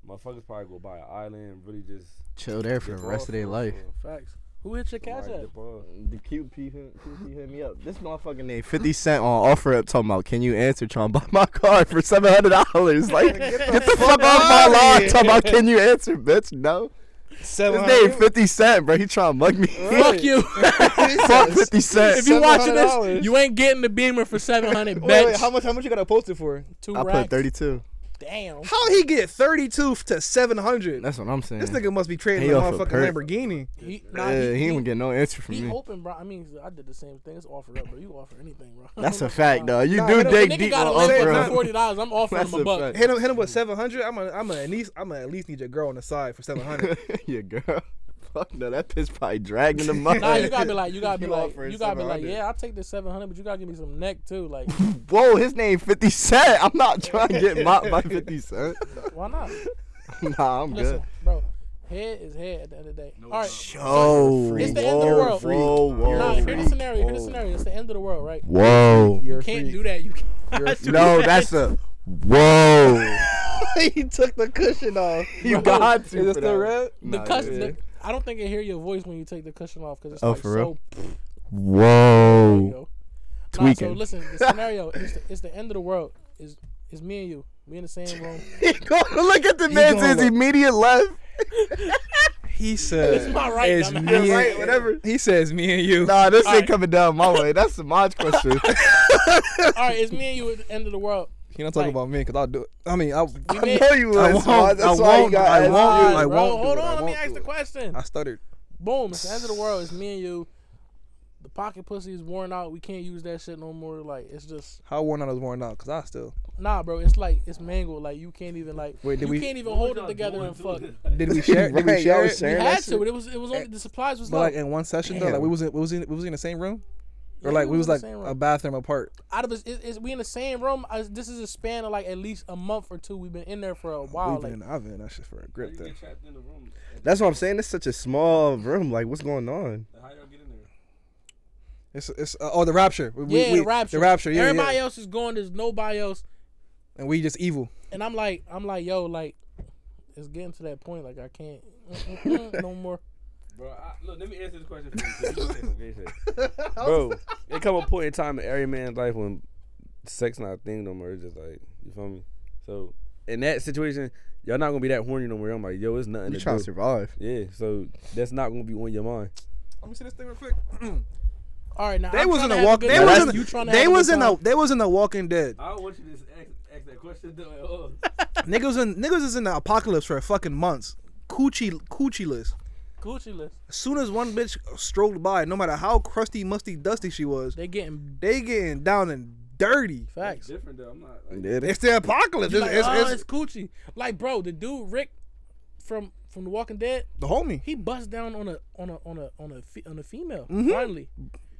[SPEAKER 2] motherfuckers probably go buy an island, and really just
[SPEAKER 4] Chill there for
[SPEAKER 2] dip
[SPEAKER 4] the rest
[SPEAKER 2] off
[SPEAKER 4] of their
[SPEAKER 2] or-
[SPEAKER 4] life.
[SPEAKER 2] or
[SPEAKER 1] Facts. Who hit your cash
[SPEAKER 2] somebody
[SPEAKER 1] app?
[SPEAKER 2] dip off.
[SPEAKER 4] The QP hit, hit me up. This motherfucking name, 50 Cent on offer up, talking about, can you answer, trying to buy my car for $700? Like, get the fuck off my lawn, talking about, can you answer, bitch? No. His name 50 Cent, bro. He trying to mug me.
[SPEAKER 1] Fuck you.
[SPEAKER 4] Fuck 50 Cent.
[SPEAKER 1] if you watching this,
[SPEAKER 5] $700.
[SPEAKER 1] you ain't getting the Beamer for seven hundred.
[SPEAKER 5] Wait,
[SPEAKER 1] bitch.
[SPEAKER 5] wait, how much? How much you gotta post it for?
[SPEAKER 1] Two
[SPEAKER 4] I
[SPEAKER 1] racks.
[SPEAKER 4] put 32.
[SPEAKER 1] Damn.
[SPEAKER 5] How he get thirty two to seven hundred?
[SPEAKER 4] That's what I'm saying.
[SPEAKER 5] This nigga must be trading
[SPEAKER 4] He
[SPEAKER 5] a
[SPEAKER 4] off a
[SPEAKER 5] motherfucking
[SPEAKER 4] perk.
[SPEAKER 5] Lamborghini.
[SPEAKER 1] He, nah,
[SPEAKER 4] yeah,
[SPEAKER 1] he,
[SPEAKER 4] he, ain't
[SPEAKER 1] he,
[SPEAKER 4] gonna get no answer from
[SPEAKER 1] he
[SPEAKER 4] me.
[SPEAKER 1] open, bro. I mean, I did the same thing. It's offer up, bro. You offer anything, bro.
[SPEAKER 4] That's a fact, though. You
[SPEAKER 5] Nah,
[SPEAKER 4] do
[SPEAKER 5] hit up-
[SPEAKER 4] dig
[SPEAKER 1] Nigga
[SPEAKER 4] deep
[SPEAKER 1] got
[SPEAKER 4] on
[SPEAKER 1] a leg
[SPEAKER 4] offer
[SPEAKER 1] for
[SPEAKER 4] up.
[SPEAKER 1] forty dollars. I'm offering
[SPEAKER 4] That's
[SPEAKER 1] him a
[SPEAKER 4] a
[SPEAKER 1] buck.
[SPEAKER 4] fact.
[SPEAKER 5] Hit him, hit him with seven hundred. I'm, a, I'm a at least, I'm a at least need your girl on the side for seven hundred.
[SPEAKER 4] Your girl. Fuck no, that bitch probably dragging the money.
[SPEAKER 1] Nah, you gotta be like, you gotta be
[SPEAKER 4] You
[SPEAKER 1] like,
[SPEAKER 4] offering
[SPEAKER 1] you gotta be like,
[SPEAKER 4] 700.
[SPEAKER 1] yeah, I'll take the seven hundred, but you gotta give me some neck too. Like,
[SPEAKER 4] Whoa, his name 50 Cent. I'm not trying to get mocked by 50 Cent.
[SPEAKER 1] why not?
[SPEAKER 4] nah, I'm
[SPEAKER 1] Listen,
[SPEAKER 4] good.
[SPEAKER 1] bro, head is head at the end of the day. All right,
[SPEAKER 4] Yo,
[SPEAKER 1] It's the end of the world.
[SPEAKER 4] Whoa, whoa,
[SPEAKER 1] nah, here's the
[SPEAKER 4] whoa.
[SPEAKER 1] scenario. Here's the scenario. It's the end of the world, right?
[SPEAKER 4] Whoa.
[SPEAKER 5] You're a
[SPEAKER 1] Can't
[SPEAKER 5] freak.
[SPEAKER 1] do that. You can't. do
[SPEAKER 4] No,
[SPEAKER 1] that.
[SPEAKER 4] that's a. Whoa.
[SPEAKER 5] he took the cushion off.
[SPEAKER 4] you got to.
[SPEAKER 5] Is it
[SPEAKER 4] for
[SPEAKER 5] still
[SPEAKER 4] that.
[SPEAKER 5] red?
[SPEAKER 1] the
[SPEAKER 4] Nah,
[SPEAKER 1] cuss.
[SPEAKER 4] yeah.
[SPEAKER 1] The, I don't think I hear your voice when you take the cushion off because it's
[SPEAKER 4] Oh,
[SPEAKER 1] like
[SPEAKER 4] for real?
[SPEAKER 1] so
[SPEAKER 4] Whoa.
[SPEAKER 1] yo. Nah, so
[SPEAKER 4] Tweaking.
[SPEAKER 1] listen, the scenario is the, it's the end of the world. Is is me and you? We in the same room.
[SPEAKER 4] He gonna look at the man to
[SPEAKER 5] gonna
[SPEAKER 4] his
[SPEAKER 5] look.
[SPEAKER 4] immediate left.
[SPEAKER 5] He says,
[SPEAKER 1] It's my right,
[SPEAKER 5] It's
[SPEAKER 1] dumbass.
[SPEAKER 5] me. and-
[SPEAKER 1] Right,
[SPEAKER 4] whatever.
[SPEAKER 5] He says, me and you.
[SPEAKER 4] Nah, this ain't
[SPEAKER 1] Alright.
[SPEAKER 4] coming down my way. That's Samaj question.
[SPEAKER 1] All right, it's me and you at the end of the world.
[SPEAKER 5] He don't talk
[SPEAKER 1] Like-
[SPEAKER 5] about me because I'll do it. I mean, I,
[SPEAKER 1] We
[SPEAKER 4] I
[SPEAKER 1] met-
[SPEAKER 4] know you was.
[SPEAKER 5] I won't,
[SPEAKER 4] Samaj.
[SPEAKER 5] I
[SPEAKER 4] That's why you
[SPEAKER 5] won't,
[SPEAKER 4] got
[SPEAKER 5] I
[SPEAKER 4] asked.
[SPEAKER 5] won't.
[SPEAKER 1] Alright,
[SPEAKER 5] I
[SPEAKER 1] bro,
[SPEAKER 5] won't do
[SPEAKER 1] hold
[SPEAKER 5] it, I
[SPEAKER 1] on. Let me
[SPEAKER 5] won't
[SPEAKER 1] ask
[SPEAKER 5] do
[SPEAKER 1] the
[SPEAKER 5] it.
[SPEAKER 1] question.
[SPEAKER 5] I stuttered.
[SPEAKER 1] Boom. It's the end of the world. It's me and you. The pocket pussy is worn out. We can't use that shit no more. Like it's just
[SPEAKER 5] How worn out is worn out? Cause I still.
[SPEAKER 1] nah, bro. It's like it's mangled. Like you can't even like
[SPEAKER 5] Wait, did
[SPEAKER 1] you
[SPEAKER 5] we-
[SPEAKER 1] can't even hold it together and fuck.
[SPEAKER 5] Did we share? Did we
[SPEAKER 4] Right,
[SPEAKER 5] share?
[SPEAKER 4] y'all
[SPEAKER 5] it?
[SPEAKER 4] was sharing
[SPEAKER 1] We
[SPEAKER 4] Aaron,
[SPEAKER 1] had
[SPEAKER 4] that
[SPEAKER 1] to, but it was it was only the supplies was
[SPEAKER 5] But
[SPEAKER 1] low.
[SPEAKER 5] like in one session though, like we was in, we was in, we was in the same room, or
[SPEAKER 1] Yeah,
[SPEAKER 5] like we was
[SPEAKER 1] in the
[SPEAKER 5] like
[SPEAKER 1] same room.
[SPEAKER 5] a bathroom apart.
[SPEAKER 1] out of us, is, is we in the same room. I, this is a span of like at least a month or two. We've been in there for a while.
[SPEAKER 5] We've
[SPEAKER 1] Like,
[SPEAKER 5] been in the oven. That shit for a grip
[SPEAKER 2] You
[SPEAKER 5] though.
[SPEAKER 2] get trapped in the room.
[SPEAKER 4] That's what I'm saying. It's such a small room. Like, what's going on?
[SPEAKER 2] How y'all get in there?
[SPEAKER 5] It's it's uh, oh the rapture. We, we-
[SPEAKER 1] yeah,
[SPEAKER 5] we-
[SPEAKER 1] the rapture.
[SPEAKER 5] The rapture. Yeah,
[SPEAKER 1] Everybody
[SPEAKER 5] yeah.
[SPEAKER 1] else is going. There's nobody else.
[SPEAKER 5] And we just evil.
[SPEAKER 1] And I'm like, I'm like, yo, like, it's getting to that point. Like, I can't mm, mm, mm, no more.
[SPEAKER 2] Bro, I, look, let me answer this question for you. Bro, it come a point in time in every man's life when sex not a thing no more. It's just like, you feel me? So, in that situation, y'all not gonna be that horny no more. I'm like, yo, it's nothing
[SPEAKER 4] You
[SPEAKER 2] to
[SPEAKER 4] trying
[SPEAKER 2] do.
[SPEAKER 4] to survive?
[SPEAKER 2] Yeah, so that's not gonna be on your mind.
[SPEAKER 5] Let me see this thing real quick.
[SPEAKER 1] All right, now
[SPEAKER 5] They
[SPEAKER 1] I'm
[SPEAKER 5] was
[SPEAKER 1] tryna
[SPEAKER 5] in a
[SPEAKER 1] have
[SPEAKER 5] walk.
[SPEAKER 1] good
[SPEAKER 5] They
[SPEAKER 1] time.
[SPEAKER 5] was
[SPEAKER 1] You
[SPEAKER 5] in.
[SPEAKER 1] tryna
[SPEAKER 5] They
[SPEAKER 1] have
[SPEAKER 5] was
[SPEAKER 1] good
[SPEAKER 5] in
[SPEAKER 1] time?
[SPEAKER 5] a. They was in a Walking Dead.
[SPEAKER 2] I don't want you to ask, ask that question though at all.
[SPEAKER 5] Niggas in niggas is in the apocalypse for fucking months. Coochie coochieless.
[SPEAKER 1] Gucci list.
[SPEAKER 5] As soon as one bitch strolled by, no matter how crusty, musty, dusty she was,
[SPEAKER 1] They getting
[SPEAKER 5] they getting down and dirty.
[SPEAKER 1] facts.
[SPEAKER 2] different though. I'm not. Like,
[SPEAKER 4] Yeah,
[SPEAKER 5] It's the apocalypse.
[SPEAKER 1] You
[SPEAKER 5] It's,
[SPEAKER 1] like,
[SPEAKER 5] it's-
[SPEAKER 1] oh,
[SPEAKER 5] it's
[SPEAKER 1] it's coochie. Like, bro, the dude Rick from from The Walking Dead,
[SPEAKER 5] the homie.
[SPEAKER 1] he bust down on a on a on a on a fe- on a female
[SPEAKER 5] Mm-hmm.
[SPEAKER 1] finally,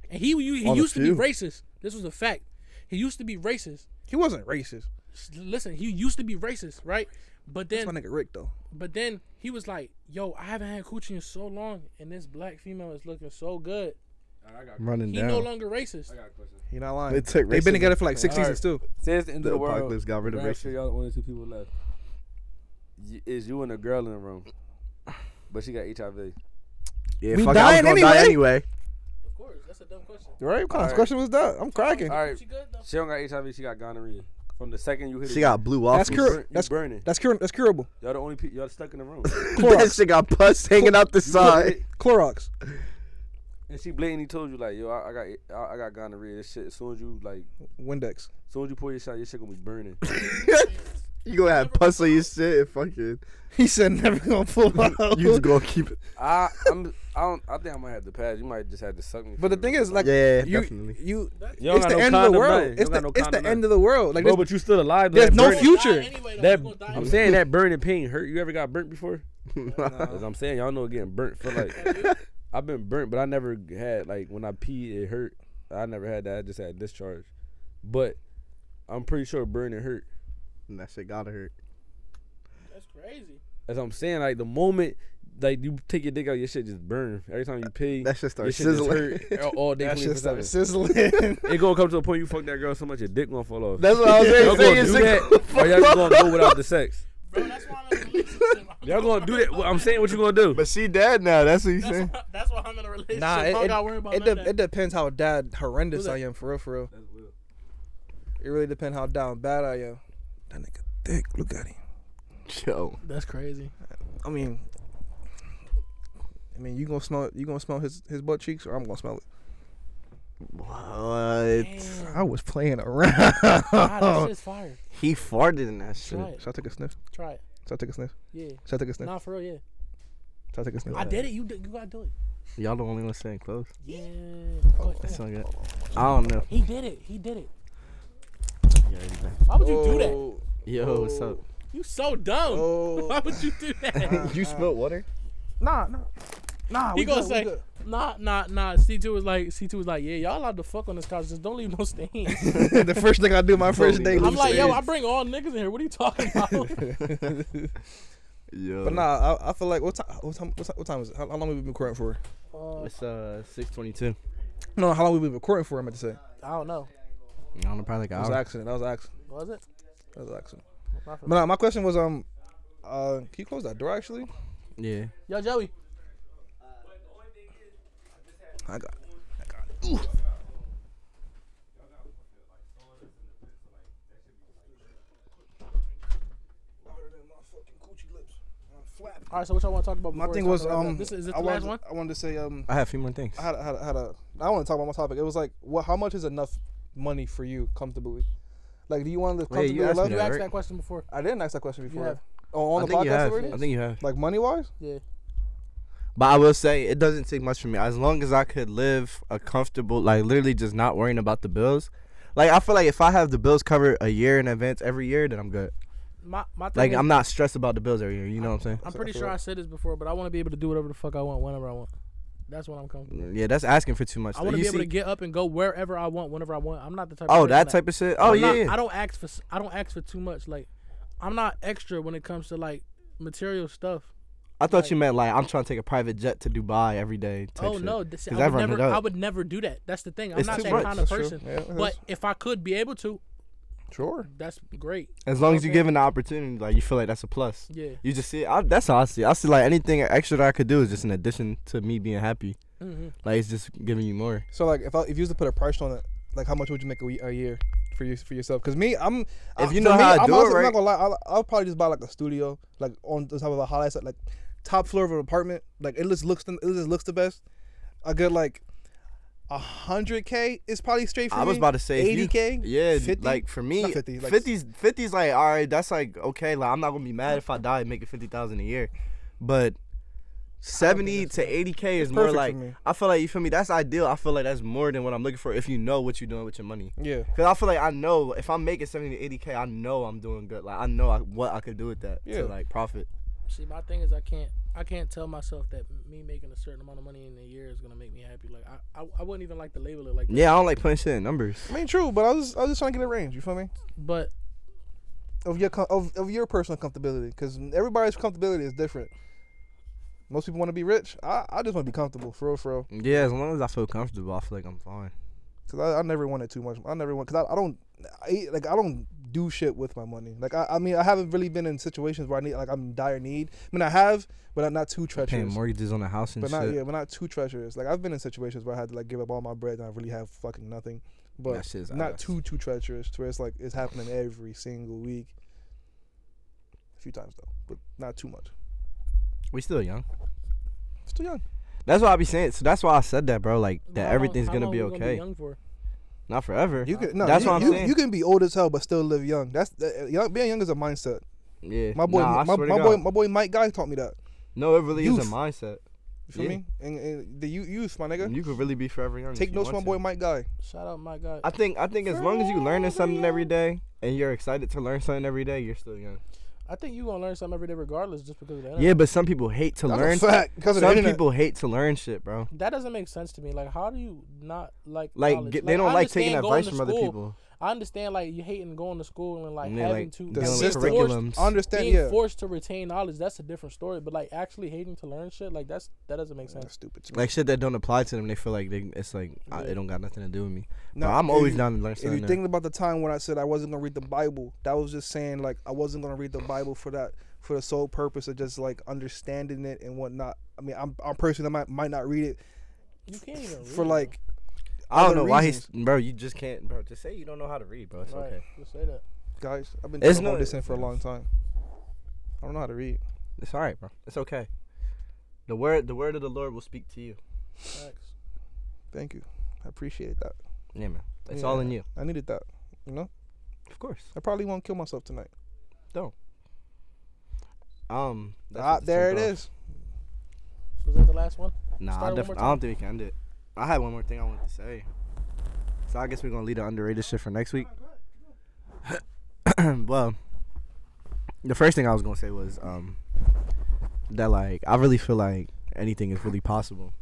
[SPEAKER 1] and he he, he
[SPEAKER 4] On a
[SPEAKER 1] used to be
[SPEAKER 4] few.
[SPEAKER 1] racist. This was a fact. He used to be racist.
[SPEAKER 5] He wasn't racist.
[SPEAKER 1] S- Listen, he used to be racist, right? But
[SPEAKER 5] That's my
[SPEAKER 1] then
[SPEAKER 5] nigga Rick though.
[SPEAKER 1] but then he was like, "Yo, I haven't had coochie in so long, and this black female is looking so good."
[SPEAKER 2] all right, I got.
[SPEAKER 4] I'm running
[SPEAKER 1] He
[SPEAKER 4] down.
[SPEAKER 1] no longer racist.
[SPEAKER 2] I got a question.
[SPEAKER 5] He not lying.
[SPEAKER 4] It took
[SPEAKER 5] They've been
[SPEAKER 4] racism.
[SPEAKER 5] together for like six
[SPEAKER 2] Alright.
[SPEAKER 5] seasons too.
[SPEAKER 2] Says the end
[SPEAKER 4] The
[SPEAKER 2] of the world.
[SPEAKER 4] apocalypse got rid of
[SPEAKER 2] Make sure
[SPEAKER 4] racism.
[SPEAKER 2] y'all the only two people left. Y- is you and a girl in the room, but she got HIV.
[SPEAKER 4] yeah,
[SPEAKER 5] We
[SPEAKER 4] fuck, I was
[SPEAKER 5] dying
[SPEAKER 4] gonna die anyway.
[SPEAKER 1] Of course, that's a dumb question.
[SPEAKER 5] Right? What kind
[SPEAKER 2] Alright.
[SPEAKER 5] of question was that? I'm cracking.
[SPEAKER 2] All right,
[SPEAKER 1] She good though.
[SPEAKER 2] she don't got HIV. She got gonorrhea. From the second you hit it,
[SPEAKER 4] She got blue off.
[SPEAKER 5] That's cur-
[SPEAKER 2] you
[SPEAKER 5] that's-
[SPEAKER 2] burning.
[SPEAKER 5] That's cur- that's curable.
[SPEAKER 2] y'all the only people. Y'all stuck in the room.
[SPEAKER 4] That shit got pus hanging out the
[SPEAKER 2] You got
[SPEAKER 4] side.
[SPEAKER 2] hit,
[SPEAKER 5] Clorox.
[SPEAKER 2] and she blatantly told you like, yo, I, I got, I, I got gonorrhea. This shit. As soon as you like,
[SPEAKER 5] Windex.
[SPEAKER 2] as soon as you pull your shot, your shit gonna be burning.
[SPEAKER 4] You gonna have pus on your shit and fucking.
[SPEAKER 5] He said never gonna pull out.
[SPEAKER 4] You just gonna keep it.
[SPEAKER 2] I, I'm, I don't. I think I might have to pass. You might just have to suck me.
[SPEAKER 5] but the thing is, like,
[SPEAKER 4] Yeah,
[SPEAKER 5] you,
[SPEAKER 4] definitely.
[SPEAKER 5] you,
[SPEAKER 2] you
[SPEAKER 5] it's the end of the world. It's the, it's the end of the world. Like,
[SPEAKER 2] Bro,
[SPEAKER 5] there's,
[SPEAKER 2] but you still alive. though.
[SPEAKER 5] there's
[SPEAKER 2] That
[SPEAKER 5] no
[SPEAKER 2] burning-
[SPEAKER 5] future.
[SPEAKER 1] Die anyway, though.
[SPEAKER 2] That
[SPEAKER 1] You gonna die
[SPEAKER 2] I'm
[SPEAKER 1] anyway.
[SPEAKER 2] saying that burning pain hurt. You ever got burnt before?
[SPEAKER 4] Uh-huh. Nah.
[SPEAKER 2] As I'm saying, y'all know getting burnt for like I've been burnt, but I never had like when I pee it hurt. I never had that. I just had discharge. But I'm pretty sure burning hurt.
[SPEAKER 4] And that shit gotta hurt.
[SPEAKER 1] That's crazy.
[SPEAKER 2] As I'm saying, like the moment like you take your dick out, your shit just burn. Every time you pee,
[SPEAKER 4] That shit
[SPEAKER 2] your
[SPEAKER 4] starts
[SPEAKER 2] shit just
[SPEAKER 4] sizzling.
[SPEAKER 2] hurt all- all day.
[SPEAKER 4] That shit starts
[SPEAKER 2] 24/7.
[SPEAKER 4] sizzling.
[SPEAKER 2] It gonna come to a point you fuck that girl so much your dick gonna fall off.
[SPEAKER 4] That's what I was
[SPEAKER 2] y'all
[SPEAKER 4] saying.
[SPEAKER 2] gonna
[SPEAKER 4] Say
[SPEAKER 2] do
[SPEAKER 4] it's
[SPEAKER 2] that,
[SPEAKER 4] a-
[SPEAKER 2] or y'all just gonna go without the sex.
[SPEAKER 1] Bro, that's why I'm in a relationship.
[SPEAKER 2] Y'all gonna do that. Well, I'm saying what you gonna do.
[SPEAKER 4] But she dead now. That's what you
[SPEAKER 1] That's
[SPEAKER 4] saying.
[SPEAKER 1] why, that's why I'm in a relationship.
[SPEAKER 5] Nah,
[SPEAKER 1] I
[SPEAKER 5] it,
[SPEAKER 1] don't
[SPEAKER 5] it,
[SPEAKER 1] gotta worry about
[SPEAKER 5] it,
[SPEAKER 1] none of
[SPEAKER 5] de-
[SPEAKER 1] that.
[SPEAKER 5] it depends how dad horrendous
[SPEAKER 1] that?
[SPEAKER 5] I am, for real, for real. It really depends how down bad I am. That nigga thick. Look at him.
[SPEAKER 4] Yo.
[SPEAKER 1] That's crazy.
[SPEAKER 5] I mean, I mean, you gonna smell you gonna smell his his butt cheeks, or I'm gonna smell it.
[SPEAKER 4] What?
[SPEAKER 5] I was playing around.
[SPEAKER 1] Nah, that shit's fire.
[SPEAKER 4] He farted in that shit.
[SPEAKER 1] Try it.
[SPEAKER 5] Should I take a sniff?
[SPEAKER 1] Try it.
[SPEAKER 5] Should I take a sniff?
[SPEAKER 1] Yeah.
[SPEAKER 5] Should I take a sniff?
[SPEAKER 1] Nah, for real, yeah.
[SPEAKER 5] Should I take a sniff?
[SPEAKER 1] I did it. You did, you gotta do it.
[SPEAKER 4] Y'all the only ones saying close.
[SPEAKER 1] Yeah.
[SPEAKER 4] That's so good. I don't know.
[SPEAKER 1] He did it. He did it. Why would you do
[SPEAKER 5] Oh.
[SPEAKER 1] that?
[SPEAKER 4] Yo, what's up?
[SPEAKER 1] You so dumb. Why would you do that?
[SPEAKER 4] you spilled water?
[SPEAKER 5] Nah, nah, nah.
[SPEAKER 1] he
[SPEAKER 5] we
[SPEAKER 1] gonna
[SPEAKER 5] good, we
[SPEAKER 1] say,
[SPEAKER 5] good.
[SPEAKER 1] nah, nah, nah. C two was like, C two was like, yeah, y'all allowed to fuck on this couch, just don't leave no stains.
[SPEAKER 5] the first thing I do my first day.
[SPEAKER 1] I'm
[SPEAKER 5] leave
[SPEAKER 1] like, yo,
[SPEAKER 5] stains.
[SPEAKER 1] I bring all niggas in here. What are you talking about?
[SPEAKER 4] Yo.
[SPEAKER 5] But nah, I, I feel like what time? What time? What time, what time is it? How, how long we been recording for?
[SPEAKER 1] Uh,
[SPEAKER 4] It's uh 622.
[SPEAKER 5] No, how long we been recording for? I meant to say.
[SPEAKER 1] I don't know.
[SPEAKER 4] I don't know, probably like
[SPEAKER 5] That was an accident. That was an accident.
[SPEAKER 1] Was it?
[SPEAKER 5] That was an accident.
[SPEAKER 1] My fault.
[SPEAKER 5] But nah, my question was um, uh, can you close that door actually?
[SPEAKER 4] Yeah.
[SPEAKER 1] Yo, Joey.
[SPEAKER 5] I got.
[SPEAKER 1] All right, so what y'all want to talk about?
[SPEAKER 5] My
[SPEAKER 1] before
[SPEAKER 5] thing
[SPEAKER 1] we
[SPEAKER 5] was
[SPEAKER 1] talk about that?
[SPEAKER 5] um,
[SPEAKER 1] this is it
[SPEAKER 5] I
[SPEAKER 1] the last
[SPEAKER 5] wanted-
[SPEAKER 1] one?
[SPEAKER 5] I wanted to say um,
[SPEAKER 4] I have a few more things.
[SPEAKER 5] I had a, had a, had a I want to talk about my topic. It was like, what? How much is enough money for you comfortably? Like, do you want to live
[SPEAKER 4] Wait,
[SPEAKER 5] comfortably?
[SPEAKER 4] you asked me
[SPEAKER 5] alone?
[SPEAKER 1] You
[SPEAKER 4] Yeah,
[SPEAKER 1] asked
[SPEAKER 4] right.
[SPEAKER 1] that question before.
[SPEAKER 5] I didn't ask that question before.
[SPEAKER 1] have.
[SPEAKER 5] Oh, on
[SPEAKER 4] I
[SPEAKER 5] the
[SPEAKER 4] think you
[SPEAKER 5] podcast
[SPEAKER 4] have.
[SPEAKER 5] already?
[SPEAKER 4] I think you have.
[SPEAKER 5] like money wise?
[SPEAKER 1] Yeah.
[SPEAKER 4] But I will say it doesn't take much for me. As long as I could live a comfortable, like literally just not worrying about the bills. Like I feel like if I have the bills covered a year in advance every year, then I'm good.
[SPEAKER 1] My my thing.
[SPEAKER 4] Like
[SPEAKER 1] is,
[SPEAKER 4] I'm not stressed about the bills every year. You know what I'm
[SPEAKER 1] I'm pretty sure I said this before, but I want to be able to do whatever the fuck I want whenever I want. That's when I'm comfortable.
[SPEAKER 4] saying? Yeah, that's asking for too much.
[SPEAKER 1] I
[SPEAKER 4] though.
[SPEAKER 1] want to
[SPEAKER 4] You
[SPEAKER 1] be able to
[SPEAKER 4] see-
[SPEAKER 1] get up and go wherever I want, whenever I want. I'm not the type.
[SPEAKER 4] oh,
[SPEAKER 1] of person
[SPEAKER 4] that type of shit. Oh
[SPEAKER 1] I'm
[SPEAKER 4] yeah.
[SPEAKER 1] not-
[SPEAKER 4] yeah.
[SPEAKER 1] I don't ask for. s- I don't ask for too much. Like, I'm not extra when it comes to like material stuff.
[SPEAKER 4] I thought you meant like I'm trying to take a private jet to Dubai every day. Type
[SPEAKER 1] oh
[SPEAKER 4] shit.
[SPEAKER 1] no, this,
[SPEAKER 4] 'Cause
[SPEAKER 1] I
[SPEAKER 4] I've
[SPEAKER 1] would
[SPEAKER 4] run it
[SPEAKER 1] never.
[SPEAKER 4] up.
[SPEAKER 1] I would never do that. That's the thing. I'm
[SPEAKER 4] It's
[SPEAKER 1] not
[SPEAKER 4] too
[SPEAKER 1] that
[SPEAKER 4] much.
[SPEAKER 1] kind of
[SPEAKER 5] That's true.
[SPEAKER 1] person.
[SPEAKER 5] Yeah, that's-
[SPEAKER 1] But if I could be able to,
[SPEAKER 5] Sure.
[SPEAKER 1] that's great.
[SPEAKER 4] As long as
[SPEAKER 1] Okay.
[SPEAKER 4] you're given the opportunity, like you feel like that's a plus.
[SPEAKER 1] Yeah.
[SPEAKER 4] You just see, I, that's how I see. it. I see like anything extra that I could do is just an addition to me being happy.
[SPEAKER 1] Mm-hmm.
[SPEAKER 4] Like it's just giving you more.
[SPEAKER 5] So like, if I, if you was to put a price on it, like how much would you make a, we- a year for you for yourself? Because me, I'm I-
[SPEAKER 4] If you
[SPEAKER 5] for
[SPEAKER 4] know
[SPEAKER 5] me,
[SPEAKER 4] how I
[SPEAKER 5] I'm
[SPEAKER 4] do it,
[SPEAKER 5] honestly- I'm
[SPEAKER 4] right?
[SPEAKER 5] not gonna lie. I'll, I'll probably just buy like a studio, like on the top of a high asset, like top floor of an apartment. Like it just looks, the- it just looks the best. A good like a hundred k is probably straight for
[SPEAKER 4] I
[SPEAKER 5] me.
[SPEAKER 4] was about to say if you-
[SPEAKER 5] eighty k.
[SPEAKER 4] Yeah,
[SPEAKER 5] 50?
[SPEAKER 4] like for me,
[SPEAKER 5] Not
[SPEAKER 4] 50,
[SPEAKER 5] 50, like-
[SPEAKER 4] 50's 50's like all right. That's like okay. Like I'm not gonna be mad if I die making fifty thousand a year, but seventy to eighty k is more
[SPEAKER 5] perfect for
[SPEAKER 4] like
[SPEAKER 5] me.
[SPEAKER 4] I feel like you feel me. That's ideal. I feel like that's more than what I'm looking for if you know what you're doing with your money.
[SPEAKER 5] Yeah.
[SPEAKER 4] Cause I feel like I know if I'm making seventy to eighty k, I know I'm doing good. Like I know I, what I could do with that
[SPEAKER 5] Yeah.
[SPEAKER 4] to like profit.
[SPEAKER 1] See, my thing is I can't I can't tell myself that me making a certain amount of money in a year is gonna make me happy. Like I I, I wouldn't even like to label it like that.
[SPEAKER 4] Yeah, I don't like putting shit in numbers.
[SPEAKER 5] I mean, true, but I was just, I was just trying to get a range. You feel me?
[SPEAKER 1] But
[SPEAKER 5] Of your com- of, of your personal comfortability, because everybody's comfortability is different. Most people want to be rich. I, I just want to be comfortable, for real, for real.
[SPEAKER 4] Yeah, as long as I feel comfortable, I feel like I'm fine.
[SPEAKER 5] Cause I, I never wanted too much. I never want because I, I don't I, like I don't do shit with my money. Like I, I mean I haven't really been in situations where I need like I'm in dire need. I mean I have, but I'm not too
[SPEAKER 4] Paying
[SPEAKER 5] treacherous.
[SPEAKER 4] mortgages on the house and
[SPEAKER 5] But not
[SPEAKER 4] shit.
[SPEAKER 5] yeah, but not too treacherous. Like I've been in situations where I had to like give up all my bread and I really have fucking nothing.
[SPEAKER 4] That
[SPEAKER 5] But
[SPEAKER 4] shit's
[SPEAKER 5] not
[SPEAKER 4] ass.
[SPEAKER 5] too too treacherous to where it's like it's happening every single week. A few times though, but not too much.
[SPEAKER 4] We still young.
[SPEAKER 5] Still young.
[SPEAKER 4] That's what I be saying. So that's why I said that, bro. Like
[SPEAKER 1] but
[SPEAKER 4] that
[SPEAKER 1] how long-
[SPEAKER 4] everything's
[SPEAKER 1] how
[SPEAKER 4] gonna
[SPEAKER 1] long
[SPEAKER 4] be
[SPEAKER 1] we
[SPEAKER 4] okay.
[SPEAKER 1] young for?
[SPEAKER 4] Not forever.
[SPEAKER 5] You can no.
[SPEAKER 4] That's
[SPEAKER 5] you,
[SPEAKER 4] what I'm
[SPEAKER 5] you,
[SPEAKER 4] saying.
[SPEAKER 5] You can be old as hell but still live young. That's uh, young, being young is a mindset.
[SPEAKER 4] yeah.
[SPEAKER 5] My boy,
[SPEAKER 4] Nah, I
[SPEAKER 5] my,
[SPEAKER 4] swear to
[SPEAKER 5] my
[SPEAKER 4] God.
[SPEAKER 5] boy, my boy, Mike Guy taught me that.
[SPEAKER 4] No, it really is
[SPEAKER 5] Youth.
[SPEAKER 4] a mindset.
[SPEAKER 5] You feel
[SPEAKER 4] Yeah.
[SPEAKER 5] me? And, and the you- youth, my nigga.
[SPEAKER 4] You could really be forever young. if
[SPEAKER 5] Take
[SPEAKER 4] you
[SPEAKER 5] notes,
[SPEAKER 4] want
[SPEAKER 5] my boy,
[SPEAKER 4] to.
[SPEAKER 5] Mike Guy.
[SPEAKER 1] Shout out my guy.
[SPEAKER 4] I think I think as long as you learning something every day and you're excited to learn something every day, you're still young.
[SPEAKER 1] I think you gonna learn something every day regardless, just because of the internet.
[SPEAKER 4] Yeah, but some people hate to
[SPEAKER 5] That's a
[SPEAKER 4] learn.
[SPEAKER 5] fact, 'cause of the
[SPEAKER 4] Some
[SPEAKER 5] internet.
[SPEAKER 4] people hate to learn shit, bro.
[SPEAKER 1] That doesn't make sense to me. Like, how do you not like
[SPEAKER 4] Like,
[SPEAKER 1] knowledge?
[SPEAKER 4] get, they
[SPEAKER 1] I
[SPEAKER 4] don't like
[SPEAKER 1] understand
[SPEAKER 4] taking
[SPEAKER 1] going
[SPEAKER 4] advice
[SPEAKER 1] to
[SPEAKER 4] from other
[SPEAKER 1] school.
[SPEAKER 4] people.
[SPEAKER 1] I understand like you hating going to school and like
[SPEAKER 4] And they,
[SPEAKER 1] having
[SPEAKER 4] like,
[SPEAKER 1] to
[SPEAKER 4] dealing
[SPEAKER 1] being
[SPEAKER 4] with
[SPEAKER 1] forced-
[SPEAKER 4] curriculums.
[SPEAKER 5] I understand,
[SPEAKER 1] being
[SPEAKER 5] yeah.
[SPEAKER 1] forced to retain knowledge. That's a different story. But like actually hating to learn shit, like that's that doesn't make sense.
[SPEAKER 5] That's stupid.
[SPEAKER 4] Like shit that don't apply to them. They feel like they, it's like I, it don't got nothing to do with me. No,
[SPEAKER 5] Now,
[SPEAKER 4] I'm
[SPEAKER 5] if
[SPEAKER 4] always
[SPEAKER 5] you-
[SPEAKER 4] down to learn
[SPEAKER 5] If
[SPEAKER 4] something.
[SPEAKER 5] you
[SPEAKER 4] new.
[SPEAKER 5] think about the time when I said I wasn't gonna read the Bible, that was just saying like I wasn't gonna read the Bible for that for the sole purpose of just like understanding it and whatnot. I mean, I'm I'm a person that might might not read it
[SPEAKER 1] You can't even read
[SPEAKER 5] for like
[SPEAKER 4] I don't
[SPEAKER 5] other
[SPEAKER 4] know why he's bro. You just can't, bro. Just say you don't know how to read, bro. It's
[SPEAKER 1] right,
[SPEAKER 4] okay.
[SPEAKER 1] just say that.
[SPEAKER 5] guys. I've been
[SPEAKER 4] It's
[SPEAKER 5] talking about
[SPEAKER 4] not-
[SPEAKER 5] this in for a long time. I don't know how to read.
[SPEAKER 4] It's all right, bro. It's okay. The word, the word of the Lord will speak to you.
[SPEAKER 1] Facts.
[SPEAKER 5] Thank you. I appreciate that.
[SPEAKER 4] Yeah, man. It's all in
[SPEAKER 5] Yeah.
[SPEAKER 4] you.
[SPEAKER 5] I needed that. You know,
[SPEAKER 4] Of course.
[SPEAKER 5] I probably won't kill myself tonight.
[SPEAKER 4] Um. that's
[SPEAKER 5] Ah,
[SPEAKER 4] what the
[SPEAKER 5] there it
[SPEAKER 4] temple-
[SPEAKER 5] is.
[SPEAKER 1] Was that the last one?
[SPEAKER 4] Nah, I,
[SPEAKER 1] Start it one
[SPEAKER 4] defi-
[SPEAKER 1] more
[SPEAKER 4] I don't think we can end it. I had one more thing I wanted to say. So I guess we're gonna leave the underrated shit for next week. well, the first thing I was gonna say was um that like I really feel like anything is really possible.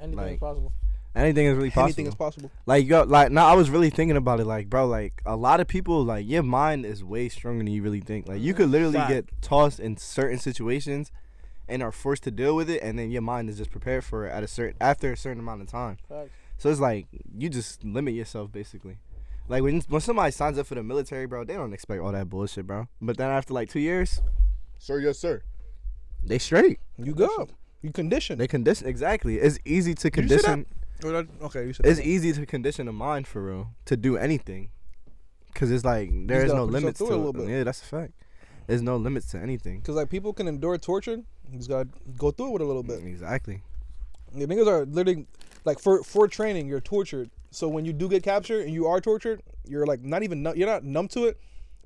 [SPEAKER 1] Anything
[SPEAKER 4] Like,
[SPEAKER 1] is possible.
[SPEAKER 4] Anything is really possible.
[SPEAKER 5] Anything is possible.
[SPEAKER 4] Like yo, like no, I was really thinking about it. Like bro, like a lot of people, like your mind is way stronger than you really think. Like you could literally
[SPEAKER 1] Fact.
[SPEAKER 4] get tossed in certain situations, and are forced to deal with it, and then your mind is just prepared for it at a certain after a certain amount of time.
[SPEAKER 1] Facts.
[SPEAKER 4] So it's like you just limit yourself basically. Like when when somebody signs up for the military, bro, they don't expect all that bullshit, bro. But then after like two years,
[SPEAKER 9] Sir, yes, sir.
[SPEAKER 4] they straight.
[SPEAKER 5] You go. You condition.
[SPEAKER 4] They condition exactly. It's easy to
[SPEAKER 5] you say that?
[SPEAKER 4] condition.
[SPEAKER 5] Okay, you said
[SPEAKER 4] it's easy to condition a mind for real to do anything, cause it's like there is
[SPEAKER 5] just gotta
[SPEAKER 4] no
[SPEAKER 5] put yourself
[SPEAKER 4] limits to
[SPEAKER 5] through
[SPEAKER 4] it.
[SPEAKER 5] it a little bit.
[SPEAKER 4] Yeah, that's a fact. There's no limits to anything.
[SPEAKER 5] because like people can endure torture. You just gotta go through it with a little bit.
[SPEAKER 4] Exactly.
[SPEAKER 5] The niggas are literally like for for training, you're tortured. So when you do get captured and you are tortured, you're like not even nu- you're not numb to it,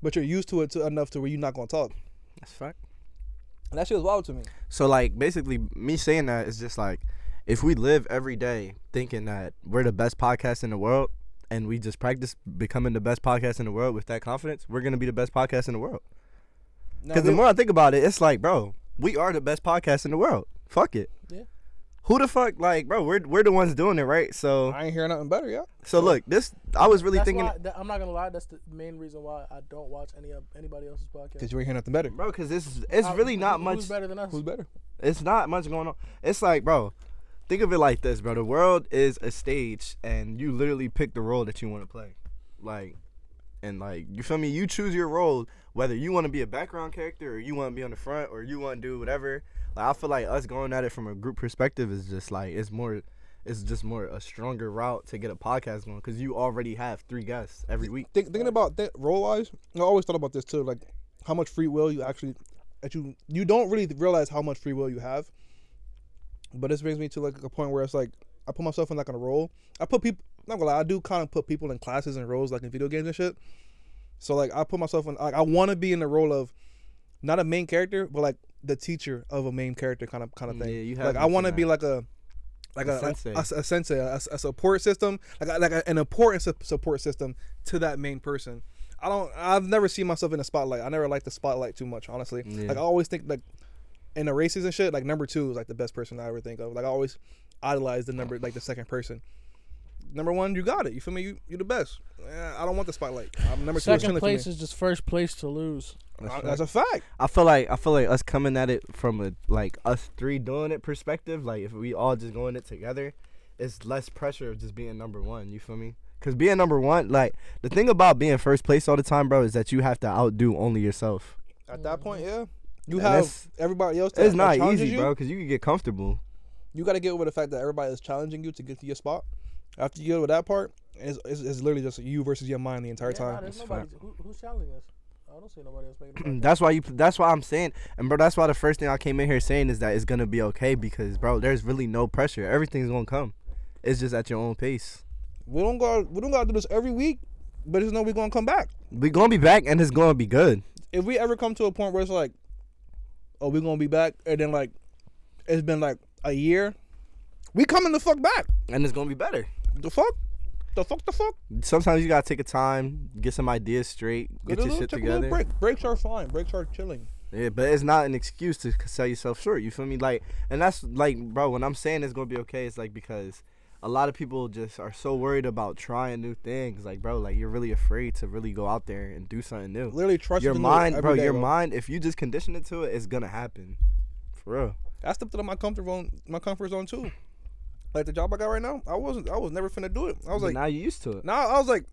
[SPEAKER 5] but you're used to it to enough to where you're not gonna talk.
[SPEAKER 4] That's a fact.
[SPEAKER 5] And that shit was wild to me.
[SPEAKER 4] So like basically, me saying that is just like, if we live every day thinking that we're the best podcast in the world, and we just practice becoming the best podcast in the world with that confidence, we're gonna be the best podcast in the world.
[SPEAKER 5] Now,
[SPEAKER 4] Because the
[SPEAKER 5] we-
[SPEAKER 4] more I think about it, it's like, bro, we are the best podcast in the world. Fuck it.
[SPEAKER 1] Yeah.
[SPEAKER 4] Who the fuck, like, bro? We're we're the ones doing it, right? So
[SPEAKER 5] I ain't hearing nothing better, yeah.
[SPEAKER 4] so look, this I was really
[SPEAKER 1] That's
[SPEAKER 4] thinking.
[SPEAKER 1] why, that, I'm not gonna lie. That's the main reason why I don't watch any of anybody else's podcast.
[SPEAKER 5] Cause you ain't hearing nothing better.
[SPEAKER 4] bro because it's it's
[SPEAKER 1] How-
[SPEAKER 4] really not
[SPEAKER 1] who's
[SPEAKER 4] much
[SPEAKER 1] better than us.
[SPEAKER 5] Who's better?
[SPEAKER 4] it's not much going on it's like bro think of it like this bro the world is a stage and you literally pick the role that you want to play like and like you feel me you choose your role whether you want to be a background character or you want to be on the front or you want to do whatever like i feel like us going at it from a group perspective is just like it's more it's just more a stronger route to get a podcast going because you already have three guests every week
[SPEAKER 5] Think, thinking about that role wise, I always thought about this too. Like how much free will you actually that you you don't really realize how much free will you have. But this brings me to like a point where it's like I put myself in like a role. I put people not gonna lie, I do kind of put people in classes and roles like in video games and shit. So like I put myself in like I want to be in the role of not a main character, but like the teacher of a main character kind of kind of thing.
[SPEAKER 4] Mm, Yeah, you have
[SPEAKER 5] like I
[SPEAKER 4] mentioned
[SPEAKER 5] want to
[SPEAKER 4] that.
[SPEAKER 5] be like a like
[SPEAKER 4] A
[SPEAKER 5] a,
[SPEAKER 4] sensei.
[SPEAKER 5] a, a sensei, a, a support system, like a, like a, an important su- support system to that main person. I don't. I've never seen myself in the spotlight. I never liked the spotlight too much, honestly.
[SPEAKER 4] Yeah.
[SPEAKER 5] Like I always think like in the races and shit, like number two is like the best person I ever think of. Like I always idolize the number, like the second person. Number one, you got it. You feel me? You you the best. Eh, I don't want the spotlight. I'm number two. is
[SPEAKER 1] Second
[SPEAKER 5] chilling
[SPEAKER 1] place
[SPEAKER 5] for
[SPEAKER 1] is just first place to lose.
[SPEAKER 5] me. Uh, That's a fact.
[SPEAKER 4] I feel like I feel like us coming at it from a like us three doing it perspective, like if we all just going it together, it's less pressure of just being number one. You feel me? Cause being number one, like the thing about being first place all the time, bro, is that you have to outdo only yourself.
[SPEAKER 5] At that point, yeah. You
[SPEAKER 4] And
[SPEAKER 5] have
[SPEAKER 4] that's-
[SPEAKER 5] everybody else. That,
[SPEAKER 4] It's
[SPEAKER 5] that
[SPEAKER 4] not
[SPEAKER 5] challenges
[SPEAKER 4] easy,
[SPEAKER 5] you.
[SPEAKER 4] bro, cause you can get comfortable.
[SPEAKER 5] you got to get over the fact that everybody is challenging you to get to your spot. After you get over that part, it's, it's, it's literally just you versus your mind the entire
[SPEAKER 1] Yeah, nah,
[SPEAKER 5] time.
[SPEAKER 1] there's nobody. Who, who's challenging us? I don't see nobody else making. a podcast.
[SPEAKER 4] Mm, That's why you. That's why I'm saying, and bro, that's why the first thing I came in here saying is that it's gonna be okay because, bro, there's really no pressure. Everything's gonna come. It's just at your own pace.
[SPEAKER 5] we don't go. We don't got to do this every week, but just know we're gonna come back.
[SPEAKER 4] we gonna be back, and it's gonna be good.
[SPEAKER 5] If we ever come to a point where it's like, oh, we're gonna be back, and then like, it's been like a year, we coming the fuck back.
[SPEAKER 4] and it's gonna be better.
[SPEAKER 5] The fuck? the fuck the fuck?
[SPEAKER 4] Sometimes you gotta take a time, get some ideas straight, get
[SPEAKER 5] Take a
[SPEAKER 4] your
[SPEAKER 5] little-
[SPEAKER 4] shit
[SPEAKER 5] take a little
[SPEAKER 4] together.
[SPEAKER 5] Break. Breaks are fine. Breaks are chilling.
[SPEAKER 4] Yeah, but it's not an excuse to sell yourself short. You feel me? Like, and that's like, bro. When I'm saying it's gonna be okay, it's like because a lot of people just are so worried about trying new things. Like, bro, like you're really afraid to really go out there and do something new.
[SPEAKER 5] Literally trust
[SPEAKER 4] your
[SPEAKER 5] is in the-
[SPEAKER 4] mind,
[SPEAKER 5] every
[SPEAKER 4] bro.
[SPEAKER 5] day,
[SPEAKER 4] your mind. If you just condition it to it, it's gonna happen. For real.
[SPEAKER 5] I stepped out of my comfort zone. My comfort zone too. Like the job I got right now, I wasn't. I was never finna do it. I was
[SPEAKER 4] But
[SPEAKER 5] like,
[SPEAKER 4] now you're used to it.
[SPEAKER 5] Now I was like,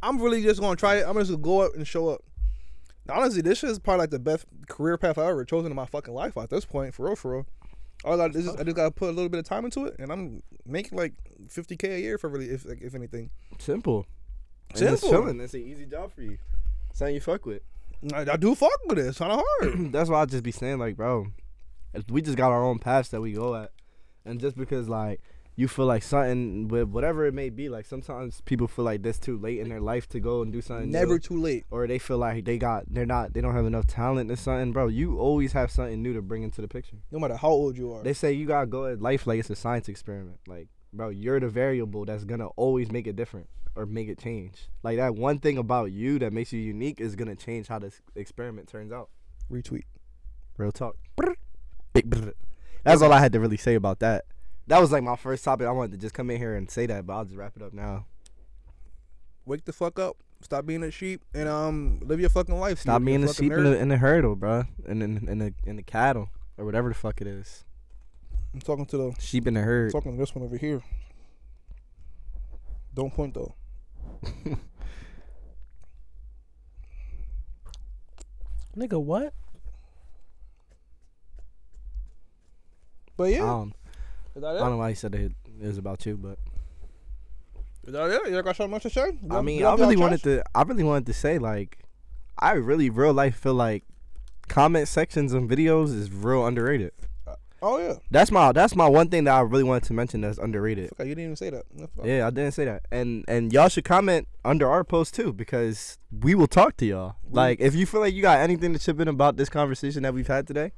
[SPEAKER 5] I'm really just gonna try it. I'm just gonna go up and show up. Now, honestly, this shit is probably like the best career path I ever chosen in my fucking life at this point, for real, for real. All I, this is, I just gotta put a little bit of time into it, and I'm making like 50k a year for really, if like, if anything.
[SPEAKER 4] Simple. And it's
[SPEAKER 5] Simple.
[SPEAKER 4] chilling. It's an easy job for you. Something you fuck with.
[SPEAKER 5] I, I do fuck with it. It's kind of hard.
[SPEAKER 4] that's why I just be saying like, bro, if we just got our own paths that we go at, and just because like you feel like something with whatever it may be, like sometimes people feel like that's too late in their life to go and do something.
[SPEAKER 5] Never
[SPEAKER 4] new,
[SPEAKER 5] too late.
[SPEAKER 4] or they feel like they got they're not they don't have enough talent or something, bro. You always have something new to bring into the picture.
[SPEAKER 5] No matter how old you are.
[SPEAKER 4] They say you gotta go at life like it's a science experiment. Like, bro, you're the variable that's gonna always make it different or make it change. Like that one thing about you that makes you unique is gonna change how this experiment turns out.
[SPEAKER 5] Retweet.
[SPEAKER 4] Real talk. Big brr. That's all I had to really say about that. That was like my first topic. I wanted to just come in here and say that, but I'll just wrap it up now.
[SPEAKER 5] Wake the fuck up. Stop being a sheep and um live your fucking life.
[SPEAKER 4] Stop
[SPEAKER 5] you
[SPEAKER 4] being a
[SPEAKER 5] fucking
[SPEAKER 4] sheep in
[SPEAKER 5] nerd.
[SPEAKER 4] the, in the hurdle, bro, and in, in the in the cattle or whatever the fuck it is.
[SPEAKER 5] I'm talking to the
[SPEAKER 4] Sheep in the
[SPEAKER 5] I'm
[SPEAKER 4] herd.
[SPEAKER 5] talking to this one over here. Don't point though.
[SPEAKER 1] Nigga, what?
[SPEAKER 5] But
[SPEAKER 4] I
[SPEAKER 5] yeah,
[SPEAKER 4] don't,
[SPEAKER 5] is that
[SPEAKER 4] Oh, I
[SPEAKER 5] it?
[SPEAKER 4] don't know why he said it, it was about you, but
[SPEAKER 5] Is that it? You got something else to say?
[SPEAKER 4] I mean, I really wanted to. I really wanted to say like, I really real life feel like comment sections on videos is real underrated.
[SPEAKER 5] Oh yeah.
[SPEAKER 4] That's my that's my one thing that I really wanted to mention that's underrated.
[SPEAKER 5] Fuck, you didn't even say that. No, fuck.
[SPEAKER 4] Yeah, I didn't say that. And and y'all should comment under our post too because we will talk to y'all. Like if you feel like you got anything to chip in about this conversation that we've had today,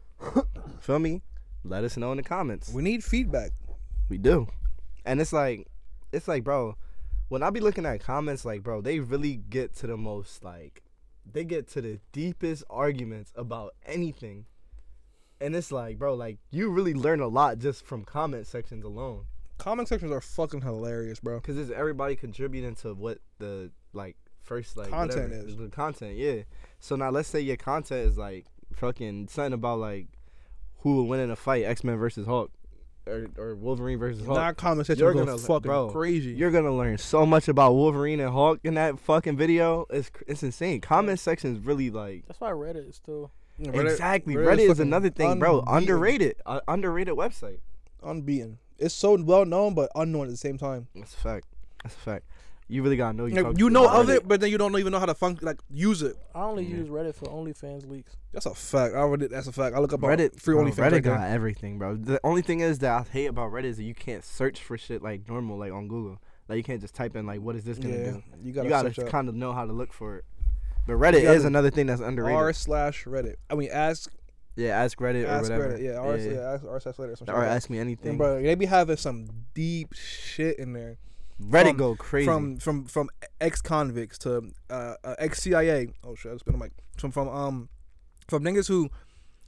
[SPEAKER 4] feel me? Let us know in the comments.
[SPEAKER 5] We need feedback.
[SPEAKER 4] We do. And it's like it's like, bro, when I be looking at comments like, bro, they really get to the most like they get to the deepest arguments about anything. And it's like, bro, like you really learn a lot just from comment sections alone.
[SPEAKER 5] Comment sections are fucking hilarious, bro.
[SPEAKER 4] Cause it's everybody contributing to what the like first like
[SPEAKER 5] Content
[SPEAKER 4] whatever,
[SPEAKER 5] is.
[SPEAKER 4] the content, yeah. So now let's say your content is like fucking something about like who will win in a fight, X Men versus Hulk, or or Wolverine versus Hulk.
[SPEAKER 5] Nah, comment sections
[SPEAKER 4] You're
[SPEAKER 5] are going
[SPEAKER 4] gonna-
[SPEAKER 5] fucking
[SPEAKER 4] bro,
[SPEAKER 5] crazy.
[SPEAKER 4] You're gonna learn so much about Wolverine and Hulk in that fucking video. It's cr- it's insane. Comment sections really like
[SPEAKER 1] That's why Reddit is still.
[SPEAKER 5] Reddit-
[SPEAKER 4] exactly.
[SPEAKER 5] Reddit
[SPEAKER 4] Reddit, is
[SPEAKER 5] fucking
[SPEAKER 4] another thing, bro.
[SPEAKER 5] unbeaten.
[SPEAKER 4] Underrated, uh, underrated website.
[SPEAKER 5] Unbeaten. It's so well known but unknown at the same time.
[SPEAKER 4] That's a fact. That's a fact. You really gotta know.
[SPEAKER 5] Like,
[SPEAKER 4] talking
[SPEAKER 5] you
[SPEAKER 4] to
[SPEAKER 5] know
[SPEAKER 4] about
[SPEAKER 5] of
[SPEAKER 4] Reddit.
[SPEAKER 5] it, but then you don't even know how to fun- like use it.
[SPEAKER 1] I only use Reddit for OnlyFans leaks.
[SPEAKER 5] That's a fact. I already that's a fact. I look up on
[SPEAKER 4] Reddit,
[SPEAKER 5] free
[SPEAKER 4] bro,
[SPEAKER 5] only
[SPEAKER 4] Reddit
[SPEAKER 5] right
[SPEAKER 4] got
[SPEAKER 5] there.
[SPEAKER 4] everything, bro. The only thing is that I hate about Reddit is that you can't search for shit like normal, like on Google. Like you can't just type in like, what is this gonna
[SPEAKER 5] Yeah,
[SPEAKER 4] do?
[SPEAKER 5] you gotta,
[SPEAKER 4] you gotta
[SPEAKER 5] search up.
[SPEAKER 4] kind of know how to look for it. But Reddit
[SPEAKER 5] gotta-
[SPEAKER 4] is another thing that's underrated.
[SPEAKER 5] R slash Reddit. I mean, ask
[SPEAKER 4] yeah, ask Reddit or
[SPEAKER 5] ask
[SPEAKER 4] whatever.
[SPEAKER 5] Reddit. Yeah, R yeah. ask R slash Reddit. Or, some shit
[SPEAKER 4] Or
[SPEAKER 5] like that.
[SPEAKER 4] ask me anything.
[SPEAKER 5] And bro, they be having some deep shit in there.
[SPEAKER 4] Reddit
[SPEAKER 5] from-
[SPEAKER 4] go crazy.
[SPEAKER 5] from from from ex convicts to uh, uh, ex CIA. Oh shit, I just been on mic. From from um from niggas who,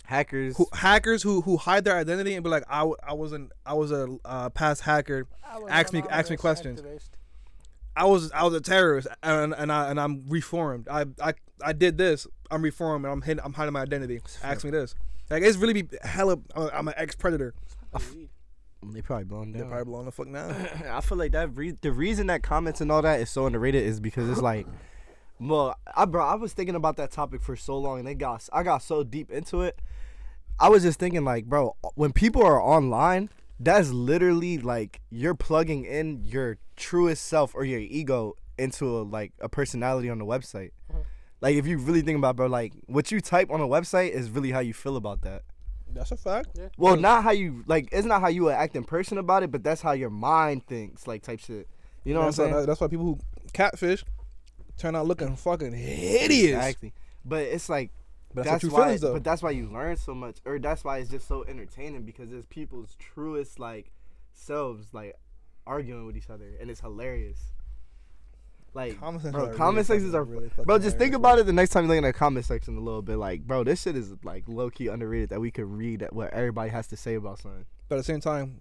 [SPEAKER 4] Hackers.
[SPEAKER 5] who hackers who who hide their identity and be like I, w- I wasn't I was a uh, past hacker. Ask me- ask me questions. I was I was a terrorist and and I and I'm reformed. I I I did this. I'm reformed and I'm hidden, I'm hiding my identity. Ask me this. Like it's really be hella. I'm, I'm an ex predator.
[SPEAKER 4] they probably blown
[SPEAKER 5] They're
[SPEAKER 4] down.
[SPEAKER 5] probably blowing the fuck now.
[SPEAKER 4] I feel like that re- the reason that comments and all that is so underrated is because it's like, well, I bro, I was thinking about that topic for so long, and it got I got so deep into it. I was just thinking like, bro, when people are online, that's literally like you're plugging in your truest self or your ego into a, like a personality on the website. Like if you really think about, it, bro, like what you type on a website is really how you feel about that.
[SPEAKER 5] That's a fact.
[SPEAKER 4] Well, not how you like. It's not how you would act in person about it, but that's how your mind thinks, like type shit. You know what I'm
[SPEAKER 5] That's why,
[SPEAKER 4] saying?
[SPEAKER 5] that's why people who catfish turn out looking fucking hideous.
[SPEAKER 4] Exactly. But it's like
[SPEAKER 5] But that's
[SPEAKER 4] that's,
[SPEAKER 5] what you
[SPEAKER 4] why.
[SPEAKER 5] feelings, though.
[SPEAKER 4] But that's why you learn so much, or that's why it's just so entertaining because it's people's truest like selves, like arguing with each other, and it's hilarious. Like,
[SPEAKER 5] Comment sections
[SPEAKER 4] bro,
[SPEAKER 5] are really
[SPEAKER 4] comment sections
[SPEAKER 5] fucking-
[SPEAKER 4] are,
[SPEAKER 5] really fucking
[SPEAKER 4] bro. Just think
[SPEAKER 5] hilarious,
[SPEAKER 4] about it the next time you're looking at a comment section a little bit. Like, bro, this shit is like low key underrated that we could read what everybody has to say about something.
[SPEAKER 5] But at the same time,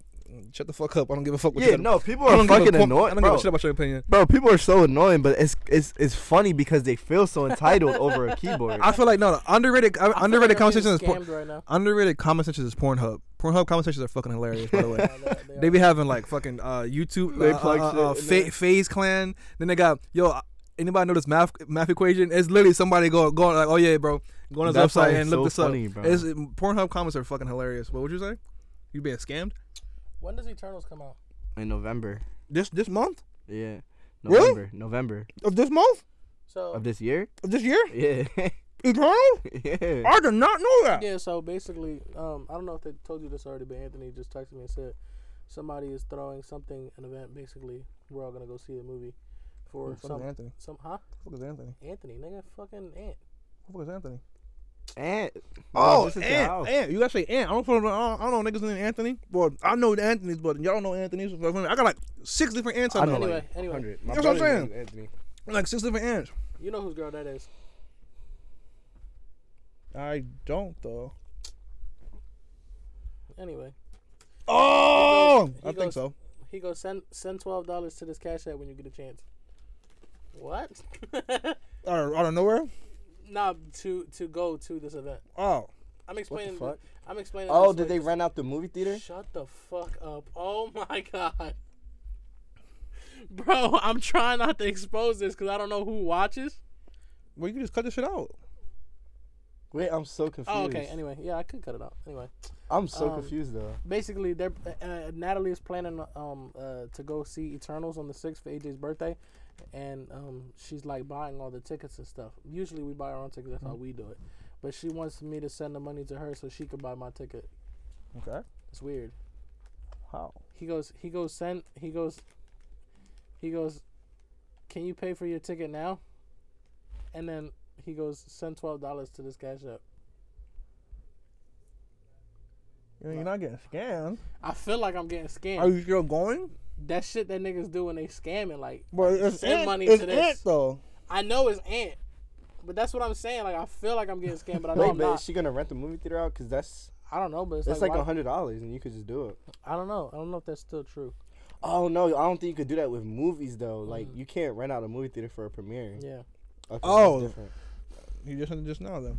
[SPEAKER 5] shut the fuck up. I don't give a fuck. What
[SPEAKER 4] yeah,
[SPEAKER 5] you got
[SPEAKER 4] no, people
[SPEAKER 5] I
[SPEAKER 4] are
[SPEAKER 5] don't give a
[SPEAKER 4] fucking
[SPEAKER 5] fuck- I
[SPEAKER 4] annoying,
[SPEAKER 5] don't give
[SPEAKER 4] bro.
[SPEAKER 5] a shit about your opinion.
[SPEAKER 4] Bro, people are so annoying, but it's it's it's funny because they feel so entitled over a keyboard.
[SPEAKER 5] I feel like no, no underrated uh, underrated conversation is por-
[SPEAKER 1] scammed right now.
[SPEAKER 5] underrated comment sections is Pornhub. Pornhub comment sections are fucking hilarious, by the way.
[SPEAKER 1] Oh,
[SPEAKER 5] they be having like fucking uh, YouTube,
[SPEAKER 4] They
[SPEAKER 5] uh,
[SPEAKER 4] plug
[SPEAKER 5] uh,
[SPEAKER 4] shit
[SPEAKER 5] uh,
[SPEAKER 4] in
[SPEAKER 5] fa-
[SPEAKER 4] there.
[SPEAKER 5] Phase Clan. Then they got yo. uh, Anybody know this math math equation? It's literally somebody go going like, oh yeah, bro, go on his
[SPEAKER 4] That's why
[SPEAKER 5] website
[SPEAKER 4] it's
[SPEAKER 5] and look
[SPEAKER 4] so
[SPEAKER 5] this
[SPEAKER 4] funny,
[SPEAKER 5] up.
[SPEAKER 4] bro.
[SPEAKER 5] It's, Pornhub comments are fucking hilarious. What would you say? You being scammed?
[SPEAKER 1] When does Eternals come out?
[SPEAKER 4] in November,
[SPEAKER 5] This this month
[SPEAKER 4] yeah,
[SPEAKER 5] Really?
[SPEAKER 4] November, November
[SPEAKER 5] of this month
[SPEAKER 1] So
[SPEAKER 4] of this year,
[SPEAKER 5] of this year?
[SPEAKER 4] yeah,
[SPEAKER 5] Eternal?
[SPEAKER 4] yeah.
[SPEAKER 5] I did not know that.
[SPEAKER 1] yeah, so basically, um, I don't know if they told you this already, but Anthony just texted me and said somebody is throwing something an event. Basically, we're all gonna go see a movie
[SPEAKER 5] Who
[SPEAKER 1] for
[SPEAKER 5] the fuck is
[SPEAKER 1] some
[SPEAKER 5] Anthony?
[SPEAKER 1] some huh
[SPEAKER 5] Who the fuck is Anthony?
[SPEAKER 1] Anthony nigga fucking Ant.
[SPEAKER 5] Who the fuck is Anthony?
[SPEAKER 4] And
[SPEAKER 5] Oh,
[SPEAKER 4] this is your
[SPEAKER 5] Ant,
[SPEAKER 4] house.
[SPEAKER 5] Ant. You gotta say Ant. I don't, follow, I don't, I don't know niggas named Anthony. Well, I know the Anthony's, but y'all don't know Anthony's. I got like six different Ants. I know.
[SPEAKER 1] Anyway,
[SPEAKER 5] Like,
[SPEAKER 1] anyway,
[SPEAKER 4] 100. My
[SPEAKER 5] That's what I'm
[SPEAKER 4] brother's
[SPEAKER 5] saying.
[SPEAKER 4] name is Anthony.
[SPEAKER 5] like six different Ants.
[SPEAKER 1] you know whose girl that is.
[SPEAKER 5] I don't though.
[SPEAKER 1] Anyway,
[SPEAKER 5] Oh,
[SPEAKER 1] He
[SPEAKER 5] I think
[SPEAKER 1] goes-
[SPEAKER 5] so.
[SPEAKER 1] he goes send send twelve dollars to this cash app when you get a chance. What?
[SPEAKER 5] Out of, out of nowhere.
[SPEAKER 1] nah, to to go to this event.
[SPEAKER 5] Oh,
[SPEAKER 1] I'm explaining.
[SPEAKER 4] fuck?
[SPEAKER 1] I'm explaining.
[SPEAKER 4] Oh,
[SPEAKER 1] this
[SPEAKER 4] did
[SPEAKER 1] way.
[SPEAKER 4] they rent out the movie theater?
[SPEAKER 1] Shut the fuck up. Oh my god. Bro, I'm trying not to expose this because I don't know who watches.
[SPEAKER 5] well, you can just cut this shit out.
[SPEAKER 4] Wait, I'm so confused.
[SPEAKER 1] Oh, okay. Anyway, yeah, I could cut it out. Anyway,
[SPEAKER 4] I'm so
[SPEAKER 1] um,
[SPEAKER 4] confused though.
[SPEAKER 1] basically, they're uh, uh, Natalie is planning um uh, to go see Eternals on the sixth for AJ's birthday, and um she's like buying all the tickets and stuff. Usually, we buy our own tickets. That's
[SPEAKER 5] Mm-hmm.
[SPEAKER 1] how we do it. But she wants me to send the money to her so she could buy my ticket.
[SPEAKER 5] Okay.
[SPEAKER 1] It's weird.
[SPEAKER 5] How?
[SPEAKER 1] he goes he goes send he goes he goes can you pay for your ticket now and then he goes send twelve dollars to this cash app
[SPEAKER 5] You're you're not getting scammed.
[SPEAKER 1] i feel like i'm getting scammed
[SPEAKER 5] Are you still going?
[SPEAKER 1] that shit that niggas do when they scamming like
[SPEAKER 5] But it's
[SPEAKER 1] Send
[SPEAKER 5] Ant-
[SPEAKER 1] money
[SPEAKER 5] it's
[SPEAKER 1] to this.
[SPEAKER 5] Ant, though.
[SPEAKER 1] i know it's ant but that's what i'm saying like i feel like i'm getting scammed but i know
[SPEAKER 4] Wait,
[SPEAKER 1] i'm
[SPEAKER 4] but
[SPEAKER 1] not
[SPEAKER 4] is she gonna rent the movie theater out? Cause that's
[SPEAKER 1] i don't know but it's,
[SPEAKER 4] it's
[SPEAKER 1] like,
[SPEAKER 4] like
[SPEAKER 1] why-
[SPEAKER 4] a hundred dollars, and you could just do it.
[SPEAKER 1] i don't know i don't know if that's still true
[SPEAKER 4] Oh no, I don't think you could do that with movies though. Like you can't rent out a movie theater for a premiere. Okay,
[SPEAKER 1] Mm. yeah
[SPEAKER 4] that's
[SPEAKER 5] Oh.
[SPEAKER 4] different.
[SPEAKER 5] You just just now then.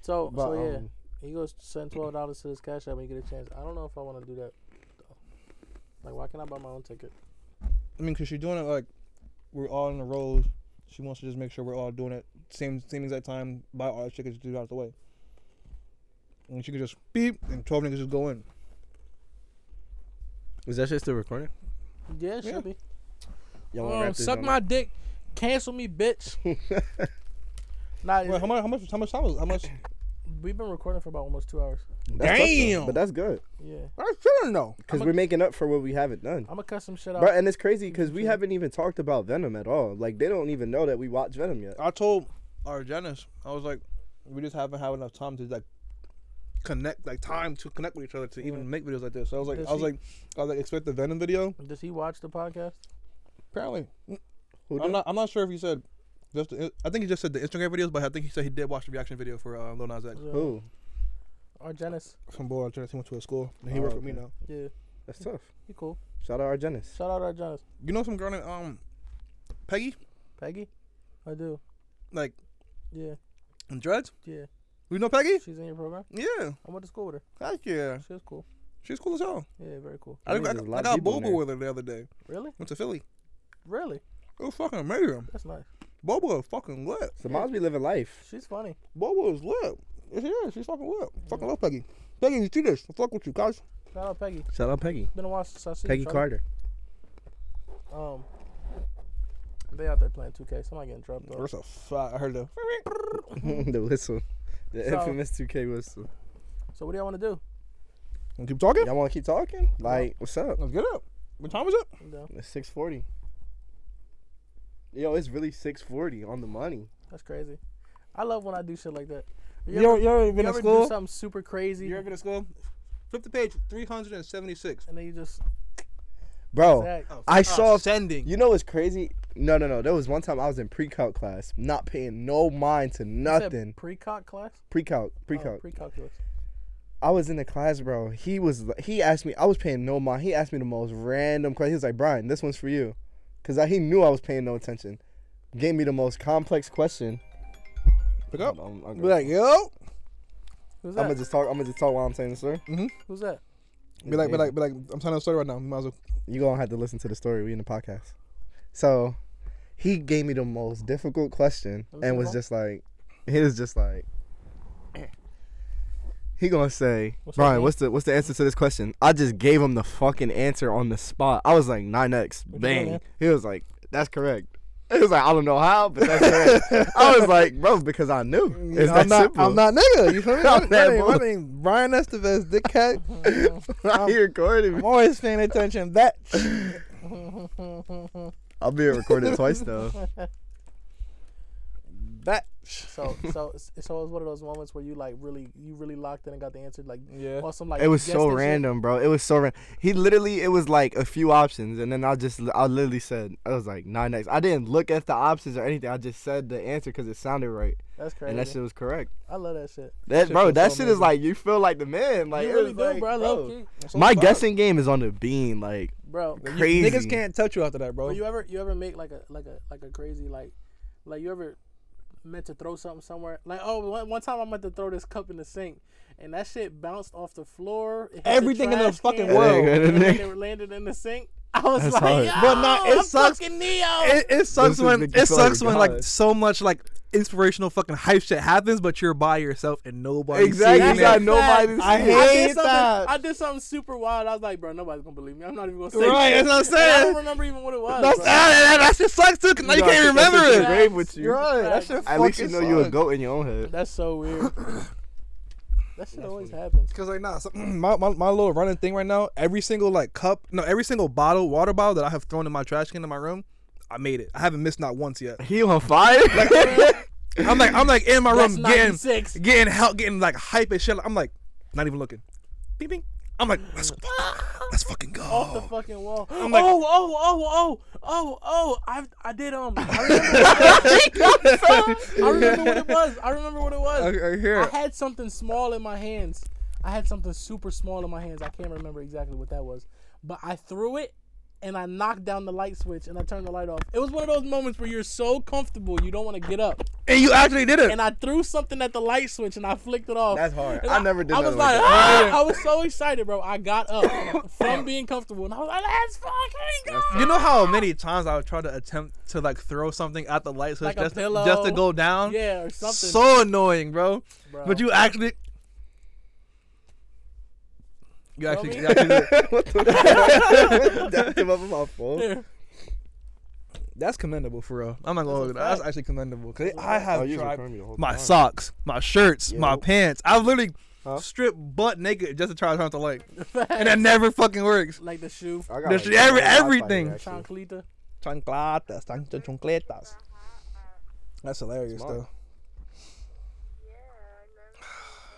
[SPEAKER 1] so
[SPEAKER 4] But,
[SPEAKER 1] so yeah
[SPEAKER 4] um,
[SPEAKER 1] he goes send twelve dollars to this cash app when you get a chance i don't know if i want to do that though. like why can't i buy my own ticket
[SPEAKER 5] I mean, cause she's doing it like we're all in the rows. She wants to just make sure we're all doing it same same exact time. Buy all the tickets, do it out the way. And she could just beep, and twelve niggas just go in.
[SPEAKER 9] Is that shit still recording?
[SPEAKER 1] yeah it
[SPEAKER 5] Yeah.
[SPEAKER 1] should be
[SPEAKER 4] Y'all wanna
[SPEAKER 1] Um,
[SPEAKER 4] wrap this
[SPEAKER 1] suck
[SPEAKER 4] on
[SPEAKER 1] my
[SPEAKER 4] up?
[SPEAKER 1] dick. Cancel me, bitch. nah,
[SPEAKER 5] Wait, how much? How much? How much time was? How much?
[SPEAKER 1] we've been recording for about almost two hours.
[SPEAKER 4] That's tough, though,
[SPEAKER 5] Damn.
[SPEAKER 4] but that's good
[SPEAKER 1] Yeah.
[SPEAKER 5] I shouldn't know.
[SPEAKER 4] because
[SPEAKER 1] I'ma-
[SPEAKER 4] we're making up for what we haven't done.
[SPEAKER 1] I'm going to cut some shit out.
[SPEAKER 4] Bro, and it's crazy because we haven't even talked about Venom at all. Like they don't even know that we watch Venom yet.
[SPEAKER 5] I told our Janice, I was like, we just haven't had enough time to like connect, like time to connect with each other to even make videos like this. So I was like,
[SPEAKER 1] Mm. Does
[SPEAKER 5] I was
[SPEAKER 1] he-
[SPEAKER 5] like, I was like, expect the Venom video.
[SPEAKER 1] Does he watch the podcast?
[SPEAKER 5] Apparently,
[SPEAKER 4] Who
[SPEAKER 5] I'm
[SPEAKER 4] do-
[SPEAKER 5] not. I'm not sure if he said. Just the, I think he just said the Instagram videos, but I think he said he did watch the reaction video for uh, Lil Nas X.
[SPEAKER 1] Yeah.
[SPEAKER 4] Who?
[SPEAKER 1] Or Janice.
[SPEAKER 5] Some boy, Janice, he went to a school and he
[SPEAKER 4] Oh,
[SPEAKER 5] worked with me
[SPEAKER 4] okay.
[SPEAKER 5] now.
[SPEAKER 1] Yeah.
[SPEAKER 4] That's tough.
[SPEAKER 1] He cool.
[SPEAKER 4] Shout out Argenis.
[SPEAKER 1] Shout out our Janice.
[SPEAKER 5] You know some girl named um Peggy,
[SPEAKER 1] Peggy? I do.
[SPEAKER 5] like
[SPEAKER 1] Yeah.
[SPEAKER 5] in dreads.
[SPEAKER 1] Yeah.
[SPEAKER 5] You know Peggy?
[SPEAKER 1] She's in your program?
[SPEAKER 5] Yeah,
[SPEAKER 1] I went to school with her.
[SPEAKER 5] heck yeah,
[SPEAKER 1] She was cool.
[SPEAKER 5] she's cool as hell.
[SPEAKER 1] Yeah, very cool.
[SPEAKER 5] I,
[SPEAKER 4] That
[SPEAKER 5] I,
[SPEAKER 4] means
[SPEAKER 5] I,
[SPEAKER 4] there's a lot
[SPEAKER 5] I
[SPEAKER 4] of
[SPEAKER 5] got
[SPEAKER 4] people in
[SPEAKER 5] Bobo
[SPEAKER 4] there.
[SPEAKER 5] with her the other day.
[SPEAKER 1] Really?
[SPEAKER 5] Went to Philly.
[SPEAKER 1] Really?
[SPEAKER 5] It was fucking amazing.
[SPEAKER 1] That's nice.
[SPEAKER 5] Bobo is fucking lit.
[SPEAKER 4] Samaj be living life.
[SPEAKER 1] She's funny.
[SPEAKER 5] Bobo is lit. It's here. She's fucking lit. Fucking love Peggy. Peggy, you see this? I fuck with you guys.
[SPEAKER 1] Shout out Peggy.
[SPEAKER 4] Shout out Peggy.
[SPEAKER 1] Been a while since I seen
[SPEAKER 4] Peggy
[SPEAKER 1] you, Charlie.
[SPEAKER 4] Carter.
[SPEAKER 1] Um, they out there playing 2K. Somebody getting dropped off.
[SPEAKER 5] That's a fact. I heard the.
[SPEAKER 4] the whistle. The
[SPEAKER 1] So-
[SPEAKER 4] infamous 2K whistle.
[SPEAKER 1] So what do y'all want to do?
[SPEAKER 5] Wanna Keep talking.
[SPEAKER 4] Y'all want to keep talking? Like, what's up?
[SPEAKER 5] Let's get up. What time is it?
[SPEAKER 1] I'm down.
[SPEAKER 4] It's 640. Yo, it's really 640 on the money.
[SPEAKER 1] That's crazy. I love when I do shit like that. You
[SPEAKER 5] You,
[SPEAKER 1] ever-
[SPEAKER 5] ever, you ever
[SPEAKER 1] You
[SPEAKER 5] been to
[SPEAKER 1] ever do
[SPEAKER 5] school?
[SPEAKER 1] something super crazy
[SPEAKER 5] You ever been to school? Flip the page. Three hundred and seventy-six.
[SPEAKER 1] and then you just
[SPEAKER 4] Bro,
[SPEAKER 1] zag.
[SPEAKER 5] Oh.
[SPEAKER 4] I saw.
[SPEAKER 5] sending.
[SPEAKER 4] You know what's crazy? No, no, no. There was one time I was in pre-calc class, not paying no mind to nothing.
[SPEAKER 1] Pre cock class? Oh,
[SPEAKER 4] Pre-calc, pre-calc.
[SPEAKER 1] Pre calculus.
[SPEAKER 4] I was in the class, bro. He was he asked me. I was paying no mind. He asked me the most random question. He was like, "Brian, this one's for you," because he knew I was paying no attention. Gave me the most complex question.
[SPEAKER 5] Pick up.
[SPEAKER 4] I'm, I'm,
[SPEAKER 5] Be like, yo.
[SPEAKER 1] Who's that?
[SPEAKER 4] gonna just talk. I'm gonna just talk while I'm saying this, sir.
[SPEAKER 1] Who's that?
[SPEAKER 5] Be like, be like, be like. I'm telling a story right now. You might as well.
[SPEAKER 4] You gonna have to listen to the story. We in the podcast. So, he gave me the most difficult question
[SPEAKER 1] Let me see
[SPEAKER 4] and was
[SPEAKER 1] one.
[SPEAKER 4] just like, he was just like, he gonna say,
[SPEAKER 1] What's that
[SPEAKER 4] Brian,
[SPEAKER 1] mean?
[SPEAKER 4] what's the what's the answer to this question? I just gave him the fucking answer on the spot. I was like, nine X,
[SPEAKER 1] you doing,
[SPEAKER 4] bang.
[SPEAKER 1] man?
[SPEAKER 4] He was like, that's correct. He was like, I don't know how, but that's correct. I was like, bro, because I knew. It's that
[SPEAKER 5] I'm not.
[SPEAKER 4] simple.
[SPEAKER 5] I'm not nigga. You feel me?
[SPEAKER 4] I'm
[SPEAKER 5] my,
[SPEAKER 4] that
[SPEAKER 5] name, my
[SPEAKER 4] bull.
[SPEAKER 5] name Brian Estevez, Dick Cat.
[SPEAKER 4] Why you recording me?
[SPEAKER 5] I'm always paying attention. That.
[SPEAKER 4] I'll be recorded twice though.
[SPEAKER 5] That.
[SPEAKER 1] So so so it was one of those moments where you like really you really locked in and got the answer like
[SPEAKER 5] Yeah.
[SPEAKER 1] or some like
[SPEAKER 4] It
[SPEAKER 1] you
[SPEAKER 4] was
[SPEAKER 1] guessed
[SPEAKER 4] so
[SPEAKER 1] that shit.
[SPEAKER 4] random, bro. It was so random. He literally, it was like a few options, and then I just, I literally said, I was like nine X. I didn't look at the options or anything. I just said the answer because it sounded right,
[SPEAKER 1] That's crazy.
[SPEAKER 4] and that shit was correct.
[SPEAKER 1] I love that shit.
[SPEAKER 4] That
[SPEAKER 5] Shit
[SPEAKER 4] bro,
[SPEAKER 5] feels
[SPEAKER 4] that
[SPEAKER 5] so
[SPEAKER 4] shit is
[SPEAKER 5] amazing.
[SPEAKER 4] like you feel like the man. Like
[SPEAKER 1] you
[SPEAKER 4] it
[SPEAKER 1] really
[SPEAKER 4] was
[SPEAKER 1] do,
[SPEAKER 4] like,
[SPEAKER 1] bro. I love you.
[SPEAKER 4] My guessing game is on the bean, like
[SPEAKER 1] Bro,
[SPEAKER 4] crazy.
[SPEAKER 5] Niggas can't touch you after that, bro.
[SPEAKER 1] Well, you ever you ever make like a like a like a crazy like like you ever meant to throw something somewhere like oh one, one time I meant to throw this cup in the sink and that shit bounced off the floor it hit
[SPEAKER 5] Everything in the
[SPEAKER 1] trash
[SPEAKER 5] fucking
[SPEAKER 1] can,
[SPEAKER 5] world.
[SPEAKER 1] and then it landed in the sink I was
[SPEAKER 4] That's
[SPEAKER 1] like
[SPEAKER 4] hard.
[SPEAKER 1] Yo,
[SPEAKER 9] But nah, it
[SPEAKER 1] I'm
[SPEAKER 9] sucks.
[SPEAKER 1] fucking Neo
[SPEAKER 9] It, it sucks
[SPEAKER 4] is
[SPEAKER 9] when
[SPEAKER 4] Nicki
[SPEAKER 9] it sucks
[SPEAKER 4] Fire,
[SPEAKER 9] when like
[SPEAKER 4] guys.
[SPEAKER 9] so much like inspirational fucking hype shit happens, but you're by yourself and nobody.
[SPEAKER 4] Exactly.
[SPEAKER 9] sees
[SPEAKER 4] You
[SPEAKER 9] it.
[SPEAKER 4] got
[SPEAKER 1] That's sad.
[SPEAKER 4] nobody.
[SPEAKER 9] I
[SPEAKER 4] to-
[SPEAKER 9] hate-
[SPEAKER 1] I did, something,
[SPEAKER 9] that.
[SPEAKER 1] I did something super wild I was like bro nobody's gonna believe me I'm not even gonna say
[SPEAKER 9] Right, that's
[SPEAKER 1] shit.
[SPEAKER 9] what I'm
[SPEAKER 1] And I
[SPEAKER 9] saying.
[SPEAKER 1] don't remember even what it was
[SPEAKER 9] That's, ah,
[SPEAKER 1] bro.
[SPEAKER 9] that, that shit sucks too. Cause now you
[SPEAKER 4] gotta
[SPEAKER 9] can't
[SPEAKER 4] put that shit in
[SPEAKER 9] remember
[SPEAKER 4] the
[SPEAKER 9] it.
[SPEAKER 4] grave with you.
[SPEAKER 1] Right, that shit
[SPEAKER 4] At least you know you a goat in your own head.
[SPEAKER 1] that's so weird that shit always happens
[SPEAKER 5] Cause like nah, so, my, my my little running thing right now. Every single like cup, no, every single bottle, water bottle that I have thrown in my trash can in my room, I made it. I haven't missed not once yet.
[SPEAKER 4] He on fire.
[SPEAKER 5] I'm like I'm like in my
[SPEAKER 1] that's
[SPEAKER 5] room getting
[SPEAKER 1] 96
[SPEAKER 5] getting help, getting like hype and shit. I'm like, not even looking. Bing bing. I'm like, let's, let's fucking go.
[SPEAKER 1] off the fucking wall.
[SPEAKER 5] Oh. I'm like-
[SPEAKER 1] oh, oh, oh, oh, oh, oh! I, I did um. I remember, what it was. I remember what it was. I remember what it was.
[SPEAKER 5] I, I hear
[SPEAKER 1] I
[SPEAKER 5] it.
[SPEAKER 1] had something small in my hands. I had something super small in my hands. I can't remember exactly what that was, but I threw it. And I knocked down the light switch and I turned the light off. It was one of those moments where you're so comfortable you don't want to get up.
[SPEAKER 5] and you actually did it.
[SPEAKER 1] And I threw something at the light switch and I flicked it off.
[SPEAKER 4] That's hard.
[SPEAKER 1] And
[SPEAKER 4] I never did
[SPEAKER 1] I
[SPEAKER 4] nothing
[SPEAKER 1] was
[SPEAKER 4] like
[SPEAKER 1] like,
[SPEAKER 4] that.
[SPEAKER 1] "Ah!" I was so excited, bro. I got up from being comfortable, and I was like, "Let's fucking go!"
[SPEAKER 9] You know how many times I would try to attempt to like throw something at the light switch
[SPEAKER 1] Like a
[SPEAKER 9] just,
[SPEAKER 1] pillow.
[SPEAKER 9] just to go down?
[SPEAKER 1] yeah, or something.
[SPEAKER 9] So annoying, bro.
[SPEAKER 1] bro.
[SPEAKER 9] But you actually. You
[SPEAKER 1] Feel
[SPEAKER 9] actually,
[SPEAKER 1] me?
[SPEAKER 9] you actually did it.
[SPEAKER 4] Dapped him up with my phone.
[SPEAKER 1] There.
[SPEAKER 5] That's commendable for real. I'm not gonna hold it.
[SPEAKER 1] fact.
[SPEAKER 5] That's actually commendable. Cause I
[SPEAKER 4] Oh,
[SPEAKER 5] have
[SPEAKER 4] you was
[SPEAKER 5] tried
[SPEAKER 4] recording me the whole
[SPEAKER 9] my
[SPEAKER 4] time.
[SPEAKER 9] socks, my shirts, my pants. I've literally
[SPEAKER 4] Huh?
[SPEAKER 9] stripped butt naked just to try to hunt the light, and that never fucking works.
[SPEAKER 1] like the shoe,
[SPEAKER 4] I got,
[SPEAKER 9] There's every-
[SPEAKER 4] I got Wi-Fi
[SPEAKER 9] everything.
[SPEAKER 4] here, actually.
[SPEAKER 1] chanclita.
[SPEAKER 5] chancletas, chan- chancletas. That's hilarious
[SPEAKER 4] Smart.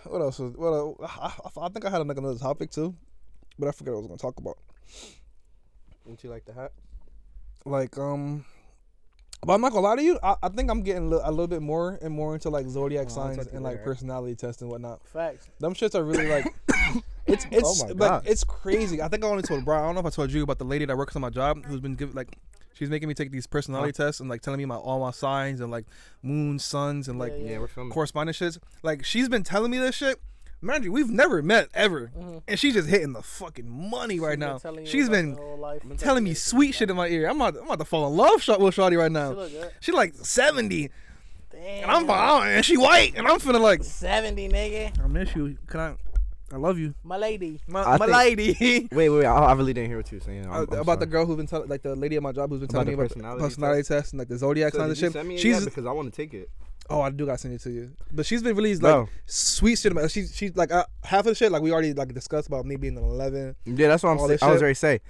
[SPEAKER 5] though. What else? Was, what el- I, I- I think I had like another topic too, but I forget what I was gonna talk about.
[SPEAKER 4] Wouldn't you like the hat?
[SPEAKER 5] Like um, but I'm not gonna lie to you. I, I think I'm getting li- a little bit more and more into like
[SPEAKER 1] Oh,
[SPEAKER 5] zodiac signs
[SPEAKER 4] talk to you
[SPEAKER 5] and like
[SPEAKER 4] later.
[SPEAKER 5] personality tests and whatnot.
[SPEAKER 1] Facts.
[SPEAKER 5] Them shits are really like it's
[SPEAKER 1] Oh
[SPEAKER 5] it's
[SPEAKER 4] my
[SPEAKER 5] like
[SPEAKER 4] God.
[SPEAKER 5] it's crazy. I think I only told Brian. I don't know if I told you about the lady that works on my job who's been giving like she's making me take these personality tests and like telling me my all my signs and like moon, suns, and like
[SPEAKER 1] Yeah,
[SPEAKER 4] Yeah, we're filming.
[SPEAKER 5] correspondence shits. Like she's been telling me this shit. Mind you, we've never met ever, and she's just hitting the fucking money right
[SPEAKER 1] Mm-hmm. She's been telling you about your
[SPEAKER 5] now. She's been
[SPEAKER 1] whole life.
[SPEAKER 5] telling me sweet shit in my ear. I'm about, I'm about to fall in love sh- with Shawty right
[SPEAKER 1] She
[SPEAKER 5] now.
[SPEAKER 1] look good.
[SPEAKER 5] She like 70,
[SPEAKER 1] Damn.
[SPEAKER 5] and I'm and she white, and I'm feeling like
[SPEAKER 1] seventy, nigga.
[SPEAKER 5] I miss you. Can I? I love you,
[SPEAKER 1] My lady.
[SPEAKER 5] my,
[SPEAKER 4] I
[SPEAKER 5] my
[SPEAKER 4] think-
[SPEAKER 5] lady.
[SPEAKER 4] Wait, wait, wait. I, I really didn't hear what you were saying. I'm,
[SPEAKER 5] Uh,
[SPEAKER 4] I'm
[SPEAKER 5] about
[SPEAKER 4] sorry.
[SPEAKER 5] the girl who's been telling, like the lady at my job who's been
[SPEAKER 4] About
[SPEAKER 5] telling
[SPEAKER 4] the
[SPEAKER 5] me about personality,
[SPEAKER 4] personality
[SPEAKER 5] personality test. and like the zodiac
[SPEAKER 4] So
[SPEAKER 5] sign and
[SPEAKER 4] did you
[SPEAKER 5] shit.
[SPEAKER 4] send me it
[SPEAKER 5] She's
[SPEAKER 4] yet? because I want to take it.
[SPEAKER 5] oh, I do got to send it to you, but she's been really like
[SPEAKER 4] Bro.
[SPEAKER 5] sweet shit. About, she's she's like uh, half of the shit like we already like discussed about me being an eleven.
[SPEAKER 4] Yeah, that's what I'm.
[SPEAKER 5] All
[SPEAKER 4] saying.
[SPEAKER 5] this
[SPEAKER 4] I was
[SPEAKER 5] shit.
[SPEAKER 4] already say,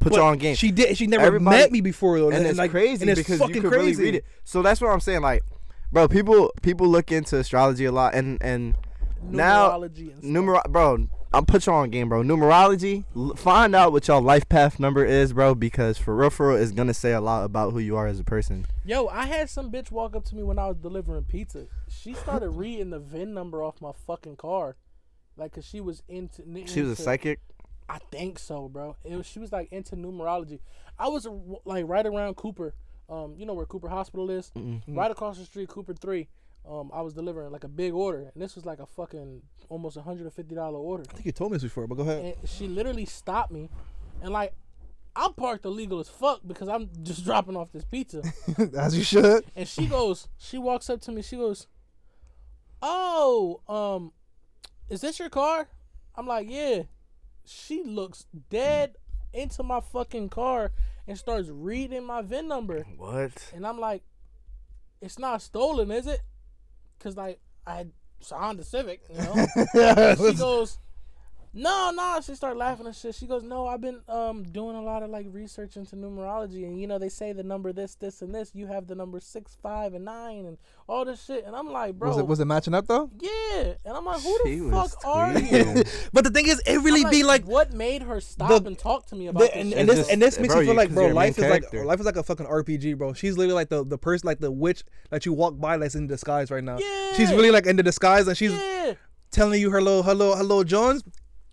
[SPEAKER 4] put
[SPEAKER 5] But
[SPEAKER 4] you on game.
[SPEAKER 5] She did. She never
[SPEAKER 4] Everybody-
[SPEAKER 5] met me before though,
[SPEAKER 4] and it's
[SPEAKER 5] like,
[SPEAKER 4] crazy
[SPEAKER 5] and it's
[SPEAKER 4] because
[SPEAKER 5] fucking
[SPEAKER 4] you could
[SPEAKER 5] crazy.
[SPEAKER 4] really read it. So that's what I'm saying. Like, bro, people people look into astrology a lot, and and now
[SPEAKER 1] Numerology and stuff.
[SPEAKER 4] numero bro, I'm put you on game, bro. Numerology. l- Find out what your life path number is, bro, because for real, for real, is gonna say a lot about who you are as a person.
[SPEAKER 1] Yo, I had some bitch walk up to me when I was delivering pizza. She started reading the VIN number off my fucking car. Like, cause she was into.
[SPEAKER 4] She was a
[SPEAKER 1] into-
[SPEAKER 4] psychic.
[SPEAKER 1] I think so, bro. It was, she was like into numerology. I was uh, w- like right around Cooper. Um, you know where Cooper Hospital is?
[SPEAKER 4] Mm-hmm,
[SPEAKER 1] Right across the street, Cooper Three. Um, I was delivering like a big order, and this was like a fucking almost a hundred and fifty dollar order.
[SPEAKER 5] think you told me this before, but go ahead.
[SPEAKER 1] And she literally stopped me, and like, I'm parked illegal as fuck because I'm just dropping off this pizza.
[SPEAKER 5] As you should.
[SPEAKER 1] And she goes, she walks up to me, she goes, Oh, um, is this your car? I'm like, Yeah. She looks dead into my fucking car and starts reading my VIN number.
[SPEAKER 4] What?
[SPEAKER 1] And I'm like, It's not stolen, is it? Cause like I had it's a Honda Civic, you know? she goes, no, no. She started laughing and shit. She goes, no, I've been um doing a lot of like research into numerology, and you know they say the number this, this, and this. You have the number six, five, and nine, and all this shit. And I'm like, bro,
[SPEAKER 5] Was it was it matching up though?
[SPEAKER 1] yeah. And I'm like, who
[SPEAKER 4] She
[SPEAKER 1] the
[SPEAKER 4] was
[SPEAKER 1] fuck are you?
[SPEAKER 4] tweaking.
[SPEAKER 9] But the thing is, it really
[SPEAKER 1] I'm
[SPEAKER 9] be like
[SPEAKER 1] what made her stop
[SPEAKER 5] the-
[SPEAKER 1] and talk to me about
[SPEAKER 5] The-
[SPEAKER 1] this?
[SPEAKER 5] and,
[SPEAKER 1] shit?
[SPEAKER 4] It's
[SPEAKER 5] and this
[SPEAKER 4] just-
[SPEAKER 5] and this makes
[SPEAKER 4] bro,
[SPEAKER 5] you feel
[SPEAKER 4] you-
[SPEAKER 5] like
[SPEAKER 4] 'cause
[SPEAKER 5] bro,
[SPEAKER 4] you're a main
[SPEAKER 5] life is
[SPEAKER 4] character.
[SPEAKER 5] like life is like a fucking RPG, bro. She's literally like the the person like the witch that you walk by that's in disguise right now. She's
[SPEAKER 1] Yeah.
[SPEAKER 5] really like in the disguise and she's
[SPEAKER 1] yeah,
[SPEAKER 5] telling you her little her little her little Jones,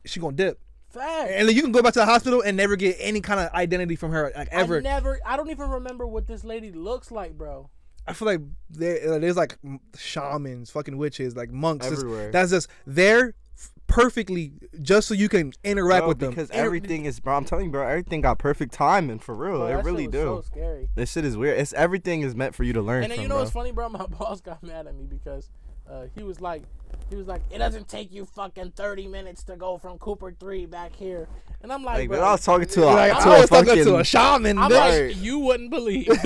[SPEAKER 5] she gonna dip.
[SPEAKER 1] fact.
[SPEAKER 5] And then you can go back to the hospital and never get any kind of identity from her like ever.
[SPEAKER 1] I never. I don't even remember what this lady looks like, bro.
[SPEAKER 5] I feel like there, uh, there's like m- shamans, fucking witches, like monks. It's-
[SPEAKER 4] Everywhere.
[SPEAKER 5] That's just there f- perfectly just so you can interact
[SPEAKER 4] Bro,
[SPEAKER 5] with them.
[SPEAKER 4] because
[SPEAKER 5] Inter-
[SPEAKER 4] everything is, bro. I'm telling you, bro. Everything got perfect timing for real.
[SPEAKER 1] Bro, that
[SPEAKER 4] Oh, it
[SPEAKER 1] shit
[SPEAKER 4] really
[SPEAKER 1] was
[SPEAKER 4] do.
[SPEAKER 1] So scary.
[SPEAKER 4] This shit is weird. It's everything is meant for you to learn
[SPEAKER 1] And then
[SPEAKER 4] from,
[SPEAKER 1] you know
[SPEAKER 4] bro.
[SPEAKER 1] what's funny, bro? My boss got mad at me because uh, he was like, he was like, it doesn't take you fucking thirty minutes to go from Cooper three back here, and I'm like,
[SPEAKER 4] Like,
[SPEAKER 1] bro,
[SPEAKER 4] but I was talking to a,
[SPEAKER 5] like,
[SPEAKER 4] to
[SPEAKER 5] I
[SPEAKER 4] a
[SPEAKER 5] was talking
[SPEAKER 4] fucking,
[SPEAKER 5] to a shaman.
[SPEAKER 1] I'm
[SPEAKER 5] bitch.
[SPEAKER 1] like, you wouldn't believe.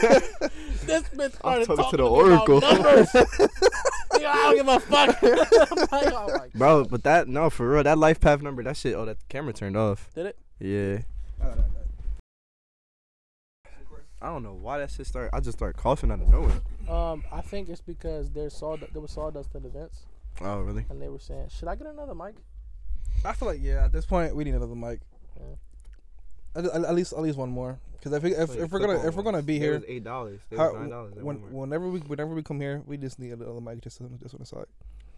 [SPEAKER 1] this bitch started
[SPEAKER 4] talking to
[SPEAKER 1] talking
[SPEAKER 4] the
[SPEAKER 1] to me about
[SPEAKER 4] Oracle.
[SPEAKER 1] numbers. Nigga, I don't give a fuck. I'm like, oh my God.
[SPEAKER 4] bro. But that no, for real, that life path number, that shit. Oh, that camera turned off.
[SPEAKER 1] Did it?
[SPEAKER 4] Yeah.
[SPEAKER 5] Oh,
[SPEAKER 4] I don't know why that shit started. I just started coughing out of nowhere.
[SPEAKER 1] Um, I think it's because there's sawdust. There was sawdust at events,
[SPEAKER 4] Oh, really?
[SPEAKER 1] and they were saying, should I get another mic?
[SPEAKER 5] I feel like yeah. At this point, we need another mic. At, at- at least at least one more. Because if, we- if, if we're gonna if we're gonna be here,
[SPEAKER 4] eight dollars.
[SPEAKER 5] how- when, whenever we whenever we come here, we just need another mic just on this one aside.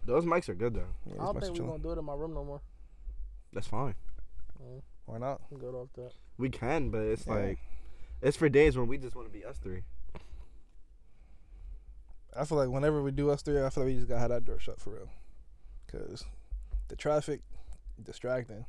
[SPEAKER 4] Those mics are good though.
[SPEAKER 1] I
[SPEAKER 5] Yeah, this
[SPEAKER 1] don't
[SPEAKER 5] mic's
[SPEAKER 1] think we're
[SPEAKER 5] chilling.
[SPEAKER 1] gonna do it in my room no more.
[SPEAKER 4] That's fine.
[SPEAKER 5] Why not?
[SPEAKER 1] I'm good off that.
[SPEAKER 4] We can, but it's
[SPEAKER 5] Yeah.
[SPEAKER 4] like, it's for days when we just want to be us three.
[SPEAKER 5] I feel like whenever we do us three, I feel like we just gotta have that door shut for real. Cause the traffic distracting.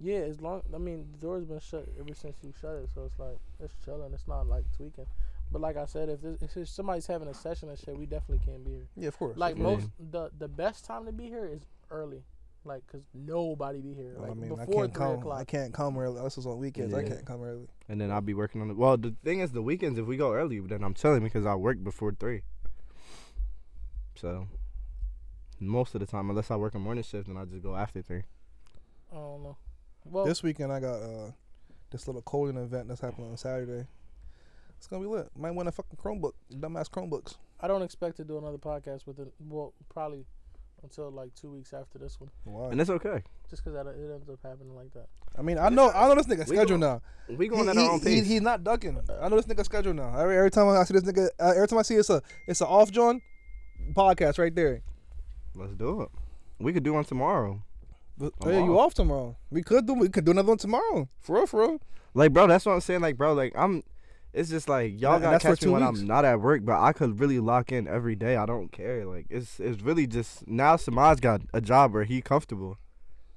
[SPEAKER 1] Yeah, as long I mean the door's been shut ever since you shut it, so it's like it's chilling. It's not like tweaking. But like I said, if this, if it's- somebody's having a session and shit, we definitely can't be here.
[SPEAKER 5] Yeah, of course.
[SPEAKER 1] Like
[SPEAKER 4] Yeah.
[SPEAKER 1] most the the best time to be here is early, like cause nobody be here. Like
[SPEAKER 5] I mean, I
[SPEAKER 1] before
[SPEAKER 5] can't
[SPEAKER 1] three
[SPEAKER 5] come.
[SPEAKER 1] o'clock.
[SPEAKER 5] I can't come early. This is on weekends. I
[SPEAKER 4] Yeah.
[SPEAKER 5] can't come early.
[SPEAKER 4] And then I'll be working on it. Well, the thing is, the weekends if we go early, then I'm telling because I work before three. So, most of the time, unless I work a morning shift, then I just go after three.
[SPEAKER 1] I don't know. Well,
[SPEAKER 5] This weekend I got uh this little coding event that's happening on Saturday. It's gonna be lit. Might win a fucking Chromebook, dumbass Chromebooks.
[SPEAKER 1] I don't expect to do another podcast with it. Well, probably until like two weeks after this one,
[SPEAKER 5] Why?
[SPEAKER 4] And it's okay.
[SPEAKER 1] just cause that, it ends up happening like that.
[SPEAKER 5] I mean, I know, I know this nigga
[SPEAKER 4] We
[SPEAKER 5] schedule
[SPEAKER 4] going-
[SPEAKER 5] now.
[SPEAKER 4] We going
[SPEAKER 5] He-
[SPEAKER 4] at our
[SPEAKER 5] he-
[SPEAKER 4] own
[SPEAKER 5] he-
[SPEAKER 4] pace.
[SPEAKER 5] he's not ducking. I know this nigga schedule now. Every, every time I see this nigga, uh, every time I see it's a it's a off John podcast right there.
[SPEAKER 4] Let's do it. We could do one tomorrow.
[SPEAKER 5] But,
[SPEAKER 4] I'm
[SPEAKER 5] oh yeah, you
[SPEAKER 4] off.
[SPEAKER 5] off tomorrow. We could do we could do another one tomorrow. For real, for real.
[SPEAKER 4] Like, bro, that's what I'm saying. Like, bro, like I'm. It's just like y'all
[SPEAKER 5] And
[SPEAKER 4] gotta
[SPEAKER 5] that's for
[SPEAKER 4] catch me
[SPEAKER 5] two
[SPEAKER 4] when
[SPEAKER 5] weeks.
[SPEAKER 4] I'm not at work, but I could really lock in every day. I don't care. Like it's it's really just now. Samaj got a job where he comfortable,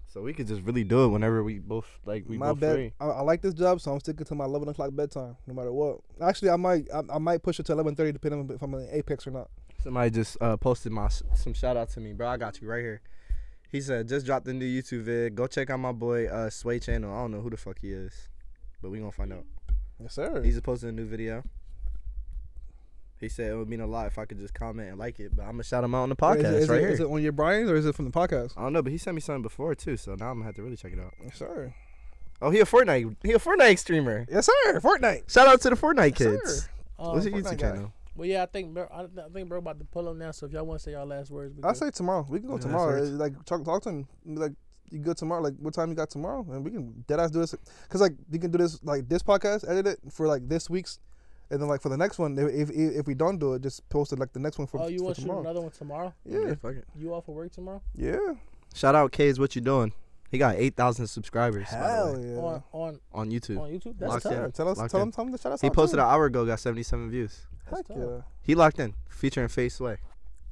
[SPEAKER 4] so we could just really do it whenever we both like we
[SPEAKER 5] my
[SPEAKER 4] both
[SPEAKER 5] bed.
[SPEAKER 4] free.
[SPEAKER 5] I, I like this job, so I'm sticking to my 11 o'clock bedtime, no matter what. Actually, I might I, I might push it to 11:30 depending on if I'm in Apex or not.
[SPEAKER 4] Somebody just uh, posted my s- some shout out to me, bro. I got you right here. He said just dropped a new YouTube vid. Go check out my boy uh, Sway channel. I don't know who the fuck he is, but we gonna find out.
[SPEAKER 5] Yes, sir.
[SPEAKER 4] He just posted a new video. He said it would mean a lot if I could just comment and like it, but I'm gonna shout him out on the
[SPEAKER 5] Is it-
[SPEAKER 4] podcast
[SPEAKER 5] is it-
[SPEAKER 4] right here.
[SPEAKER 5] is it on your Brian's or is it from the podcast?
[SPEAKER 4] I don't know, but he sent me something before too, so now I'm gonna have to really check it out.
[SPEAKER 5] Yes, sir.
[SPEAKER 4] Oh, he a Fortnite, he a Fortnite streamer.
[SPEAKER 5] Yes, sir. Fortnite.
[SPEAKER 4] Shout out to the Fortnite
[SPEAKER 5] Yes,
[SPEAKER 4] kids.
[SPEAKER 5] sir. Oh,
[SPEAKER 1] Um,
[SPEAKER 4] What's your
[SPEAKER 5] Fortnite
[SPEAKER 4] YouTube
[SPEAKER 5] guy.
[SPEAKER 4] channel?
[SPEAKER 1] well, yeah, I think bro, I, I think bro about to pull him now. So if y'all want to say y'all last words, we
[SPEAKER 5] I
[SPEAKER 1] good.
[SPEAKER 5] say tomorrow. We can go
[SPEAKER 4] Yeah, that
[SPEAKER 5] tomorrow.
[SPEAKER 4] hurts.
[SPEAKER 5] Like talk talk to him. Like you good tomorrow? Like, what time you got tomorrow? And we can dead ass do this because like you can do this like this podcast, edit it for like this week's, and then like for the next one, if if, if we don't do it, just post it like the next one for,
[SPEAKER 1] oh, you
[SPEAKER 5] for
[SPEAKER 1] want to shoot
[SPEAKER 5] tomorrow.
[SPEAKER 1] another one tomorrow?
[SPEAKER 5] Yeah,
[SPEAKER 4] fuck it.
[SPEAKER 1] You off of work tomorrow?
[SPEAKER 5] yeah,
[SPEAKER 4] Shout out Kays, what you doing? He got eight thousand subscribers by the
[SPEAKER 5] hell
[SPEAKER 4] way,
[SPEAKER 5] yeah.
[SPEAKER 1] On on
[SPEAKER 4] on YouTube.
[SPEAKER 1] on YouTube?
[SPEAKER 4] Locked
[SPEAKER 1] That's
[SPEAKER 4] in.
[SPEAKER 1] tough.
[SPEAKER 5] Yeah, tell us,
[SPEAKER 4] Locked
[SPEAKER 5] tell
[SPEAKER 4] in.
[SPEAKER 5] him, tell him to shut us
[SPEAKER 4] He
[SPEAKER 5] out,
[SPEAKER 4] posted
[SPEAKER 5] too.
[SPEAKER 4] an hour ago, got seventy seven views.
[SPEAKER 1] That's
[SPEAKER 5] Heck
[SPEAKER 1] tough.
[SPEAKER 5] yeah,
[SPEAKER 4] He locked in, featuring Face Sway.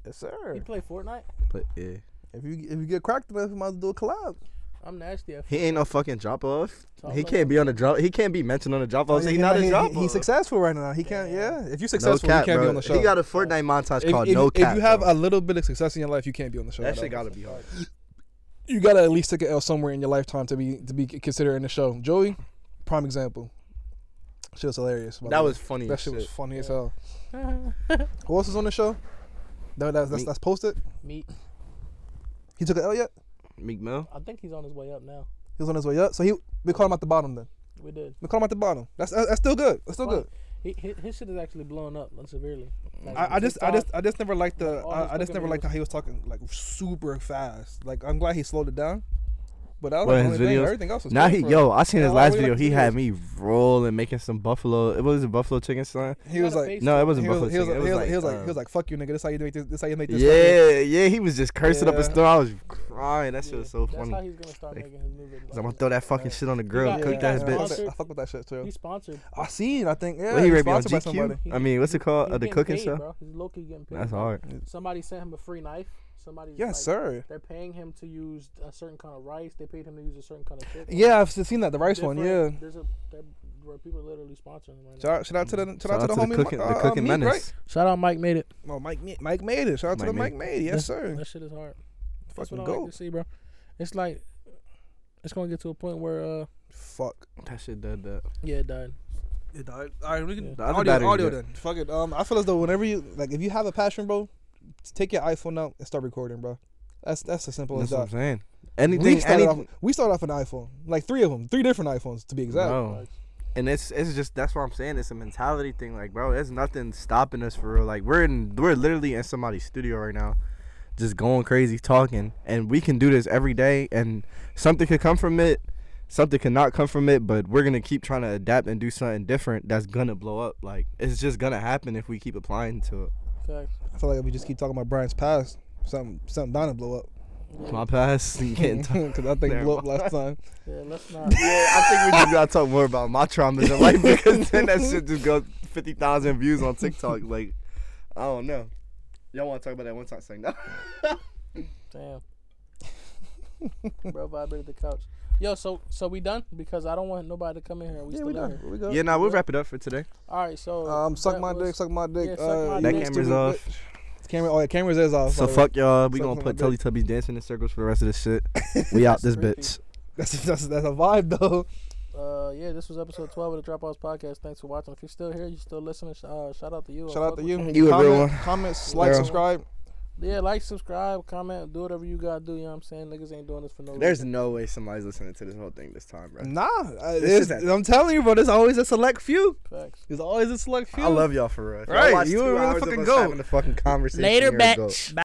[SPEAKER 5] yes
[SPEAKER 1] You
[SPEAKER 5] sir.
[SPEAKER 1] play Fortnite?
[SPEAKER 4] But yeah,
[SPEAKER 5] If you if you get cracked enough, you might as well do a collab.
[SPEAKER 1] I'm nasty. At
[SPEAKER 4] he ain't no fucking drop off.
[SPEAKER 1] Talk
[SPEAKER 4] He
[SPEAKER 1] about
[SPEAKER 4] can't be on the drop. He can't be mentioned on the drop off. Oh,
[SPEAKER 5] Yeah,
[SPEAKER 4] so he
[SPEAKER 5] he-
[SPEAKER 4] not
[SPEAKER 5] he-
[SPEAKER 4] a
[SPEAKER 5] he-
[SPEAKER 4] drop
[SPEAKER 5] He's
[SPEAKER 4] off.
[SPEAKER 5] successful right now. He can't. Yeah, if you're
[SPEAKER 4] No
[SPEAKER 5] successful,
[SPEAKER 4] cap,
[SPEAKER 5] you can't
[SPEAKER 4] bro.
[SPEAKER 5] be on the show.
[SPEAKER 4] He got a Fortnite montage
[SPEAKER 5] if,
[SPEAKER 4] called
[SPEAKER 5] if-
[SPEAKER 4] No
[SPEAKER 5] if
[SPEAKER 4] Cap.
[SPEAKER 5] you have
[SPEAKER 4] bro.
[SPEAKER 5] a little bit of success in your life, you can't be on the show.
[SPEAKER 4] that
[SPEAKER 5] at
[SPEAKER 4] shit
[SPEAKER 5] all.
[SPEAKER 4] gotta be hard.
[SPEAKER 5] you gotta at least take an L somewhere in your lifetime to be to be considered in the show. Joey, prime example. Shit was hilarious. by the
[SPEAKER 4] That
[SPEAKER 5] way.
[SPEAKER 4] was funny.
[SPEAKER 5] that
[SPEAKER 4] as
[SPEAKER 5] shit was
[SPEAKER 4] shit.
[SPEAKER 5] funny as hell. Who else is on the show? That, that's, that's,
[SPEAKER 4] Me.
[SPEAKER 5] that's posted.
[SPEAKER 1] Meat.
[SPEAKER 5] He took an L yet?
[SPEAKER 4] Meek Mill.
[SPEAKER 1] I think he's on his way up now.
[SPEAKER 5] He was on his way up. So he we call him at the bottom then.
[SPEAKER 1] We did.
[SPEAKER 5] We call him at the bottom. That's that's that's still good. That's still
[SPEAKER 1] Like,
[SPEAKER 5] good.
[SPEAKER 1] He, hi- his shit is actually blowing up like, severely. Like,
[SPEAKER 5] I, I just I
[SPEAKER 1] TikTok-
[SPEAKER 5] just I just never liked the
[SPEAKER 1] all his
[SPEAKER 5] I, I just
[SPEAKER 1] fucking
[SPEAKER 5] never liked
[SPEAKER 1] videos.
[SPEAKER 5] how he was talking like super fast. Like I'm glad he slowed it down. But I was
[SPEAKER 4] Well,
[SPEAKER 5] like,
[SPEAKER 4] his
[SPEAKER 5] only thing,
[SPEAKER 4] videos-
[SPEAKER 5] everything else was
[SPEAKER 4] Now
[SPEAKER 5] good
[SPEAKER 4] he
[SPEAKER 5] for
[SPEAKER 4] yo, I seen
[SPEAKER 5] Yeah,
[SPEAKER 4] his
[SPEAKER 5] I
[SPEAKER 4] last
[SPEAKER 5] really
[SPEAKER 4] video.
[SPEAKER 5] like
[SPEAKER 4] he
[SPEAKER 5] the
[SPEAKER 4] had me rolling, making some buffalo. It was a buffalo chicken sign.
[SPEAKER 5] him. He was
[SPEAKER 1] got a
[SPEAKER 5] like
[SPEAKER 1] face
[SPEAKER 4] No,
[SPEAKER 1] to
[SPEAKER 4] it wasn't
[SPEAKER 5] he was,
[SPEAKER 4] buffalo
[SPEAKER 5] he was,
[SPEAKER 4] chicken.
[SPEAKER 5] he
[SPEAKER 4] it
[SPEAKER 5] was,
[SPEAKER 4] was
[SPEAKER 5] he was like,
[SPEAKER 4] um,
[SPEAKER 5] he was like, fuck you, nigga. This how you make this. This how you make this. money."
[SPEAKER 4] yeah, yeah. He was just cursing up a
[SPEAKER 5] Yeah.
[SPEAKER 4] storm. I was crying. That
[SPEAKER 1] yeah,
[SPEAKER 4] shit was so
[SPEAKER 1] That's how
[SPEAKER 4] funny.
[SPEAKER 1] he's gonna start
[SPEAKER 4] Like,
[SPEAKER 1] making his new videos.
[SPEAKER 4] I'm gonna throw that fucking shit on the grill,
[SPEAKER 1] got-
[SPEAKER 4] and
[SPEAKER 1] he
[SPEAKER 4] cook
[SPEAKER 1] got
[SPEAKER 4] that
[SPEAKER 5] I
[SPEAKER 4] bitch.
[SPEAKER 5] fuck with
[SPEAKER 1] sponsored.
[SPEAKER 5] that- I fuck with that shit too.
[SPEAKER 1] He's sponsored.
[SPEAKER 5] I seen. I think. Yeah,
[SPEAKER 4] what he
[SPEAKER 5] he's
[SPEAKER 4] rape on
[SPEAKER 5] sponsored by somebody.
[SPEAKER 4] GQ? I mean, what's it called?
[SPEAKER 1] He's
[SPEAKER 4] Uh, the
[SPEAKER 1] getting
[SPEAKER 4] cooking
[SPEAKER 1] paid,
[SPEAKER 4] show.
[SPEAKER 1] Bro. He's low key getting paid.
[SPEAKER 4] That's
[SPEAKER 1] bro.
[SPEAKER 4] hard.
[SPEAKER 1] Somebody sent him a free knife. Somebody.
[SPEAKER 5] Yes,
[SPEAKER 1] like,
[SPEAKER 5] sir.
[SPEAKER 1] They're paying him to use a certain kind of rice. They paid him to use a certain kind of chicken.
[SPEAKER 5] Yeah, I've seen that. The rice one. Yeah.
[SPEAKER 1] Different- There's a there where people are literally sponsoring him right
[SPEAKER 5] Shout out, shout out to the shout,
[SPEAKER 4] Shout
[SPEAKER 5] out to the, homie
[SPEAKER 4] cooking,
[SPEAKER 5] Mike,
[SPEAKER 4] the
[SPEAKER 5] uh,
[SPEAKER 4] cooking
[SPEAKER 5] Meek,
[SPEAKER 4] menace.
[SPEAKER 5] right?
[SPEAKER 1] Shout out, Mike made it.
[SPEAKER 5] Oh, Mike, Ma- Mike made it. Shout out to
[SPEAKER 4] Mike
[SPEAKER 5] the
[SPEAKER 4] made
[SPEAKER 5] Mike
[SPEAKER 4] it.
[SPEAKER 5] made it. Yes, sir.
[SPEAKER 1] That shit is hard. That's
[SPEAKER 5] Fucking
[SPEAKER 1] what I like
[SPEAKER 5] go.
[SPEAKER 1] to see, bro. It's like it's gonna get to a point where uh
[SPEAKER 5] Fuck.
[SPEAKER 4] That shit did that.
[SPEAKER 1] yeah it died.
[SPEAKER 5] It died. All right, we can
[SPEAKER 1] Yeah.
[SPEAKER 4] The other battery
[SPEAKER 5] audio, audio
[SPEAKER 4] did.
[SPEAKER 5] then. Fuck it. Um, I feel as though whenever you like, if you have a passion, bro, t- take your iPhone out and start recording, bro. That's that's as simple
[SPEAKER 4] That's what I'm
[SPEAKER 5] as that.
[SPEAKER 4] saying.
[SPEAKER 5] We
[SPEAKER 4] Anything,
[SPEAKER 5] started, off,
[SPEAKER 4] anything.
[SPEAKER 5] we started off an iPhone, like three of them, three different iPhones to be exact.
[SPEAKER 4] Bro. And it's it's just that's what I'm saying. It's a mentality thing. Like, bro, there's nothing stopping us for real. Like, we're in we're literally in somebody's studio right now, just going crazy talking, and we can do this every day. And something could come from it, something could not come from it. But we're gonna keep trying to adapt and do something different. That's gonna blow up. Like, it's just gonna happen if we keep applying to it.
[SPEAKER 1] Facts.
[SPEAKER 5] I feel like if we just keep talking about Brian's past, something something down to blow up.
[SPEAKER 4] My past and getting. T-
[SPEAKER 5] Because I think it blew up last time.
[SPEAKER 1] Yeah, let's not
[SPEAKER 4] yeah, I think we just gotta talk more about my traumas in life because then that shit just got fifty thousand views on TikTok. Like, I don't know. Y'all want to talk about that one time thing? No.
[SPEAKER 1] damn. bro vibrated the couch. Yo, so so we done? Because I don't want nobody to come in here. We
[SPEAKER 5] Yeah,
[SPEAKER 1] still
[SPEAKER 5] we
[SPEAKER 1] we
[SPEAKER 5] done. We go.
[SPEAKER 4] Yeah, nah, we'll wrap it up for today.
[SPEAKER 1] Alright, so
[SPEAKER 5] Um, suck
[SPEAKER 1] that
[SPEAKER 5] my
[SPEAKER 1] was-
[SPEAKER 5] dick, suck my dick.
[SPEAKER 1] yeah, suck
[SPEAKER 5] uh,
[SPEAKER 1] my
[SPEAKER 5] you
[SPEAKER 1] dick.
[SPEAKER 4] That
[SPEAKER 1] Next
[SPEAKER 5] stupid
[SPEAKER 4] camera's off.
[SPEAKER 5] bitch. Camera, oh, yeah, camera's is off.
[SPEAKER 4] So
[SPEAKER 5] by the way.
[SPEAKER 4] fuck y'all. We
[SPEAKER 5] Suck
[SPEAKER 4] gonna
[SPEAKER 5] my
[SPEAKER 4] put
[SPEAKER 5] dick.
[SPEAKER 4] Teletubbies dancing in circles for the rest of this shit. We out this
[SPEAKER 1] Creepy.
[SPEAKER 4] bitch.
[SPEAKER 5] That's, that's that's a vibe though.
[SPEAKER 1] Uh, yeah, this was episode 12 of the Dropouts Podcast. Thanks for watching. If you're still here, you're still listening, sh- uh, shout out to you. I
[SPEAKER 5] Shout out
[SPEAKER 1] fuck
[SPEAKER 5] to
[SPEAKER 1] with
[SPEAKER 5] you.
[SPEAKER 4] You a real
[SPEAKER 5] Comment-
[SPEAKER 4] one.
[SPEAKER 5] Comments, like,
[SPEAKER 4] Girl.
[SPEAKER 5] subscribe.
[SPEAKER 1] Yeah, like, subscribe, comment, do whatever you gotta do. You know what I'm saying? Niggas ain't doing this for
[SPEAKER 5] Oh.
[SPEAKER 1] no
[SPEAKER 4] There's
[SPEAKER 1] reason.
[SPEAKER 4] no way somebody's listening to this whole thing this time, bro.
[SPEAKER 5] Nah, uh,
[SPEAKER 4] This is
[SPEAKER 5] it's-
[SPEAKER 4] a-
[SPEAKER 5] I'm telling you, bro. There's always a select few.
[SPEAKER 1] Facts.
[SPEAKER 5] There's always a select few.
[SPEAKER 4] I love y'all for real. If y'all
[SPEAKER 5] Right,
[SPEAKER 4] watch
[SPEAKER 5] you
[SPEAKER 4] two
[SPEAKER 5] a real
[SPEAKER 4] hours of
[SPEAKER 5] fucking
[SPEAKER 4] us
[SPEAKER 5] goat.
[SPEAKER 4] Having a fucking conversation. here, go.